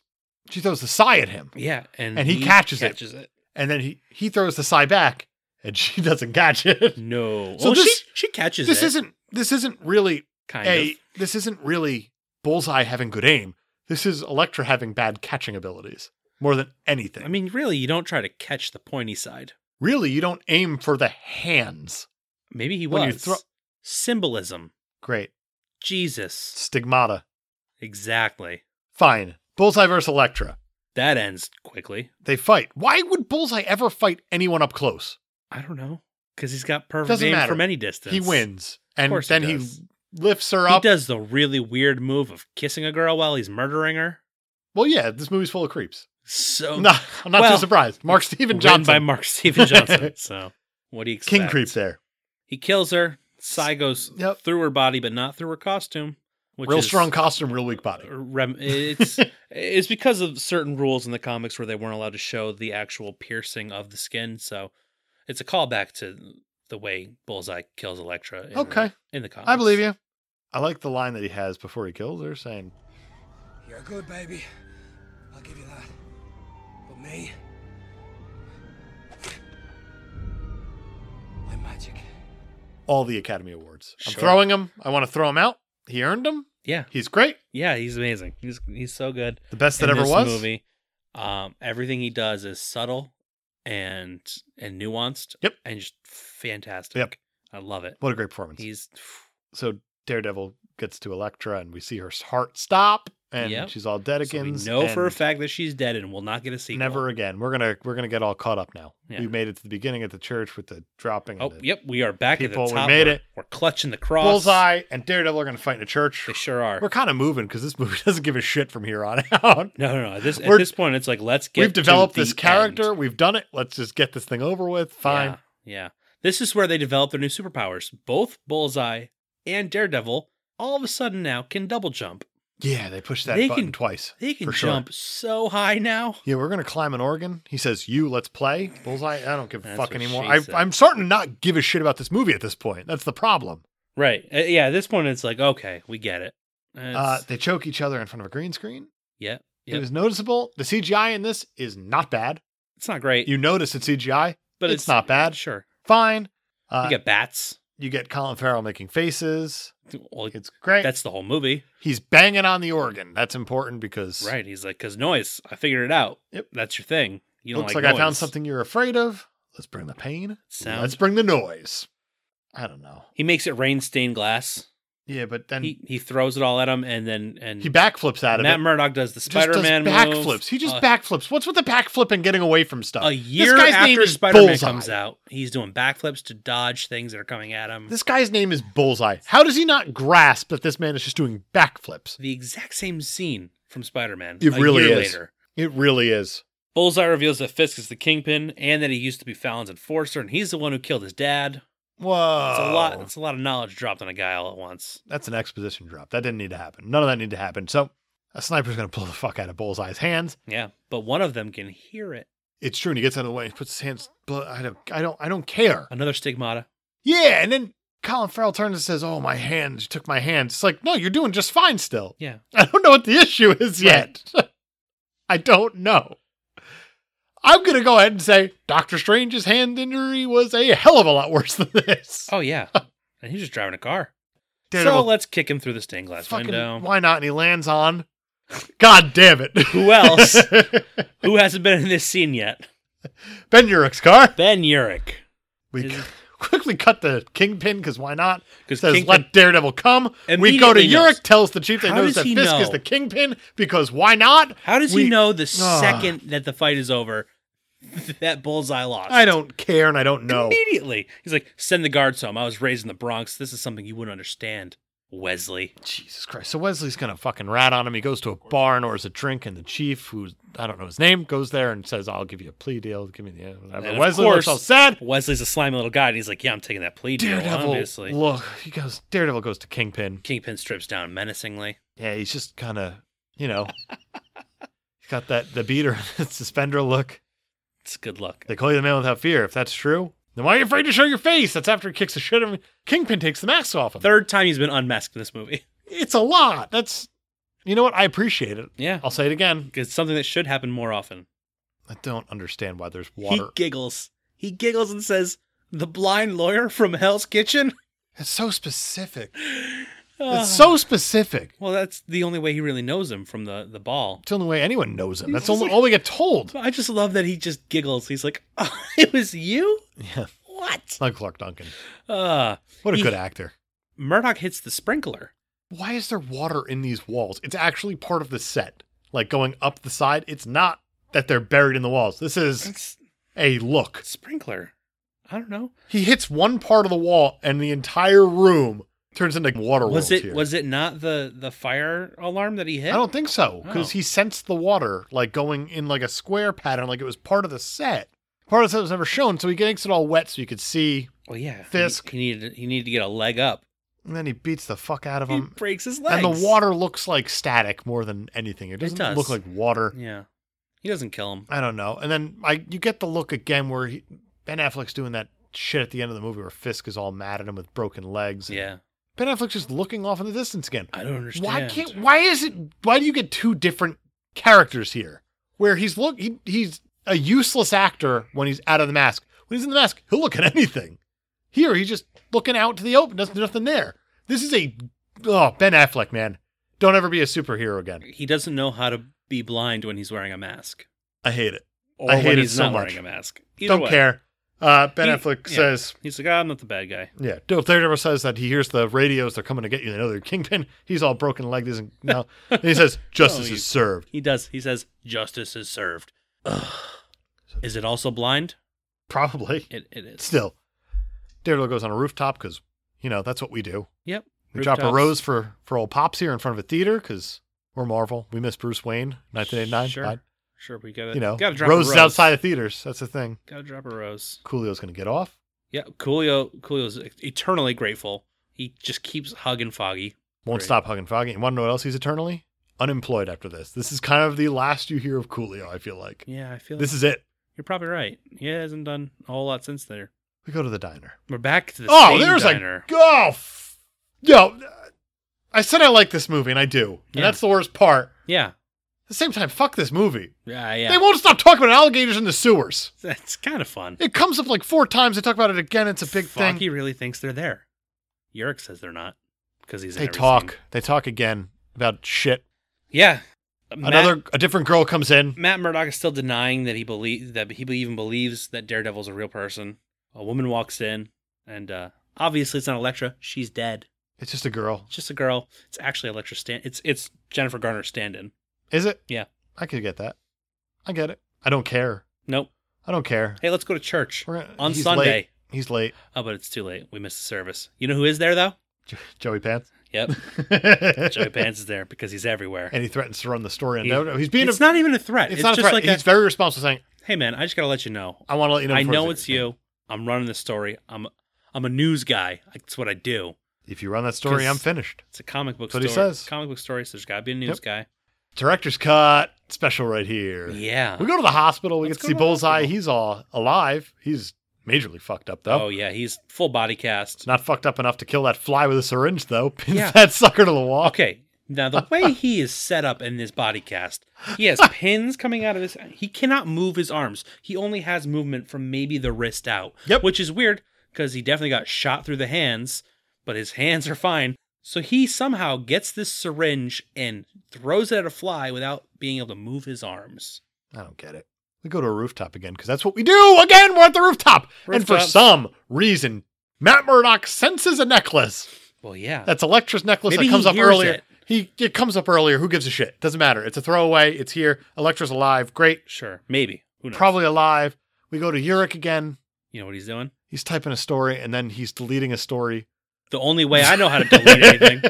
she throws the sigh at him, Yeah, and And he catches it. catches it. and then he he throws the sigh back, and [LAUGHS] she doesn't catch it. No. So well, this- she, she catches this it. isn't this isn't really kind a of. this isn't really bullseye having good aim. This is Elektra having bad catching abilities more than anything. I mean, really, you don't try to catch the pointy side. really, you don't aim for the hands. Maybe he When you was. throw- Symbolism. Great Jesus. stigmata. Exactly. Fine. Bullseye versus Elektra. That ends quickly. They fight. Why would Bullseye ever fight anyone up close? I don't know. Because he's got perfect Doesn't aim matter. from any distance. He wins. And course he then he, does. lifts her He up. does the really weird move of kissing a girl while he's murdering her. Well, yeah, this movie's full of creeps. So [LAUGHS] No, I'm not Oh. Well, too surprised. Mark Steven written Johnson. by Mark [LAUGHS] Steven Johnson. [LAUGHS] so what do you expect? King creep there. He kills her. Psy goes Yep. through her body, but not through her costume. Which Real is, strong costume, real weak body. rem- [LAUGHS] it's it's because of certain rules in the comics where they weren't allowed to show the actual piercing of the skin. So it's a callback to the way Bullseye kills Elektra. In Okay. the, in the comics, I believe you. I like the line that he has before he kills her saying, You're good, baby. I'll give you that. But me? My magic. all the Academy Awards. I'm Sure. throwing him. I want to throw him out. He earned them. Yeah, He's great. yeah, he's amazing. He's he's so good. The best that in ever this was. Movie, um, everything he does is subtle and and nuanced. Yep. and just fantastic. Yep. I love it. What a great performance. He's so Daredevil gets to Elektra and we see her heart stop and Yep. she's all So we dedikins. know for a and fact that she's dead and will not get a sequel. Never again. We're gonna we're gonna get all caught up now. Yeah. We made it to the beginning at the church with the dropping. Oh, of the yep. We are back People, at we the top. made We're- it. We're clutching the cross. Bullseye and Daredevil are gonna fight in a church. They sure are. We're kind of moving because this [LAUGHS] movie doesn't give a shit from here on [LAUGHS] out. no, no, no. At this, at We're- this point, it's like let's get. We've to developed this the character. end. We've done it. Let's just get this thing over with. Fine. Yeah, yeah. This is where they develop their new superpowers. Both Bullseye and Daredevil all of a sudden now can double jump. Yeah, they pushed that They button can- twice. They can for sure. jump so high now. Yeah, we're gonna climb an organ. He says, "You, let's play." Bullseye. I don't give a That's fuck what anymore. she I, said. I'm starting to not give a shit about this movie at this point. That's the problem. Right. Uh, yeah. At this point, it's like okay, we get it. Uh, Uh, it's- they choke each other in front of a green screen. yeah. It Yep. was noticeable. The CGI in this is not bad. It's not great, You notice it's CGI. but it's not bad. Sure. Fine. Uh, You get bats. Colin Farrell making faces. Well, It's great. that's the whole movie, He's banging on the organ. That's important because right? He's like, because noise. I figured it out. Yep. That's your thing. You don't looks like, like, I found noise. something you're afraid of. Let's bring the pain. Sound. Let's bring the noise. I don't know. He makes it rain stained glass. Yeah, but then he he, he throws it all at him, and then and backflips out of Matt it. Murdock does the Just does Spider Man backflips. He just backflips. What's with the backflip and getting away from stuff? Uh, a year this guy's name after is Spider Man Bullseye. comes out, he's doing backflips to dodge things that are coming at him. This guy's name is Bullseye. How does he not grasp that this man is just doing backflips? the exact same scene from Spider Man. It really year is. Later. It really is. Bullseye reveals that Fisk is the kingpin, and that he used to be Fallon's enforcer, and he's the one who killed his dad. Whoa. It's a lot. It's a lot of knowledge dropped on a guy all at once. That's an exposition drop. That didn't need to happen. None of that need to happen. So a sniper's going to pull the fuck out of Bullseye's hands. Yeah, but one of them can hear it. It's true. And he gets out of the way and puts his hands. But I don't, I don't, I don't care. Another stigmata. Yeah. And then Colin Farrell turns and says, Oh, my hand. You took my hand. It's like, No, you're doing just fine still. [LAUGHS] Yeah, I don't know what the issue is Right. yet. [LAUGHS] I don't know. I'm going to go ahead and say Doctor Strange's hand injury was a hell of a lot worse than [LAUGHS] this. [LAUGHS] Oh yeah, and he's just driving a car. Daredevil So let's kick him through the stained glass fucking- window. Why not? And he lands on. [LAUGHS] God damn it. [LAUGHS] Who else? Who hasn't been in this scene yet? ben Urich's car. Ben Urich. We Is- [LAUGHS] quickly cut the Kingpin because why not? Because Says, let Daredevil come. We go to Immediately knows. Urich, tells the chief they How knows does that he Fisk know? is the Kingpin because why not? how does we- he know the Ah. second that the fight is over [LAUGHS] that bullseye lost? I don't care and I don't know. Immediately, he's like, "Send the guards home." I was raised in the Bronx. This is something you wouldn't understand, Wesley. Jesus Christ. So Wesley's going to fucking rat on him. He goes to a bar and orders a drink, and the chief, who's, I don't know his name, goes there and says, I'll give you a plea deal. Give me the. uh, Whatever. And of Wesley course- looks all sad. Wesley's a slimy little guy, and he's like, "Yeah, I'm taking that plea deal." Daredevil, Obviously, look, he goes, Daredevil goes to Kingpin. Kingpin strips down menacingly. Yeah, he's just kind of, you know, [LAUGHS] he's got that, the beater, [LAUGHS] suspender look. It's good luck. They call you the man without fear. If that's true, then why are you afraid to show your face? That's after he kicks the shit out of him. Kingpin takes the mask off him. Third time he's been unmasked in this movie. It's a lot. That's, you know what? I appreciate it. Yeah, I'll say it again. it's something that should happen more often. I don't understand why there's water. He giggles. He giggles and says, "The blind lawyer from Hell's Kitchen." It's so specific. Ah. It's so specific. well, that's the only way he really knows him from the the ball. It's the only way anyone knows him. That's He's only like- all we get told. I just love that he just giggles. He's like, [LAUGHS] oh, "It was you? [LAUGHS] Yeah, What?" like Clark Duncan. Uh, What a He- good actor. Murdoch hits the sprinkler. Why is there water in these walls? It's actually part of the set. Like going up the side, it's not that they're buried in the walls. This is It's a look. sprinkler. I don't know. He hits one part of the wall, and the entire room turns into water. Was worlds it here. was it not the the fire alarm that he hit? I don't think so because Oh. he sensed the water like going in like a square pattern, like it was part of the set. Part of the set was never shown, so he makes it all wet so you could see. Well, yeah. he- Fisk. He, needed he needed to get a leg up. And then he beats the fuck out of He him. breaks his And legs. the water looks like static more than anything. It doesn't does. look like water. Yeah. He doesn't kill him. I don't know. And then I you get the look again where he, Ben Affleck's doing that shit at the end of the movie where Fisk is all mad at him with broken legs. Yeah. Ben Affleck's just looking off in the distance again. I don't understand. Why can't? Why is it? Why do you get two different characters here? Where he's look, he, he's a useless actor when he's out of the mask. When he's in the mask, he'll look at anything. Here, he's just looking out to the open. Doesn't do nothing there. This is a oh Ben Affleck man. Don't ever be a superhero again. he doesn't know how to be blind when he's wearing a mask I hate it. or I hate when it he's so not much. wearing a mask. Either don't way. care. Uh, Ben Affleck Yeah. says, He's like, "Ah, I'm not the bad guy. yeah, Bill Daredevil says that he hears the radios, they're coming to get you. They know they're Kingpin. He's all broken leg. Isn't [LAUGHS] now. And he says, justice Oh, you- is served. He does. He says, Justice is served. Ugh. Is it also blind? Probably. It, it is. Still, Daredevil goes on a rooftop because, you know, that's what we do. Yep. We drop a Rooftops. rose for, for old Pops here in front of a theater because we're Marvel. We miss Bruce Wayne, 1989. Sure. but, Sure, we gotta, you know, gotta drop roses a rose. outside of theaters. That's the thing. Gotta drop a rose. Coolio's going to get off. Yeah, Coolio, Coolio's eternally grateful. He just keeps hugging Foggy. Won't Great. stop hugging Foggy. And want to know what else he's eternally? Unemployed after this. This is kind of the last you hear of Coolio, I feel like. Yeah, I feel This is it. you're probably right. He hasn't done a whole lot since there. We go to the diner. We're back to the oh, same there's diner. a oh, f- yo. uh, I said I like this movie, and I do. And Yeah. that's the worst part. yeah, At the same time, fuck this movie. yeah, yeah. They won't stop talking about alligators in the sewers. That's kind of fun. It comes up like four times. They talk about it again. It's a big Foggy thing. really thinks they're there. Yurik says they're not because he's. in They every talk. scene. They talk again about shit. Yeah. Matt- Another, a different girl comes in. Matt Murdock is still denying that he believe that he even believes that Daredevil's a real person. A woman walks in, and uh, obviously it's not Elektra. She's dead. It's just a girl. It's just a girl. It's actually Elektra Stan. It's it's Jennifer Garner stand-in. Is it? Yeah. I could get that. I get it. I don't care. Nope. I don't care. Hey, let's go to church We're gonna- on he's Sunday. late. He's late. Oh, but it's too late. We missed the service. You know who is there though? Jo- Joey Pants. Yep, Joey Joey Pants is there because he's everywhere. [LAUGHS] And he threatens to run the story. He- And no, no, he's being it's a, not even a threat. it's, It's, not a just threat. like he's a, very responsible, saying, hey man, I just gotta let you know. "I want to let you know." I before know the- it's you. I'm running this story. I'm I'm a news guy. That's what I do. If you run that story, I'm 'Cause- finished. It's a comic book That's what story. he says. Comic book story, so there's gotta be a news Director's cut special right here. guy. Yeah. We go to the hospital. We Let's get to go see to the Bullseye. hospital. He's all alive. He's majorly fucked up though. Oh yeah, he's full body cast. Not fucked up enough to kill that fly with a syringe though. [LAUGHS] Pins Yeah. that sucker to the wall. Okay. Now the way he is set up in this body cast, he has pins coming out of his. He cannot move his arms. He only has movement from maybe the wrist out. Yep. Which is weird because he definitely got shot through the hands, but his hands are fine. So he somehow gets this syringe and throws it at a fly without being able to move his arms. I don't get it. We go to a rooftop again because that's what we do. Again, we're at the rooftop, and for Rooftops. some reason, Matt Murdock senses a necklace. Well, yeah. That's Electra's necklace Maybe that comes he up hears earlier. it. He it comes up earlier. Who gives a shit? Doesn't matter. It's a throwaway. It's here. Electra's alive. Great. sure. Maybe. Who knows? Probably alive. We go to Yurik again. You know what he's doing? He's typing a story and then he's deleting a story. The only way I know how to delete anything,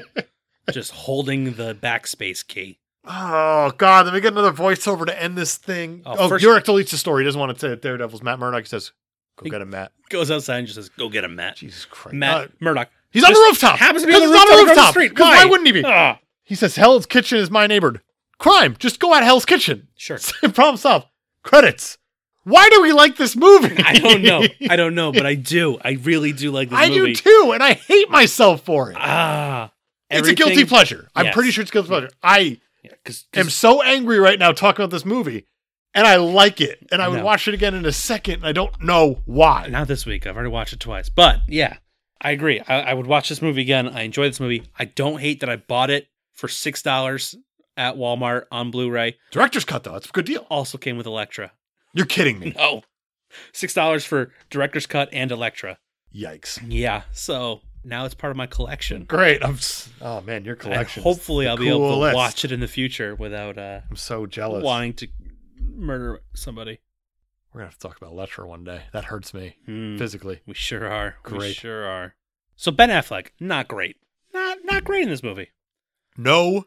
just holding the backspace key. Oh God! Then we get another voiceover to end this thing. Oh, Oh, first- Yurik deletes the story. He doesn't want to say that Daredevil's Matt Murdock. He says, "Go He- get him, Matt." Goes outside and just says, "Go get him, Matt." Jesus Christ! Matt Uh, Murdoch. he's on the just rooftop. Happens to be on Because the he's rooftop, across the street. 'Cause Why? wouldn't he be? Ah. He says, "Hell's Kitchen is my neighbor." Crime. Just go at Hell's Kitchen. [LAUGHS] Sure. Problem solved. Credits. Why do we like this movie? [LAUGHS] I [LAUGHS] don't know. I don't know, but I do. I really do like this I movie. do too, and I hate myself for it. Ah, it's a guilty pleasure. I'm Yes. pretty sure it's guilty pleasure. I Because am so angry right now talking about this movie, and I like it, and I would No. watch it again in a second, and I don't know why. not this week. I've already watched it twice, but yeah, I agree. I, I would watch this movie again. I enjoy this movie. I don't hate that I bought it for six dollars at Walmart on Blu-ray. Director's cut though, it's a good deal. Also came with Elektra. [LAUGHS] You're kidding me. No, six dollars for director's cut and Elektra. Yikes. Yeah, so now it's part of my collection. Great. I'm. s- Oh man, your And collection. is hopefully, the I'll be able to coolest. watch it in the future without uh, I'm so jealous. wanting to murder somebody. We're gonna have to talk about Electra one day. That hurts me Hmm. physically. We sure are. We Great. sure are. So Ben Affleck, not great. Not not great in this movie. [LAUGHS] No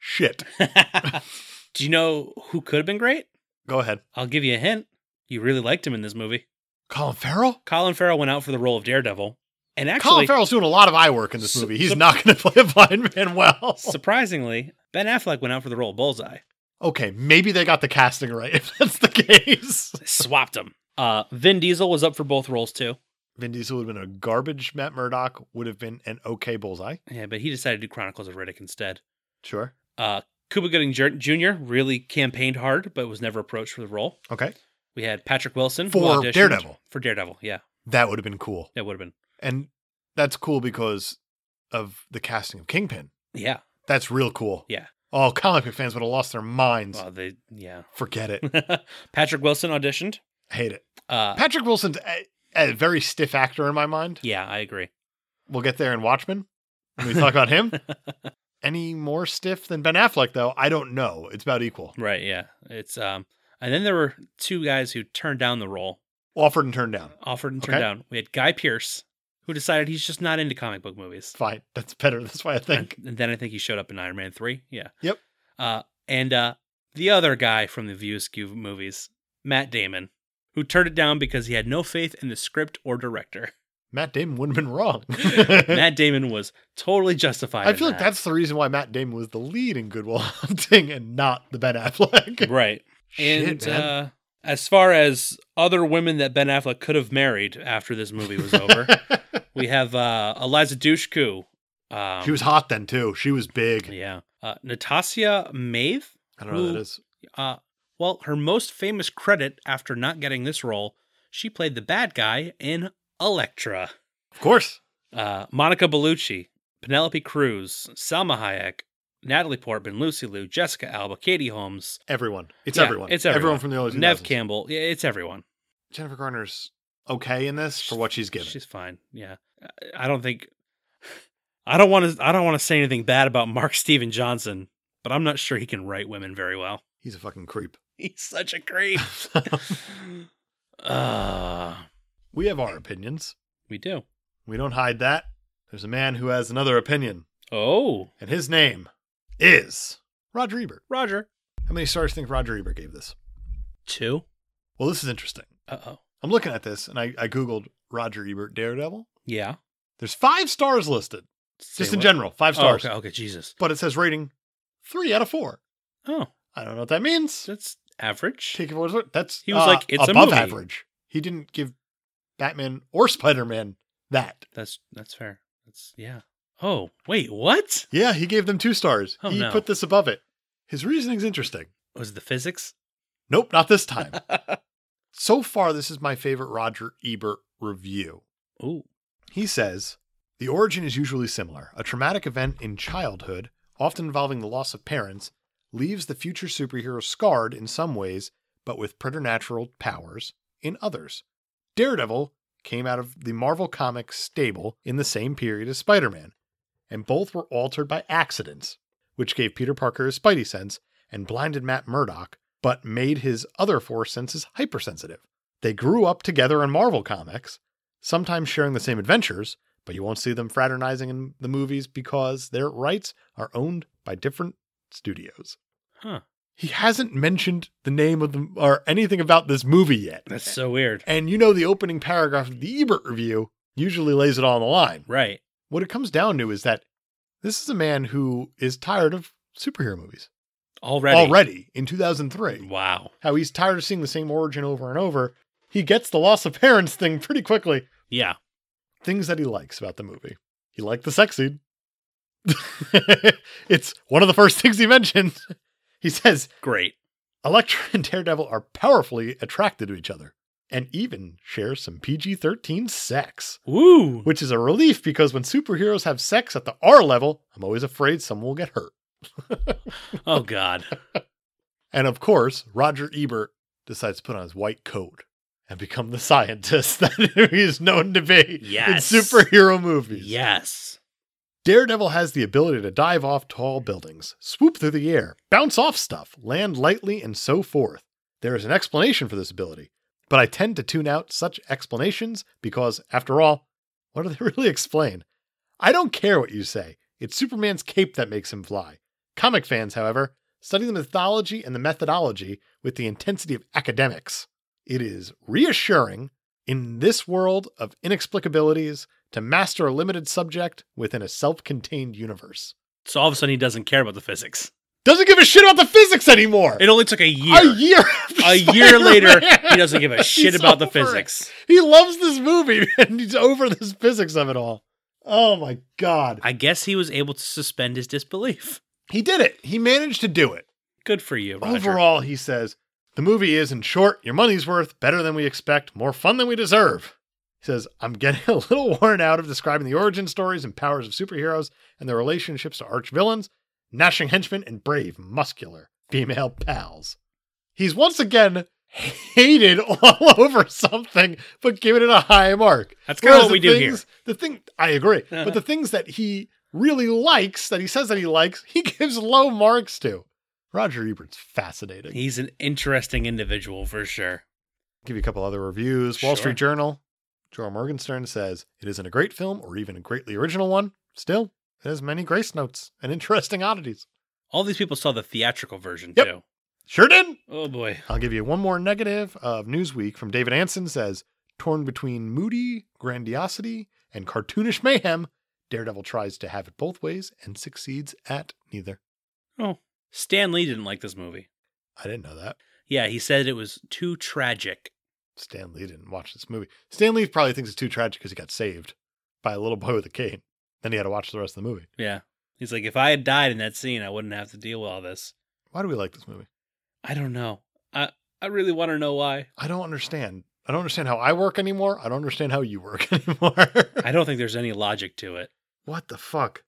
shit. Do you know who could have been great? Go ahead. I'll give you a hint. You really liked him in this movie. Colin Farrell. Colin Farrell went out for the role of Daredevil, and Colin [LAUGHS] actually, Farrell's doing a lot of eye work in this Su- movie. He's su- not going to [LAUGHS] play a blind man well. surprisingly, Ben Affleck went out for the role of Bullseye. okay, maybe they got the casting right [LAUGHS] if that's the case. They swapped him. Uh, Vin Diesel was up for both roles too. Vin Diesel would have been a garbage. Matt Murdock would have been an okay bullseye. Yeah, but he decided to do Chronicles of Riddick instead. Sure. Uh, Cuba Gooding Jr. Jr. really campaigned hard, but was never approached for the role. Okay. We had Patrick Wilson who For auditioned- Daredevil. For Daredevil, yeah, That would have been cool. that would have been And that's cool because of the casting of Kingpin. yeah, That's real cool. yeah. Oh, comic book fans would have lost their minds. Well, they yeah. [LAUGHS] Forget it. Patrick Wilson auditioned. Hate it. Uh, Patrick Wilson's eh, a very stiff actor in my mind. Yeah, I agree. We'll get there in Watchmen when we talk about [LAUGHS] him. Any more stiff than Ben Affleck, though? I don't know. It's about equal. Right, yeah. It's um and then there were two guys who turned down the role, Offered and turned down. offered and turned Okay. down. We had Guy Pierce, who decided he's just not into comic book movies. Fine. That's better. That's why I think. And, and then I think he showed up in Iron Man 3. Yeah. Yep. Uh, and uh, the other guy from the View Askew movies, Matt Damon, who turned it down because he had no faith in the script or director. Matt Damon wouldn't have been [LAUGHS] wrong. [LAUGHS] Matt Damon was totally justified. I in feel like that. that's the reason why Matt Damon was the lead in Goodwill Hunting and not the Ben Affleck. right. Shit, and man. uh, as far as other women that Ben Affleck could have married after this movie was [LAUGHS] over, we have uh, Eliza Dushku. Um, she was hot then too. She was big. Yeah. Uh, Natasha Maeve. I don't know who Who- that is. Uh, well, her most famous credit after not getting this role, she played the bad guy in Elektra. Of course. Uh, Monica Bellucci, Penelope Cruz, Salma Hayek, Natalie Portman, Lucy Liu, Jessica Alba, Katie Holmes. Everyone. It's Yeah, everyone. It's everyone. from the early 2000s. Nev Campbell. Yeah, it's everyone. Jennifer Garner's okay in this for what she's given. She's fine. Yeah. I- I don't think. I don't want to. I don't want to say anything bad about Mark Steven Johnson, but I'm not sure he can write women very well. [LAUGHS] He's a fucking creep. [LAUGHS] He's such a creep. uh, we have our opinions. we do. We don't hide that. There's a man who has another opinion, Oh, and his name is Roger Ebert. Roger. How many stars do you think Roger Ebert gave this? Two. Well, this is interesting. Uh oh. I'm looking at this, and I, I Googled Roger Ebert Daredevil. Yeah. There's five stars listed, Say just in what? general, five Oh, stars. okay, okay, Jesus. But it says rating three out of four. Oh, I don't know what that means. that's average. Take it for what it's worth. That's He was uh, like, "It's a above movie." average. He didn't give Batman or Spider Man that. That's that's fair. That's yeah. Oh wait, what Yeah, he gave them two stars. Oh, he no. put this above it. His reasoning's interesting. was it the physics? Nope, not this time. so far, this is my favorite Roger Ebert review. [LAUGHS] Ooh, He says The origin is usually similar. A traumatic event in childhood, often involving the loss of parents, leaves the future superhero scarred in some ways, but with preternatural powers in others. Daredevil came out of the Marvel Comics stable in the same period as Spider Man, and both were altered by accidents, which gave Peter Parker his spidey sense and blinded Matt Murdock, but made his other four senses hypersensitive. They grew up together in Marvel Comics, sometimes sharing the same adventures, but you won't see them fraternizing in the movies because their rights are owned by different studios. huh? He hasn't mentioned the name of the or anything about this movie yet. That's so weird. And you know the opening paragraph of the Ebert review usually lays it all on the line. Right. What it comes down to is that this is a man who is tired of superhero movies Already. already in 2003. Wow. How he's tired of seeing the same origin over and over. He gets the loss of parents thing pretty quickly Yeah. things that he likes about the movie. He liked the sex scene. [LAUGHS] it's one of the first [LAUGHS] things he mentioned. He says Great. Elektra and Daredevil are powerfully attracted to each other and even share some PG 13 sex, Woo. which is a relief because when superheroes have sex at the R level, I'm always afraid someone will get hurt. [LAUGHS] Oh God. And of course, Roger Ebert decides to put on his white coat and become the scientist [LAUGHS] that he is known to be Yes. in superhero movies. yes. Daredevil has the ability to dive off tall buildings, swoop through the air, bounce off stuff, land lightly, and so forth. There is an explanation for this ability, but I tend to tune out such explanations because, after all, what do they [LAUGHS] really explain? I don't care what you say. It's Superman's cape that makes him fly. Comic fans, however, study the mythology and the methodology with the intensity of academics. It is reassuring in this world of inexplicabilities to master a limited subject within a self contained universe. So all of a sudden he doesn't care about the physics. Doesn't give a shit about the physics anymore. It only took a year. a year. [LAUGHS] after A [LAUGHS] year later, Spider-Man. he doesn't give a shit He's about the over it. physics. He loves this movie [LAUGHS] and he's over this physics of it all. Oh my God. I guess he was able to suspend his disbelief. He did it. He managed to do it. Good for you, Roger. Overall, he says, the movie is, in short, your money's worth, better than we expect, more fun than we deserve. He says, I'm getting [LAUGHS] a little worn out of describing the origin stories and powers of superheroes and their relationships to archvillains, gnashing henchmen, and brave, muscular female pals. He's once again [LAUGHS] hated all [LAUGHS] over something, but giving it a high mark. That's kinda Whereas the what we do here. things- The thing I [LAUGHS] agree, but the things that he really likes, that he says that he likes, he [LAUGHS] gives low marks to. Roger Ebert's fascinating. He's an interesting individual for sure. give you a couple other reviews. Wall Sure. Street Journal, Joel Morgenstern says it isn't a great film or even a greatly original one. Still, it has many grace notes and interesting oddities. All these people saw the theatrical version Yep. too. Sure did. Oh boy. I'll give you one more negative of Newsweek from David Anson says torn between moody grandiosity and cartoonish mayhem, Daredevil tries to have it both ways and succeeds at neither. Oh. Stan Lee didn't like this movie. I didn't know that. Yeah, he said it was too tragic. Stan Lee didn't watch this movie. Stan Lee probably thinks it's too tragic because he got saved by a little boy with a cane. Then he had to watch the rest of the movie. Yeah. He's like, if I had died in that scene, I wouldn't have to deal with all this. Why do we like this movie? I don't know. I I really want to know [LAUGHS] why. I don't understand. I don't understand how I work anymore. I don't understand how you work [LAUGHS] anymore. I don't think there's any logic to it. what the fuck?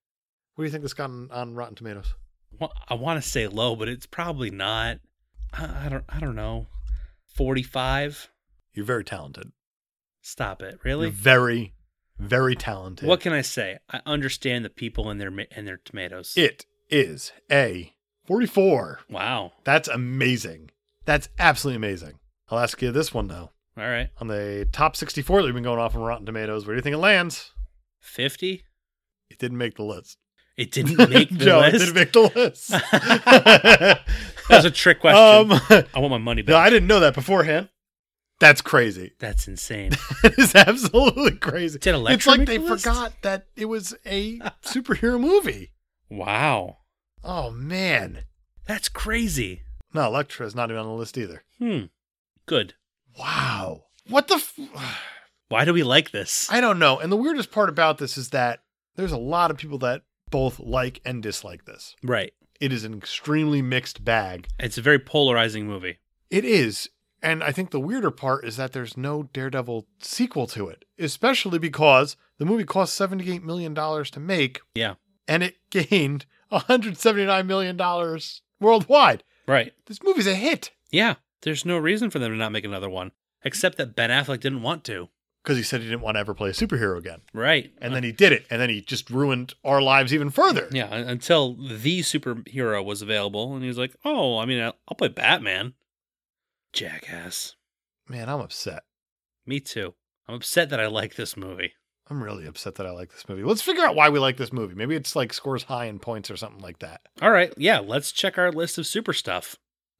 What do you think this got on, on Rotten Tomatoes? Wa- I want to say low, but it's probably not. I, I don't. I don't know. Forty-five. You're very talented. Stop it. Really? You're very, very talented. What can I say? I understand the people and their ma- and their tomatoes. it is a 44. Wow. That's amazing. That's absolutely amazing. I'll ask you this one though. All right. On the top 64 that we've been going off on Rotten Tomatoes, where do you think it lands? Fifty. It didn't make the list. [LAUGHS] It didn't make the no, list. it didn't make the list. [LAUGHS] that [LAUGHS] was a trick question. Um, [LAUGHS] I want my money No, back. I didn't know that beforehand. That's crazy. [LAUGHS] That's insane. That is absolutely crazy. Did Elektra it's like make they the list? forgot that it was a superhero movie. wow. Oh man. That's crazy. No, Elektra is not even on the list either. Hmm. Good. Wow. What the f- [SIGHS] Why do we like this? I don't know. And the weirdest part about this is that there's a lot of people that both like and dislike this. right. It is an extremely mixed bag. It's a very polarizing movie. It is. And I think the weirder part is that there's no Daredevil sequel to it, especially because the movie cost $78 million to make. Yeah. And it [LAUGHS] gained $179 million worldwide. Right. This movie's a hit Yeah. There's no reason for them to not make another one, except that Ben Affleck didn't want to. because he said he didn't want to ever play a superhero again. Right. And then he did it. And then he just ruined our lives even further. Yeah, un- until the superhero was available, and he was like, "Oh, I mean, I'll I'll play Batman." Jackass. Man, I'm upset. Me too. I'm upset that I like this movie. I'm really upset that I like this movie. Let's figure out why we like this movie. Maybe it's like scores high in points or something like that. All right, yeah, let's check our list of super stuff,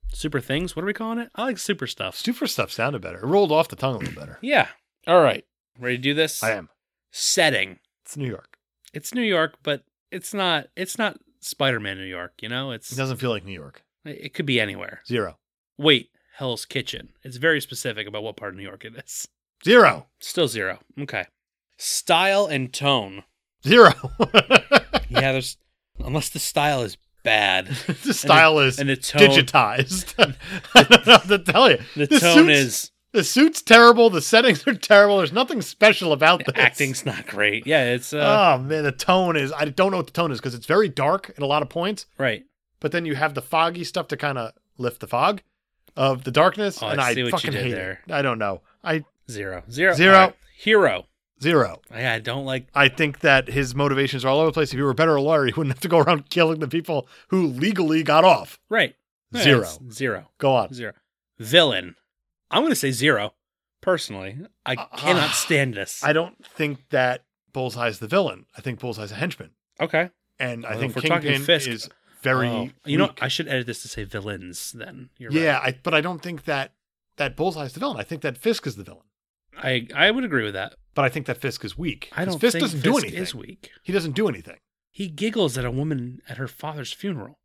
super things. What are we calling it? I like super stuff. Super stuff sounded better. It rolled off the tongue a little better. Yeah. All right. Ready to do this? I am. Setting. It's New York. It's New York, but it's not. It's not Spider-Man New York. You know, it's It doesn't feel like New York. it it could be anywhere. Zero. Wait, Hell's Kitchen. It's very specific about what part of New York it is. Zero. Still zero. Okay. Style and tone. Zero. [LAUGHS] Yeah, there's unless the style is [LAUGHS] bad. the style is and the tone- digitized. [LAUGHS] I don't know what to tell you. The This tone suit's- [LAUGHS] is the suit's terrible. The settings are terrible. There's nothing special about the this. acting's not great. Yeah, it's uh, Oh man, the tone is. I don't know what the tone is because it's very dark in a lot of points. right. But then you have the foggy stuff to kind of lift the fog of the darkness, Oh, I and I see what you fucking did hate there. it. I don't know. I Zero. Zero. Zero. All right. Hero. zero. I, I don't like I think that his motivations are all over the place. If he were better a lawyer, he wouldn't have to go around [LAUGHS] killing the people who legally got off. right. Yeah, Zero. it's Zero. Go on. Zero. Villain. I'm gonna say zero. Personally. I Uh, cannot stand this. I don't think that Bullseye's the villain. I think Bullseye's a henchman, okay. and I Well, think if we're talking Kingpin Fisk- is very. Oh. You know, weak. I should edit this to say villains then. You're yeah, right. I, but I don't think that that Bullseye's the villain. I think that Fisk is the villain. I I would agree with that. But I think that Fisk is weak. I 'Cause don't Fisk think doesn't do Fisk anything. is weak. He doesn't do anything. [LAUGHS] He giggles at a woman at her father's funeral.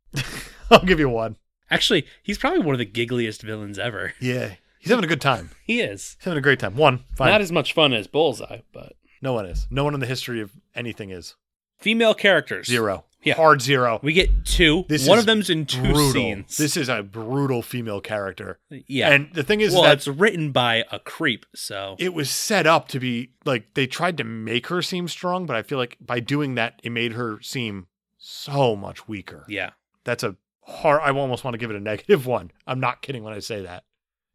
I'll give you one. Actually, he's probably one of the giggliest villains ever. [LAUGHS] Yeah, he's having a good time. He is. He's having a great time. One, fine. Not as much fun as Bullseye, but no one is. No one in the history of anything is. female characters. Zero. Yeah. Hard zero. We get two. This One is of them's in two brutal. scenes. This is a brutal female character. yeah. And the thing is well, that it's written by a creep, so it was set up to be like they tried to make her seem strong, but I feel like by doing that, it made her seem so much weaker. yeah. [LAUGHS] That's a hard. I almost want to give it a negative one. I'm not kidding when I say that.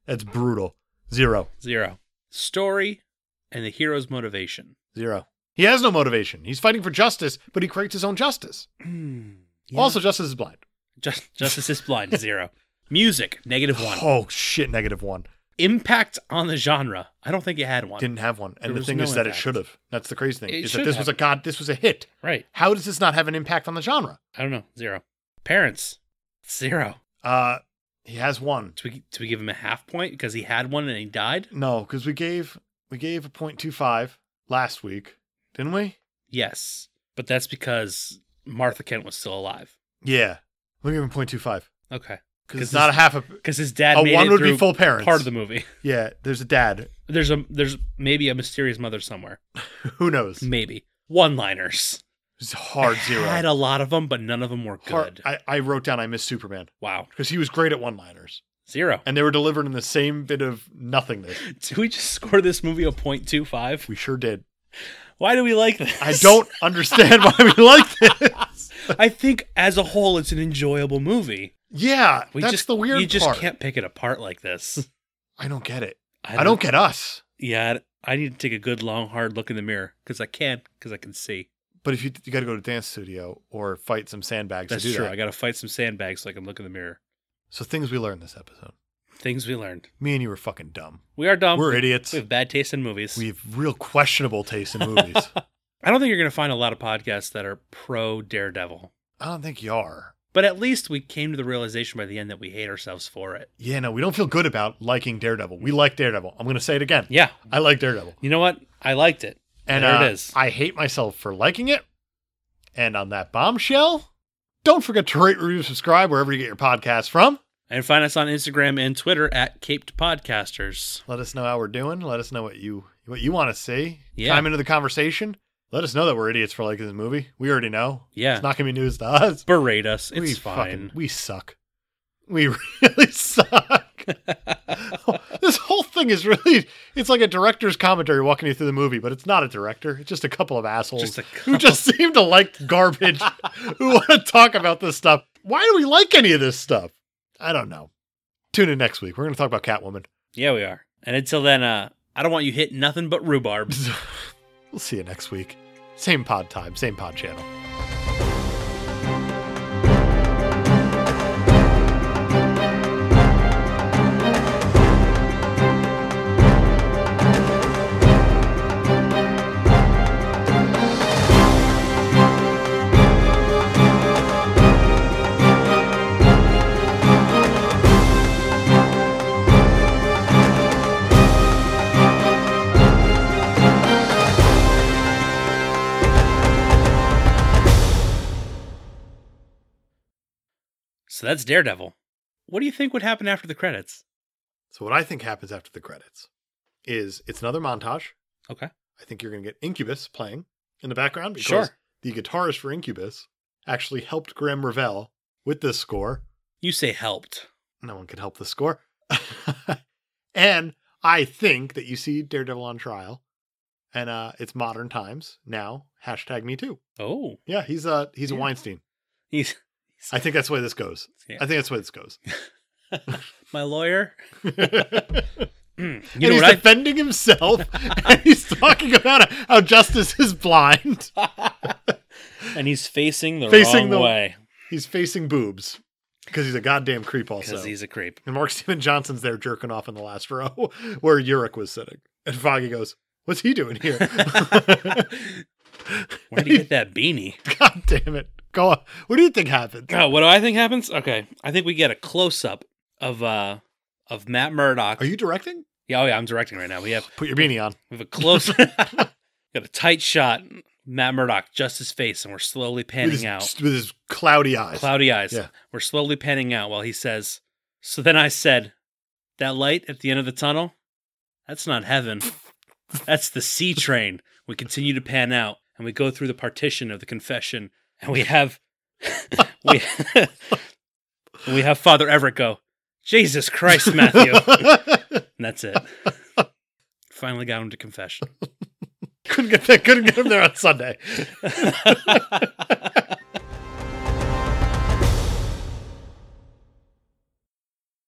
That's brutal. Zero. Zero. Story and the hero's motivation. [CLEARS THROAT] Zero. He has no motivation. He's fighting for justice, but he creates his own justice. Also, justice is blind. Just, Justice is Blind, [LAUGHS] zero. Music, negative one. Oh shit! Negative one. Impact on the genre. I don't think it had one. Didn't have one. And There the was thing no is that it impact. should have. That's the crazy thing. It Is that should this was a have. god? This was a hit. Right. How does this not have an impact on the genre? I don't know. Zero. Parents, zero. Uh, he has one. Do we, do we give him a half point because he had one and he died? No, because we gave we gave a point two five last week, didn't we? Yes. But that's because Martha Kent was still alive. Yeah, we gave him point two five Okay. because it's not a half a. Because his dad a made one it would be through full parents. part of the movie. [LAUGHS] Yeah, there's a dad. [LAUGHS] There's a there's maybe a mysterious mother somewhere. Who knows? Maybe one liners. It's a hard zero. Had a lot of them, but none of them were Hard- good. I, I wrote down I miss Superman wow, because he was great at one liners, zero. and they were delivered in the same bit of nothingness. [LAUGHS] Do we just score this movie a point two five? We sure did. Why do we like this? I [LAUGHS] don't understand why we liked it. I think as a whole, it's an enjoyable movie. Yeah, We that's just the weird You just part. can't pick it apart like this. I don't get it. [LAUGHS] I don't, get us. Yeah, I I need to take a good long hard look in the mirror because I can't because I can see. But if you you got to go to dance studio or fight some sandbags That's to do true. that. I got to fight some sandbags so I can look in the mirror. so things we learned this episode. Things we learned. Me and you were fucking dumb. We are dumb. We're idiots. Um, We have bad taste in movies. We have real questionable taste in movies. [LAUGHS] I don't think you're going to find a lot of podcasts that are pro Daredevil. I don't think you are. But at least we came to the realization by the end that we hate ourselves for it. Yeah, no, we don't feel good about liking Daredevil. We like Daredevil. I'm going to say it again. Yeah. I like Daredevil. You know what? I liked it. And there uh, it is. I hate myself for liking it. And on that bombshell, don't forget to rate, review, subscribe wherever you get your podcasts from. and find us on Instagram and Twitter at Caped Podcasters. Let us know how we're doing. Let us know what you what you want to see. Yeah. Chime into the conversation. Let us know that we're idiots for liking this movie. We already know. Yeah. It's not gonna be news to us. Berate us. It's we fine. we suck. We [LAUGHS] really [LAUGHS] suck. this whole thing is really it's like a director's commentary walking you through the movie, but it's not a director. It's just a couple of assholes Just a who just seem to like [LAUGHS] garbage who want to talk about this stuff. Why do we like any of this stuff? I don't know. Tune in next week. We're gonna talk about Catwoman. yeah, we are. And until then, uh, I don't want you hitting nothing but [LAUGHS] rhubarb. We'll see you next week. Same pod time, same pod channel. So that's Daredevil. What do you think would happen after the credits? So what I think happens after the credits is it's another montage. Okay. I think you're going to get Incubus playing in the background because Sure. the guitarist for Incubus actually helped Graham Revell with this score. You say helped. No one could help the score. [LAUGHS] and I think that you see Daredevil on trial, and uh, it's modern times now. Hashtag Me Too. Oh. Yeah, he's a he's a Yeah. Weinstein. He's I think that's the way this goes. Yeah. I think that's the way this goes. my [LAUGHS] lawyer. You [LAUGHS] and know he's what I defending himself, [LAUGHS] and he's talking about how justice is blind. [LAUGHS] and he's facing the Facing wrong the- way He's facing boobs because he's a goddamn creep. Also, because he's a creep. And Mark [LAUGHS] Steven Johnson's there jerking off in the last row [LAUGHS] where Urich was sitting. And Foggy goes, What's he doing [LAUGHS] here? [LAUGHS] Where did he get that [LAUGHS] beanie? God damn it. Go on. What do you think happened? Oh, what do I think happens? Okay, I think we get a close up of uh of Matt Murdock. Are you directing? yeah, oh yeah, I'm directing right now. We have Put your beanie on. we have a close, [LAUGHS] got a tight shot. Matt Murdock, just his face, and we're slowly With panning his, out. with his cloudy eyes. Cloudy eyes. Yeah. We're slowly panning out while he says. So then I said, "That light at the end of the tunnel, that's not heaven. That's the C train." We continue to pan out, and we go through the partition of the confession, and we have [LAUGHS] we [LAUGHS] we have Father Everett go, "Jesus Christ, Matthew," and [LAUGHS] that's it. Finally got him to confession. [LAUGHS] couldn't, get, couldn't get him there on Sunday.